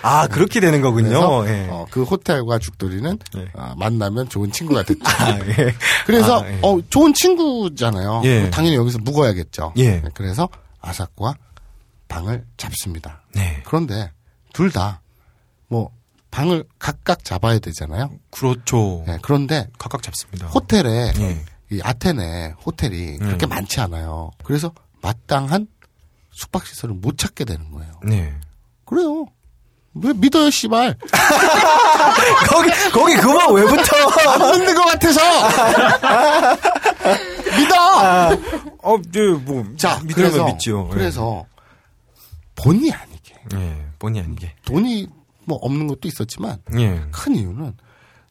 [SPEAKER 2] 아 그렇게 되는 거군요.
[SPEAKER 1] 그래서
[SPEAKER 2] 예.
[SPEAKER 1] 어, 그 호텔과 죽돌이는 아, 만나면 좋은 친구가 됐죠.
[SPEAKER 2] 아, 예.
[SPEAKER 1] 그래서
[SPEAKER 2] 아, 예.
[SPEAKER 1] 어, 좋은 친구잖아요.
[SPEAKER 2] 예.
[SPEAKER 1] 당연히 여기서 묵어야겠죠.
[SPEAKER 2] 예.
[SPEAKER 1] 네, 그래서 아사쿠와 방을 잡습니다.
[SPEAKER 2] 네.
[SPEAKER 1] 그런데 둘 다 뭐 방을 각각 잡아야 되잖아요.
[SPEAKER 2] 그렇죠.
[SPEAKER 1] 네, 그런데
[SPEAKER 2] 각각 잡습니다.
[SPEAKER 1] 호텔에
[SPEAKER 2] 예. 음.
[SPEAKER 1] 이 아테네 호텔이 그렇게 많지 않아요. 그래서 마땅한 숙박 시설을 못 찾게 되는 거예요.
[SPEAKER 2] 네.
[SPEAKER 1] 그래요. 왜 믿어요, 씨발.
[SPEAKER 2] 거기 거기 그만 그 왜 붙어?
[SPEAKER 1] 안 믿는 것 같아서. 믿어!
[SPEAKER 2] 어, 이제 뭐.
[SPEAKER 1] 자,
[SPEAKER 2] 믿으려면
[SPEAKER 1] 그래서,
[SPEAKER 2] 믿죠. 예.
[SPEAKER 1] 그래서 본이 아니게.
[SPEAKER 2] 예, 본이 아니게.
[SPEAKER 1] 돈이 뭐 없는 것도 있었지만
[SPEAKER 2] 예.
[SPEAKER 1] 큰 이유는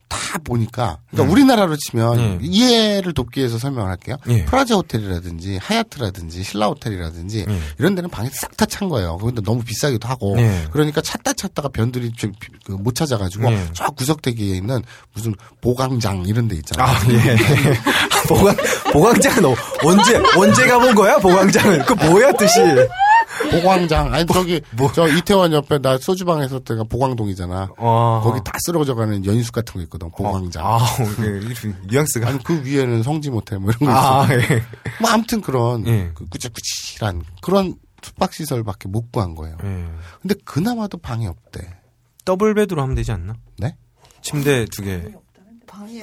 [SPEAKER 1] 다 보니까
[SPEAKER 2] 음.
[SPEAKER 1] 그러니까 우리나라로 치면
[SPEAKER 2] 예.
[SPEAKER 1] 이해를 돕기 위해서 설명을 할게요.
[SPEAKER 2] 예.
[SPEAKER 1] 프라자 호텔이라든지 하얏트라든지 신라 호텔이라든지 이런 데는 방이 싹 다 찬 거예요. 그런데 너무 비싸기도 하고
[SPEAKER 2] 예.
[SPEAKER 1] 그러니까 찾다 찾다가 변들이 좀그못 찾아가지고
[SPEAKER 2] 예.
[SPEAKER 1] 저 구석대기에 있는 무슨 보강장 이런 데 있잖아요.
[SPEAKER 2] 아, 예. 보강, 보강장은 어- 언제, 언제 가본 거야, 보강장은? 그 뭐야, 뜻이?
[SPEAKER 1] 보광장 아니 저기
[SPEAKER 2] 뭐.
[SPEAKER 1] 저 이태원 옆에 나 소주방에서 때가 보광동이잖아.
[SPEAKER 2] 아.
[SPEAKER 1] 거기 다 쓰러져가는 연수 같은 거 있거든. 보광장.
[SPEAKER 2] 아, 예, 이런 뉘앙스가.
[SPEAKER 1] 아니 그 위에는 성지 모텔 뭐 이런 거
[SPEAKER 2] 아,
[SPEAKER 1] 있어.
[SPEAKER 2] 예.
[SPEAKER 1] 뭐 아무튼 그런
[SPEAKER 2] 예.
[SPEAKER 1] 그 꾸지꾸지한 그런 숙박 시설밖에 못 구한 거예요. 근데 그나마도 방이 없대.
[SPEAKER 2] 더블 베드로 하면 되지 않나?
[SPEAKER 1] 네?
[SPEAKER 2] 침대 두 개.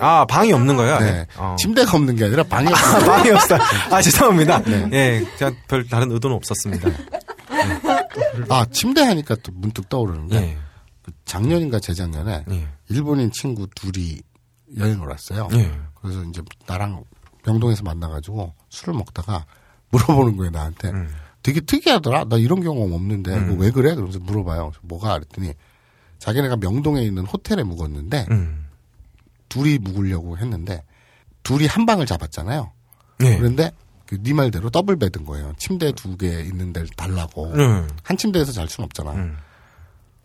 [SPEAKER 2] 아, 방이 없는 거야? 어.
[SPEAKER 1] 네. 침대가 없는 게 아니라 방이
[SPEAKER 2] 아,
[SPEAKER 1] 없어.
[SPEAKER 2] 방이 없어. 아, 죄송합니다. 예, 그냥 별 다른 의도는 없었습니다.
[SPEAKER 1] 아 침대 하니까 또 문득 떠오르는 게
[SPEAKER 2] 예.
[SPEAKER 1] 그 작년인가 재작년에
[SPEAKER 2] 예.
[SPEAKER 1] 일본인 친구 둘이 여행을 왔어요.
[SPEAKER 2] 예.
[SPEAKER 1] 그래서 이제 나랑 명동에서 만나가지고 술을 먹다가 물어보는 거예요 나한테. 되게 특이하더라. 나 이런 경험 없는데
[SPEAKER 2] 음.
[SPEAKER 1] 그거 왜 그래? 그러면서 물어봐요. 그래서 뭐가 그랬더니 자기네가 명동에 있는 호텔에 묵었는데
[SPEAKER 2] 음.
[SPEAKER 1] 둘이 묵으려고 했는데 둘이 한 방을 잡았잖아요.
[SPEAKER 2] 예.
[SPEAKER 1] 그런데 그 네 말대로 더블 베드인 거예요. 침대 두 개 있는 데를 달라고.
[SPEAKER 2] 음.
[SPEAKER 1] 한 침대에서 잘 수는 없잖아.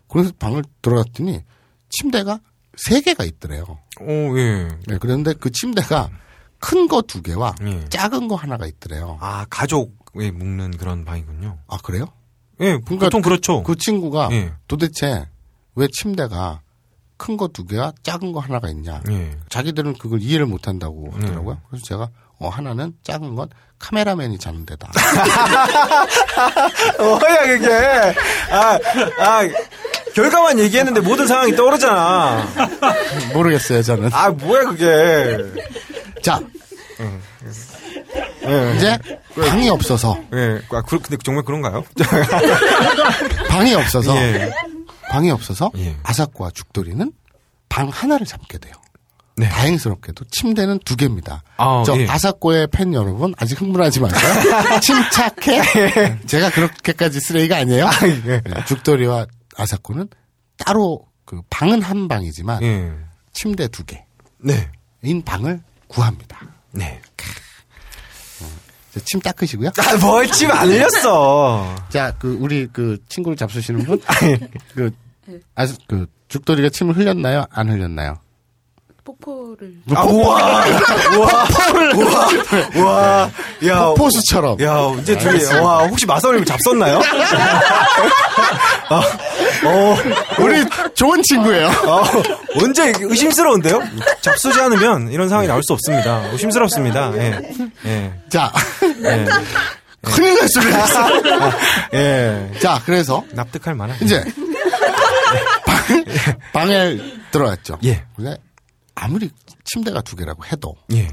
[SPEAKER 1] 그래서 방을 들어갔더니 침대가 세 개가 있더래요.
[SPEAKER 2] 오, 예.
[SPEAKER 1] 네, 그런데 그 침대가 큰 거 두 개와
[SPEAKER 2] 음. 예.
[SPEAKER 1] 작은 거 하나가 있더래요.
[SPEAKER 2] 아, 가족에 묵는 그런 방이군요.
[SPEAKER 1] 아 그래요?
[SPEAKER 2] 예, 보통 그렇죠.
[SPEAKER 1] 그 친구가
[SPEAKER 2] 예.
[SPEAKER 1] 도대체 왜 침대가 큰 거 두 개와 작은 거 하나가 있냐?
[SPEAKER 2] 예.
[SPEAKER 1] 자기들은 그걸 이해를 못 한다고 하더라고요. 그래서 제가 어, 하나는 작은 건 카메라맨이 자는 데다.
[SPEAKER 2] 어, 뭐야 그게 아, 아 결과만 얘기했는데 모든 상황이 떠오르잖아
[SPEAKER 1] 모르겠어요, 저는.
[SPEAKER 2] 아 뭐야 그게
[SPEAKER 1] 자,
[SPEAKER 2] 예.
[SPEAKER 1] 음, 이제 그 방이 없어서
[SPEAKER 2] 예. 아, 그, 근데 정말 그런가요?
[SPEAKER 1] 방이 없어서
[SPEAKER 2] 예.
[SPEAKER 1] 방이 없어서
[SPEAKER 2] 예.
[SPEAKER 1] 아사쿠와 죽돌이는 방 하나를 잡게 돼요.
[SPEAKER 2] 네.
[SPEAKER 1] 다행스럽게도 침대는 두 개입니다.
[SPEAKER 2] 아,
[SPEAKER 1] 저
[SPEAKER 2] 예.
[SPEAKER 1] 아사코의 팬 여러분 아직 흥분하지 마세요. 침착해.
[SPEAKER 2] 예.
[SPEAKER 1] 제가 그렇게까지 쓰레기가 아니에요. 네, 죽돌이와 아사코는 따로 그 방은 한 방이지만
[SPEAKER 2] 예.
[SPEAKER 1] 침대 두 개인
[SPEAKER 2] 네.
[SPEAKER 1] 방을 구합니다.
[SPEAKER 2] 네.
[SPEAKER 1] 이제 침 닦으시고요.
[SPEAKER 2] 아, 뭘지 안 흘렸어.
[SPEAKER 1] 자, 그 우리 그 친구를 잡수시는 분,
[SPEAKER 2] 예.
[SPEAKER 1] 그, 아, 그 죽돌이가 침을 흘렸나요? 안 흘렸나요?
[SPEAKER 6] 폭포를
[SPEAKER 2] 아, 우와. 우와. 우와. 우와. 야.
[SPEAKER 1] 포스처럼.
[SPEAKER 2] 어, 야, 이제 둘이, 와, 혹시 마사오님 잡섰나요?
[SPEAKER 1] 우리 좋은 친구예요.
[SPEAKER 2] 어, 아, 언제 의심스러운데요? 잡수지 않으면 이런 상황이 나올 수 없습니다. 의심스럽습니다. 예. 예.
[SPEAKER 1] 자,
[SPEAKER 2] 예.
[SPEAKER 1] 큰일 날 소리
[SPEAKER 2] 아,
[SPEAKER 1] 했어.
[SPEAKER 2] 예.
[SPEAKER 1] 자, 그래서
[SPEAKER 2] 납득할 만한.
[SPEAKER 1] 이제 방, 방에 들어왔죠.
[SPEAKER 2] 예.
[SPEAKER 1] 근데 아무리 침대가 두 개라고 해도
[SPEAKER 2] 예.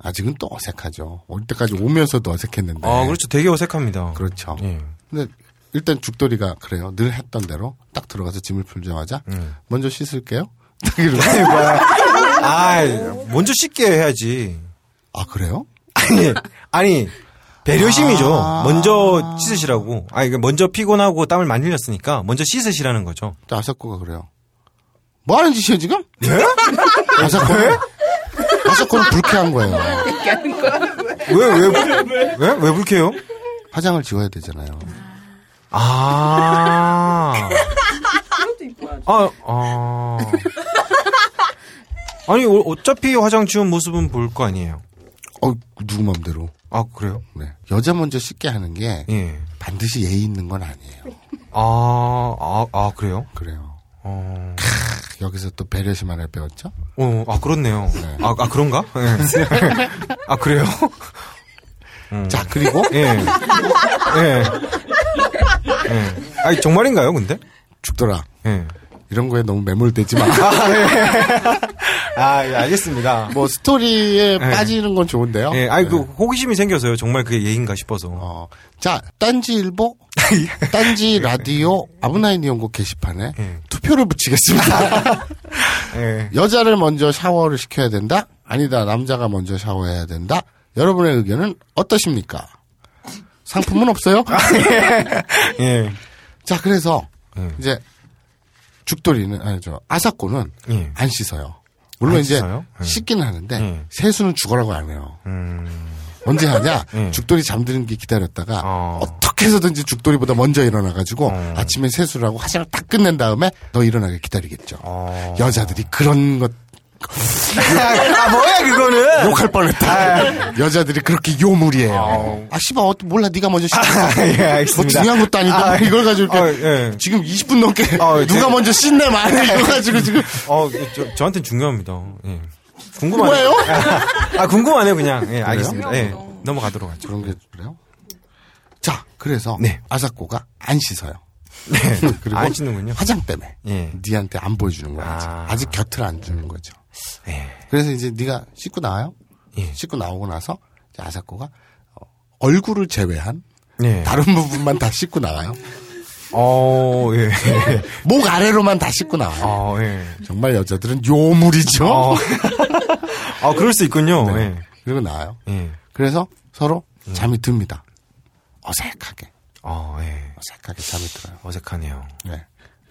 [SPEAKER 1] 아직은 또 어색하죠. 올 때까지 오면서도 어색했는데.
[SPEAKER 2] 아, 그렇죠. 되게 어색합니다.
[SPEAKER 1] 그렇죠.
[SPEAKER 2] 예.
[SPEAKER 1] 근데 일단 죽돌이가 그래요. 늘 했던 대로 딱 들어가서 짐을 풀자마자
[SPEAKER 2] 음.
[SPEAKER 1] 먼저 씻을게요. 딱 이러고.
[SPEAKER 2] 아, 먼저 씻게 해야지.
[SPEAKER 1] 아 그래요?
[SPEAKER 2] 아니, 아니 배려심이죠.
[SPEAKER 1] 아.
[SPEAKER 2] 먼저 씻으시라고. 아니, 그러니까 먼저 피곤하고 땀을 많이 흘렸으니까 먼저 씻으시라는 거죠.
[SPEAKER 1] 또 아사코가 그래요. 뭐 하는 짓이에요 지금?
[SPEAKER 2] 네?
[SPEAKER 1] 아사코. 아사코는 불쾌한 거예요.
[SPEAKER 2] 왜, 왜, 왜, 왜 불쾌해요?
[SPEAKER 1] 화장을 지워야 되잖아요.
[SPEAKER 2] 아. 아, 아. 아니, 어- 어차피 화장 지운 모습은 볼 거 아니에요.
[SPEAKER 1] 어 누구 맘대로.
[SPEAKER 2] 아, 그래요?
[SPEAKER 1] 네. 여자 먼저 씻게 하는 게
[SPEAKER 2] 예.
[SPEAKER 1] 반드시 예의 있는 건 아니에요.
[SPEAKER 2] 아, 아, 아, 그래요?
[SPEAKER 1] 그래요.
[SPEAKER 2] 어,
[SPEAKER 1] 크, 아, 여기서 또 배려심 하나 배웠죠?
[SPEAKER 2] 어, 아, 그렇네요. 아, 아, 그런가? 예. 아, 그래요?
[SPEAKER 1] 자 그리고
[SPEAKER 2] 예. 예. 예. 아니, 정말인가요, 근데?
[SPEAKER 1] 죽더라.
[SPEAKER 2] 예.
[SPEAKER 1] 이런 거에 너무 매몰되지 마.
[SPEAKER 2] 아, 예, 알겠습니다.
[SPEAKER 1] 뭐 스토리에
[SPEAKER 2] 네.
[SPEAKER 1] 빠지는 건 좋은데요.
[SPEAKER 2] 예, 아니, 그,
[SPEAKER 1] 네.
[SPEAKER 2] 호기심이 생겨서요. 정말 그게 예인가 싶어서.
[SPEAKER 1] 어, 자 딴지일보, 딴지 라디오 아브나인 이용고 게시판에
[SPEAKER 2] 예.
[SPEAKER 1] 투표를 붙이겠습니다.
[SPEAKER 2] 예.
[SPEAKER 1] 여자를 먼저 샤워를 시켜야 된다. 아니다 남자가 먼저 샤워해야 된다. 여러분의 의견은 어떠십니까? 상품은 없어요?
[SPEAKER 2] 예.
[SPEAKER 1] 자, 그래서 이제 죽돌이는 아니 저 아사코는 안 씻어요. 물론
[SPEAKER 2] 예. 안
[SPEAKER 1] 이제
[SPEAKER 2] 씻어요? 예. 음.
[SPEAKER 1] 씻기는 하는데 세수는 죽어라고 안 해요. 언제 하냐?
[SPEAKER 2] 예.
[SPEAKER 1] 죽돌이 잠드는 게 기다렸다가 어. 떻게 해서든지 죽돌이보다 먼저 일어나가지고 아침에 세수를 하고 화장을 딱 끝낸 다음에 너 일어나게 기다리겠죠. 여자들이 그런 것
[SPEAKER 2] 아, 뭐야, 그거는!
[SPEAKER 1] 욕할
[SPEAKER 2] 아.
[SPEAKER 1] 뻔했다. 여자들이 그렇게 요물이에요. 아 씨발 어떻 몰라 네가 먼저 씻어.
[SPEAKER 2] 예,
[SPEAKER 1] 뭐
[SPEAKER 2] 알겠습니다.
[SPEAKER 1] 중요한 것도 아닌데
[SPEAKER 2] 아,
[SPEAKER 1] 뭐 이걸 가지고 이렇게
[SPEAKER 2] 예.
[SPEAKER 1] 지금 20분 넘게
[SPEAKER 2] 어,
[SPEAKER 1] 누가
[SPEAKER 2] 제-
[SPEAKER 1] 먼저 씻네 아, 예. 말네 이거 가지고 지금
[SPEAKER 2] 어, 저, 저한테 중요합니다. 예. 궁금하네요.
[SPEAKER 1] 뭐예요?
[SPEAKER 2] 아, 궁금하네요, 그냥. 예, 알겠습니다. 예. 넘어가도록 하죠.
[SPEAKER 1] 그런 게 그래요? 자, 그래서 아사코가 안 씻어요. 그리고
[SPEAKER 2] 안 씻는군요.
[SPEAKER 1] 화장 때문에
[SPEAKER 2] 예.
[SPEAKER 1] 니한테 안 보여주는 거야. 아직. 아직 곁을 안 주는 거죠.
[SPEAKER 2] 예.
[SPEAKER 1] 그래서 이제 네가 씻고 나와요. 씻고 나오고 나서 이제 아사코가 어, 얼굴을 제외한
[SPEAKER 2] 예.
[SPEAKER 1] 다른 부분만 다 씻고 나와요.
[SPEAKER 2] 어, 예.
[SPEAKER 1] 목 아래로만 다 씻고 나와요.
[SPEAKER 2] 어, 예.
[SPEAKER 1] 정말 여자들은 요물이죠.
[SPEAKER 2] 어. 아, 그럴 수 있군요. 예.
[SPEAKER 1] 그리고 나와요.
[SPEAKER 2] 예.
[SPEAKER 1] 그래서 서로 잠이 듭니다. 어색하게.
[SPEAKER 2] 어, 예.
[SPEAKER 1] 어색하게 잠이 들어요.
[SPEAKER 2] 어색하네요.
[SPEAKER 1] 네.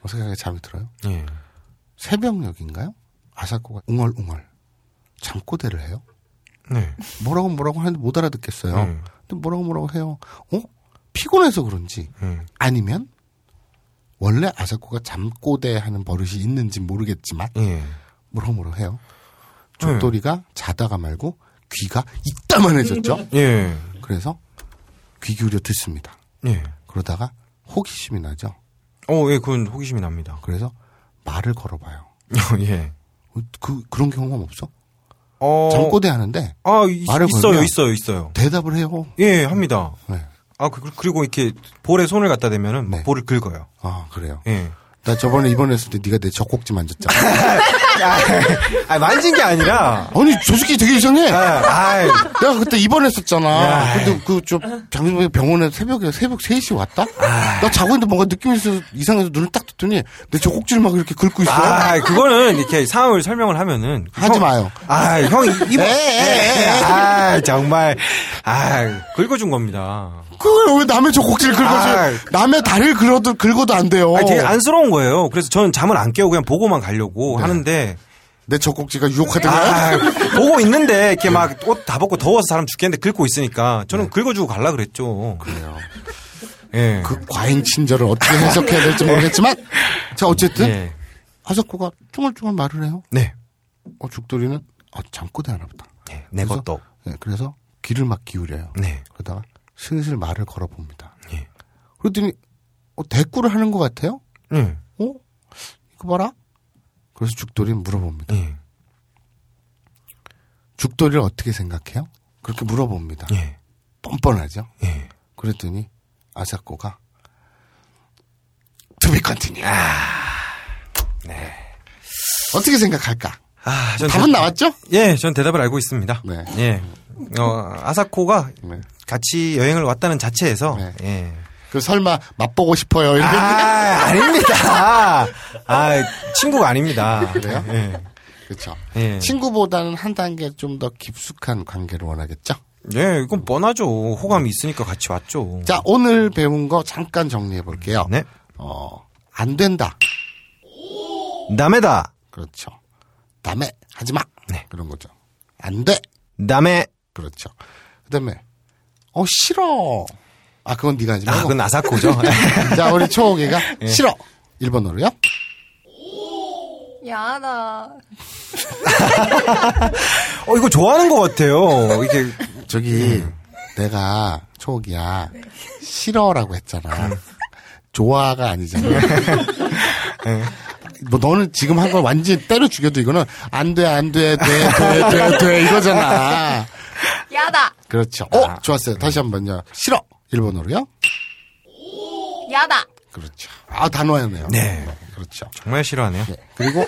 [SPEAKER 1] 어색하게 잠이 들어요.
[SPEAKER 2] 예.
[SPEAKER 1] 새벽녘인가요? 아사코가 웅얼웅얼 잠꼬대를 해요.
[SPEAKER 2] 네.
[SPEAKER 1] 뭐라고 뭐라고 하는데 못 알아듣겠어요.
[SPEAKER 2] 음.
[SPEAKER 1] 근데 뭐라고 뭐라고 해요. 어? 피곤해서 그런지
[SPEAKER 2] 예.
[SPEAKER 1] 아니면 원래 아사코가 잠꼬대 하는 버릇이 있는지 모르겠지만
[SPEAKER 2] 예.
[SPEAKER 1] 뭐라고 뭐라고 해요. 죽돌이가 자다가 말고 귀가 이따만해졌죠.
[SPEAKER 2] 예.
[SPEAKER 1] 그래서 귀 기울여 듣습니다.
[SPEAKER 2] 예.
[SPEAKER 1] 그러다가 호기심이 나죠.
[SPEAKER 2] 어, 예, 그건 호기심이 납니다.
[SPEAKER 1] 그래서 말을 걸어봐요.
[SPEAKER 2] 어, 예.
[SPEAKER 1] 어, 그 그런 경험 없어?
[SPEAKER 2] 어.
[SPEAKER 1] 잠꼬대 하는데
[SPEAKER 2] 아, 이-
[SPEAKER 1] 말을
[SPEAKER 2] 있어요,
[SPEAKER 1] 걸면
[SPEAKER 2] 있어요, 있어요.
[SPEAKER 1] 대답을 해요.
[SPEAKER 2] 예, 합니다.
[SPEAKER 1] 네.
[SPEAKER 2] 아, 그, 그리고 이렇게 볼에 손을 갖다 대면은 막 볼을 긁어요.
[SPEAKER 1] 아 그래요.
[SPEAKER 2] 예.
[SPEAKER 1] 나 저번에 입원했을 때 네가 내 젖꼭지 만졌잖아.
[SPEAKER 2] 아, 만진 게 아니라.
[SPEAKER 1] 아니 저 새끼 되게 이상해.
[SPEAKER 2] 아이.
[SPEAKER 1] 내가 그때 입원했었잖아. 근데 그저 장수병 병원에 새벽에 새벽 3시 왔다.
[SPEAKER 2] 아.
[SPEAKER 1] 나 자고 있는데 뭔가 느낌이 있어서 이상해서 눈을 딱 떴더니 내 젖꼭지를 막 이렇게 긁고 있어.
[SPEAKER 2] 아, 그거는 이렇게 상황을 설명을 하면은.
[SPEAKER 1] 하지
[SPEAKER 2] 형-
[SPEAKER 1] 마요.
[SPEAKER 2] 아, 형, 이, 이,
[SPEAKER 1] 에, 에, 에.
[SPEAKER 2] 아, 정말. 아, 긁어준 겁니다.
[SPEAKER 1] 그걸 왜 남의 젖꼭지를 긁어줘?
[SPEAKER 2] 아.
[SPEAKER 1] 남의 다리를 긁어도 긁어도 안 돼요.
[SPEAKER 2] 아 되게 안쓰러운 거예요. 그래서 저는 잠을 안 깨고 그냥 보고만
[SPEAKER 1] 네.
[SPEAKER 2] 가려고 하는데.
[SPEAKER 1] 내 젖꼭지가 유혹하더라.
[SPEAKER 2] 아, 보고 있는데 이렇게 막
[SPEAKER 1] 네.
[SPEAKER 2] 옷 다 벗고 더워서 사람 죽겠는데 긁고 있으니까 저는 긁어주고 갈라 그랬죠.
[SPEAKER 1] 그래요.
[SPEAKER 2] 예.
[SPEAKER 1] 그 과잉 친절을 어떻게 해석해야 될지 모르겠지만
[SPEAKER 2] 네.
[SPEAKER 1] 자 어쨌든
[SPEAKER 2] 예.
[SPEAKER 1] 하석구가 쭈글쭈글 말을 해요.
[SPEAKER 2] 네.
[SPEAKER 1] 어, 죽돌이는 어, 잠꼬대 하나 보다.
[SPEAKER 2] 내
[SPEAKER 1] 그래서-
[SPEAKER 2] 것도.
[SPEAKER 1] 네, 그래서 귀를 막 기울여요.
[SPEAKER 2] 네.
[SPEAKER 1] 그러다가 슬슬 말을 걸어봅니다.
[SPEAKER 2] 예.
[SPEAKER 1] 그랬더니 어, 대꾸를 하는 것 같아요.
[SPEAKER 2] 예.
[SPEAKER 1] 어? 이거 봐라. 그래서 죽돌이 물어봅니다.
[SPEAKER 2] 예.
[SPEAKER 1] 죽돌이를 어떻게 생각해요? 그렇게 물어봅니다.
[SPEAKER 2] 예.
[SPEAKER 1] 뻔뻔하죠.
[SPEAKER 2] 예.
[SPEAKER 1] 그랬더니 아사코가 투비 컨티뉴. 아, 네. 어떻게 생각할까?
[SPEAKER 2] 아, 전
[SPEAKER 1] 답은 나왔죠?
[SPEAKER 2] 예, 전 대답을 알고 있습니다.
[SPEAKER 1] 네.
[SPEAKER 2] 예. 어, 아사코가
[SPEAKER 1] 네.
[SPEAKER 2] 같이 여행을 왔다는 자체에서
[SPEAKER 1] 네.
[SPEAKER 2] 예.
[SPEAKER 1] 그 설마 맛보고 싶어요. 이렇게
[SPEAKER 2] 아, 아닙니다. 아, 친구가 아닙니다.
[SPEAKER 1] 그래요?
[SPEAKER 2] 예.
[SPEAKER 1] 그렇죠.
[SPEAKER 2] 예.
[SPEAKER 1] 친구보다는 한 단계 좀 더 깊숙한 관계를 원하겠죠.
[SPEAKER 2] 예, 이건 뻔하죠. 호감이 있으니까 같이 왔죠.
[SPEAKER 1] 자, 오늘 배운 거 잠깐 정리해 볼게요.
[SPEAKER 2] 네.
[SPEAKER 1] 어, 안 된다.
[SPEAKER 2] 남에다.
[SPEAKER 1] 그렇죠. 남의 하지 마.
[SPEAKER 2] 네.
[SPEAKER 1] 그런 거죠. 안 돼.
[SPEAKER 2] 남에.
[SPEAKER 1] 그렇죠. 그다음에 어 싫어. 아, 그건 네가 하지
[SPEAKER 2] 아,
[SPEAKER 1] 말고.
[SPEAKER 2] 그건 아사코죠. 어,
[SPEAKER 1] 자, 우리 초옥이가 싫어. 일본어로요?
[SPEAKER 13] 야하다.
[SPEAKER 2] 어, 이거 좋아하는 것 같아요. 이게
[SPEAKER 1] 저기 내가 초옥이야. 싫어라고 했잖아. 좋아가 아니잖아. 뭐 너는 지금 한 걸 완전히 때려 죽여도 이거는 안 돼, 안 돼, 돼, 돼, 돼, 돼 이거잖아.
[SPEAKER 13] 야다.
[SPEAKER 1] 그렇죠. 어, 좋았어요. 다시 한번요. 싫어. 일본어로요?
[SPEAKER 13] 야다.
[SPEAKER 1] 그렇죠. 아, 단어였네요.
[SPEAKER 2] 네.
[SPEAKER 1] 그렇죠.
[SPEAKER 2] 정말 싫어하네요.
[SPEAKER 1] 네. 그리고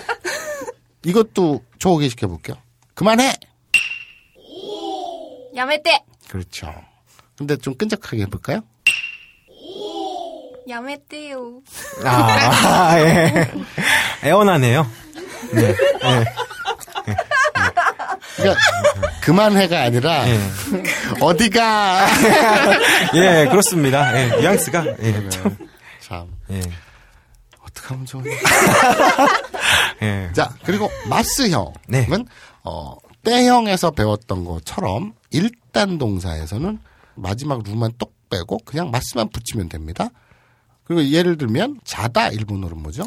[SPEAKER 1] 이것도 초호기 시켜볼게요. 그만해!
[SPEAKER 13] 야메떼.
[SPEAKER 1] 그렇죠. 근데 좀 끈적하게 해볼까요?
[SPEAKER 13] 야메떼요.
[SPEAKER 2] 아, 예. 애원하네요.
[SPEAKER 1] 그러니까 그만해가 아니라 어디가
[SPEAKER 2] 예, 그렇습니다. 예, 뉘앙스가 예, 참.
[SPEAKER 1] 참.
[SPEAKER 2] 예.
[SPEAKER 1] 어떻게 하면 좋은지.
[SPEAKER 2] 예.
[SPEAKER 1] 자 그리고 마스형은 어, 때형에서 배웠던 것처럼 일단 동사에서는 마지막 루만 똑 빼고 그냥 마스만 붙이면 됩니다. 그리고 예를 들면 자다 일본어로 뭐죠?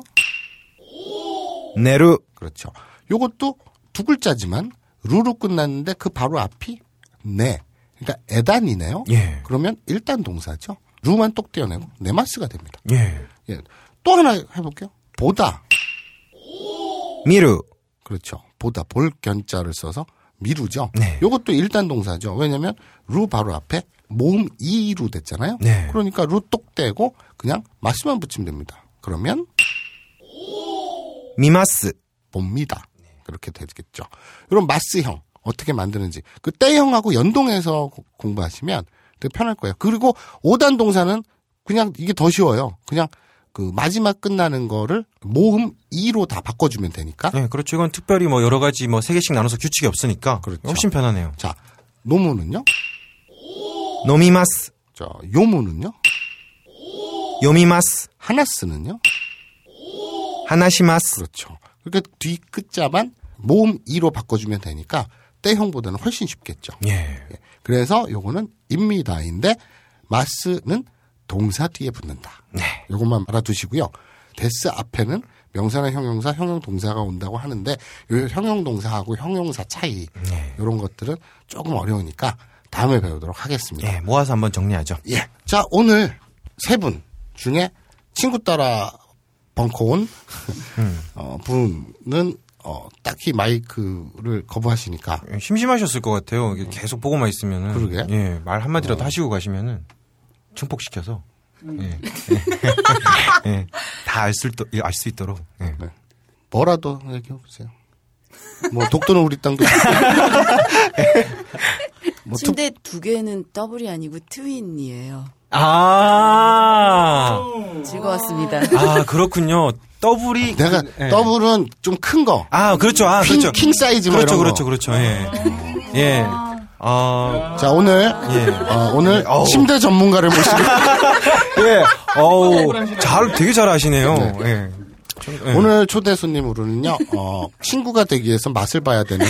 [SPEAKER 2] 네루.
[SPEAKER 1] 그렇죠. 요것도 두 글자지만 루로 끝났는데 그 바로 앞이 네. 그러니까 에단이네요.
[SPEAKER 2] 예.
[SPEAKER 1] 그러면 일단 동사죠. 루만 똑 떼어내고 네마스가 됩니다.
[SPEAKER 2] 예.
[SPEAKER 1] 예. 또 하나 해볼게요. 보다.
[SPEAKER 2] 미루.
[SPEAKER 1] 그렇죠. 보다 볼 견자를 써서 미루죠.
[SPEAKER 2] 네.
[SPEAKER 1] 요것도 일단 동사죠. 왜냐면 루 바로 앞에 모음 이루 됐잖아요.
[SPEAKER 2] 네.
[SPEAKER 1] 그러니까 루 똑 떼고 그냥 마스만 붙이면 됩니다. 그러면
[SPEAKER 2] 미마스.
[SPEAKER 1] 봅니다. 그렇게 되겠죠. 이런 마스형 어떻게 만드는지 그 때형하고 연동해서 고- 공부하시면 되게 편할 거예요. 그리고 5단 동사는 그냥 이게 더 쉬워요. 그냥 그 마지막 끝나는 거를 모음 2로 다 바꿔주면 되니까
[SPEAKER 2] 예, 그렇죠. 이건 특별히 뭐 여러 가지 뭐 세 개씩 나눠서 규칙이 없으니까 훨씬 편하네요.
[SPEAKER 1] 자, 노무는요?
[SPEAKER 2] 노미마스.
[SPEAKER 1] 자, 요무는요?
[SPEAKER 2] 요미마스.
[SPEAKER 1] 하나스는요?
[SPEAKER 2] 하나시마스.
[SPEAKER 1] 그렇죠. 그러니까 뒤 끝자만 모음 2로 바꿔주면 되니까 때형보다는 훨씬 쉽겠죠.
[SPEAKER 2] 예.
[SPEAKER 1] 그래서 요거는 입니다인데 마스는 동사 뒤에 붙는다. 요것만 알아두시고요. 데스 앞에는 명사나 형용사, 형용동사가 온다고 하는데 요 형용동사하고 형용사 차이 요런 것들은 조금 어려우니까 다음에 배우도록 하겠습니다.
[SPEAKER 2] 예, 모아서 한번 정리하죠.
[SPEAKER 1] 예. 자, 오늘 세 분 중에 친구 따라 벙커 온 어, 분은 어, 딱히 마이크를 거부하시니까
[SPEAKER 2] 심심하셨을 것 같아요. 이게 계속 보고만 있으면은.
[SPEAKER 1] 그러게. 어.
[SPEAKER 2] 예, 말 한마디라도 하시고 가시면은 증폭시켜서. 예. 예. 예. 다알수 알수 있도록. 예.
[SPEAKER 1] 네. 뭐라도 얘기해 보세요. 뭐 독도는 우리 땅도 뭐 특-
[SPEAKER 14] 침대 두 개는 더블이 아니고 트윈이에요.
[SPEAKER 2] 아.
[SPEAKER 14] 즐거웠습니다.
[SPEAKER 2] 아, 그렇군요. 더블이
[SPEAKER 1] 아,
[SPEAKER 2] 그, 예.
[SPEAKER 1] 내가
[SPEAKER 2] 네.
[SPEAKER 1] 더블은 좀 큰 거.
[SPEAKER 2] 아, 그렇죠. 아,
[SPEAKER 1] 킹-
[SPEAKER 2] 그렇죠.
[SPEAKER 1] 킹 사이즈 뭐
[SPEAKER 2] 그렇죠.
[SPEAKER 1] 이런
[SPEAKER 2] 그렇죠.
[SPEAKER 1] 거.
[SPEAKER 2] 그렇죠. 예. 예. 아,
[SPEAKER 1] 자, 오늘
[SPEAKER 2] 예.
[SPEAKER 1] 어, 오늘 침대 전문가를 모시고
[SPEAKER 2] 예. 어우, 잘 되게 잘 아시네요. 예. 예.
[SPEAKER 1] 오늘 초대 손님으로는요. 어, 친구가 되기 위해서 맛을 봐야 되는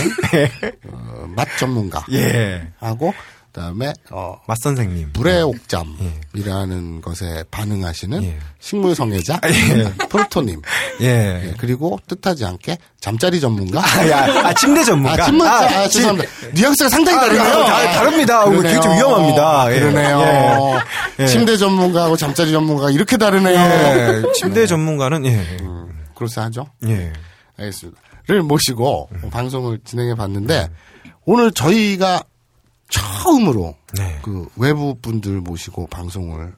[SPEAKER 1] 어, 맛 전문가.
[SPEAKER 2] 예.
[SPEAKER 1] 하고 그다음에 어,
[SPEAKER 2] 맛 선생님.
[SPEAKER 1] 불의 옥잠이라는 것에 반응하시는 식물 성애자
[SPEAKER 2] 아,
[SPEAKER 1] 프로토님.
[SPEAKER 2] 예.
[SPEAKER 1] 예, 그리고 뜻하지 않게 잠자리 전문가.
[SPEAKER 2] 아, 야, 아, 침대 전문가.
[SPEAKER 1] 아, 침대, 아,
[SPEAKER 2] 아, 침-
[SPEAKER 1] 죄송합니다. 뉘앙스가 상당히
[SPEAKER 2] 아,
[SPEAKER 1] 다르네요.
[SPEAKER 2] 다- 다- 다릅니다.
[SPEAKER 1] 아,
[SPEAKER 2] 어, 되게 좀
[SPEAKER 1] 그러네요.
[SPEAKER 2] 위험합니다. 예.
[SPEAKER 1] 그러네요.
[SPEAKER 2] 예. 예.
[SPEAKER 1] 침대 전문가하고 잠자리 전문가가 이렇게 다르네요.
[SPEAKER 2] 예.
[SPEAKER 1] 어.
[SPEAKER 2] 침대 전문가는 예.
[SPEAKER 1] 그럴싸하죠.
[SPEAKER 2] 예.
[SPEAKER 1] 알겠습니다. 를 모시고 방송을 진행해 봤는데 오늘 저희가 처음으로 그 외부 분들 모시고 방송을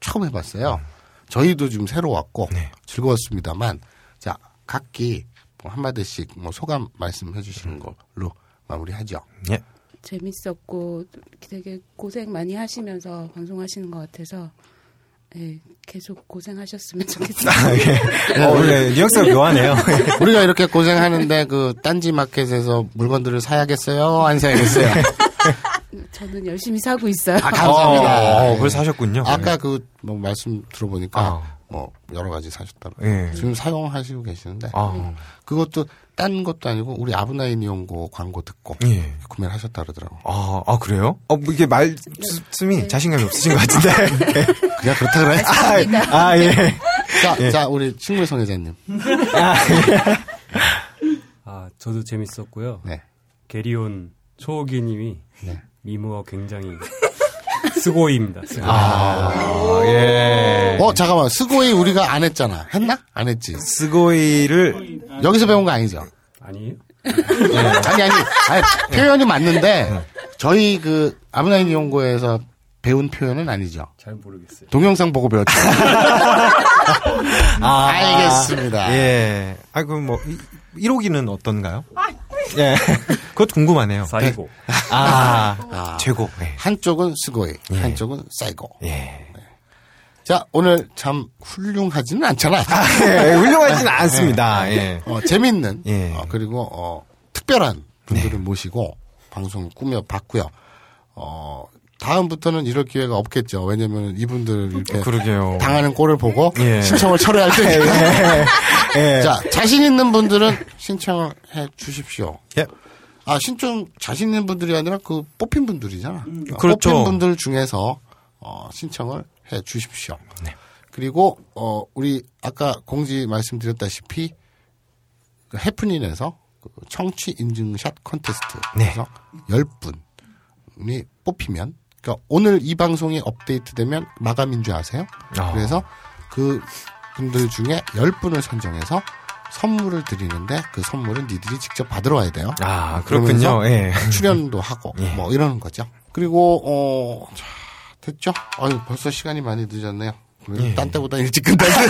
[SPEAKER 1] 처음 해봤어요. 저희도 좀 새로웠고 즐거웠습니다만 자 각기 뭐 한마디씩 뭐 소감 말씀해 주시는 걸로 마무리하죠.
[SPEAKER 2] 예.
[SPEAKER 6] 재밌었고 되게 고생 많이 하시면서 방송하시는 것 같아서 예, 계속 고생하셨으면 좋겠어요.
[SPEAKER 1] 아,
[SPEAKER 2] 어, 예. 뉘앙스가 묘하네요.
[SPEAKER 1] 우리가 이렇게 고생하는데 그 딴지 마켓에서 물건들을 사야겠어요? 안 사야겠어요?
[SPEAKER 6] 저는 열심히 사고 있어요.
[SPEAKER 1] 예. 아, 감사합니다.
[SPEAKER 2] 어, 어, 그걸 사셨군요.
[SPEAKER 1] 아까
[SPEAKER 2] 예.
[SPEAKER 1] 그 뭐 말씀 들어보니까 뭐 여러 가지 사셨다고.
[SPEAKER 2] 아. 예.
[SPEAKER 1] 지금 사용하시고 계시는데
[SPEAKER 2] 아.
[SPEAKER 1] 그것도 딴 것도 아니고 우리 아브나인 이용고 광고 듣고
[SPEAKER 2] 예.
[SPEAKER 1] 구매를 하셨다 그러더라고.
[SPEAKER 2] 아, 아 그래요? 어, 뭐 이게 말씀이 자신감이 없으신 것 같은데.
[SPEAKER 1] 그냥 그렇다 그래?
[SPEAKER 2] 아, 아, 예.
[SPEAKER 1] 자,
[SPEAKER 2] 예.
[SPEAKER 1] 자 우리 식물 성애자님.
[SPEAKER 8] 아, 저도 재밌었고요.
[SPEAKER 1] 네.
[SPEAKER 8] 게리온 초호기님이 미모가 굉장히 스고이입니다. 스고이.
[SPEAKER 2] 예.
[SPEAKER 1] 어 잠깐만 스고이 우리가 안 했잖아. 했나? 안 했지.
[SPEAKER 2] 스고이를
[SPEAKER 1] 여기서 배운 거 아니죠?
[SPEAKER 8] 아니에요?
[SPEAKER 1] 네. 아니 아니, 아니, 표현이
[SPEAKER 2] 네.
[SPEAKER 1] 맞는데 저희 그 아브나인 이용고에서 배운 표현은 아니죠.
[SPEAKER 8] 잘 모르겠어요.
[SPEAKER 1] 동영상 보고 배웠죠.
[SPEAKER 2] 아,
[SPEAKER 1] 알겠습니다.
[SPEAKER 2] 예. 아, 그럼 뭐, 1호기는 어떤가요? 예. 그것도 궁금하네요.
[SPEAKER 8] 사이고.
[SPEAKER 2] 아,
[SPEAKER 1] 아.
[SPEAKER 2] 최고. 예.
[SPEAKER 1] 한쪽은 스고이, 한쪽은 사이고. 네. 자, 오늘 참 훌륭하지는 않잖아.
[SPEAKER 2] 예, 훌륭하지는
[SPEAKER 1] 네.
[SPEAKER 2] 않습니다. 예.
[SPEAKER 1] 어, 재밌는
[SPEAKER 2] 예. 네.
[SPEAKER 1] 어, 그리고 어, 특별한 분들을 모시고 방송을 꾸며봤고요. 어, 다음부터는 이럴 기회가 없겠죠. 왜냐면 이분들
[SPEAKER 2] 어,
[SPEAKER 1] 이렇게
[SPEAKER 2] 그러게요.
[SPEAKER 1] 네. 당하는 꼴을 보고
[SPEAKER 2] 그렇죠. 예.
[SPEAKER 1] 신청을 철회할 때.
[SPEAKER 2] 예.
[SPEAKER 1] 자, 자신 있는 분들은 신청을 해 주십시오. 아, 신청 자신 있는 분들이 아니라 그 뽑힌 분들이잖아. 어,
[SPEAKER 2] 그렇죠.
[SPEAKER 1] 뽑힌 분들 중에서 어, 신청을 해 주십시오.
[SPEAKER 2] 네.
[SPEAKER 1] 그리고 어, 우리 아까 공지 말씀드렸다시피 그 해프닝에서 그 청취 인증샷 컨테스트에서
[SPEAKER 2] 네.
[SPEAKER 1] 10분이 뽑히면 그러니까 오늘 이 방송이 업데이트되면 마감인 줄 아세요?
[SPEAKER 2] 아.
[SPEAKER 1] 그래서 그 분들 중에 10분을 선정해서 선물을 드리는데 그 선물은 니들이 직접 받으러 와야 돼요.
[SPEAKER 2] 아, 그렇군요.
[SPEAKER 1] 그러면서
[SPEAKER 2] 예.
[SPEAKER 1] 출연도 하고 뭐 이러는 거죠. 그리고 어 자, 됐죠? 아유 벌써 시간이 많이 늦었네요. 오늘
[SPEAKER 2] 예.
[SPEAKER 1] 딴 때보다 일찍 끝났어요.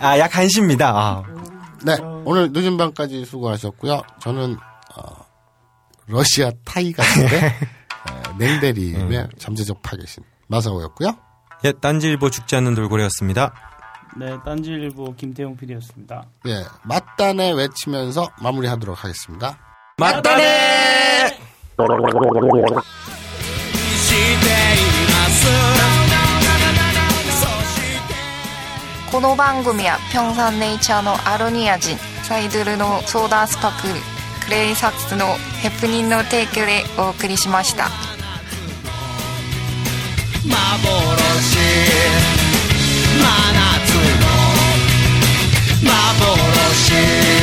[SPEAKER 2] 아, 약 1시입니다. 아.
[SPEAKER 1] 네, 오늘 늦은 밤까지 수고하셨고요. 저는 어, 러시아 타이 같은데 냉대림의
[SPEAKER 2] 음.
[SPEAKER 1] 잠재적 파괴신 마사오였고요.
[SPEAKER 2] 예, 딴지일보 죽지 않는 돌고래였습니다.
[SPEAKER 15] 네, 딴지일보 김태용 PD였습니다.
[SPEAKER 1] 예, 맞다네 외치면서 마무리하도록 하겠습니다.
[SPEAKER 15] 맞다네!
[SPEAKER 16] この番組はピョンサンネイチャーのアロニア人サイドルのソーダスパククレイサックスのヘプニンの提供でお送りしました
[SPEAKER 10] 幻真夏の幻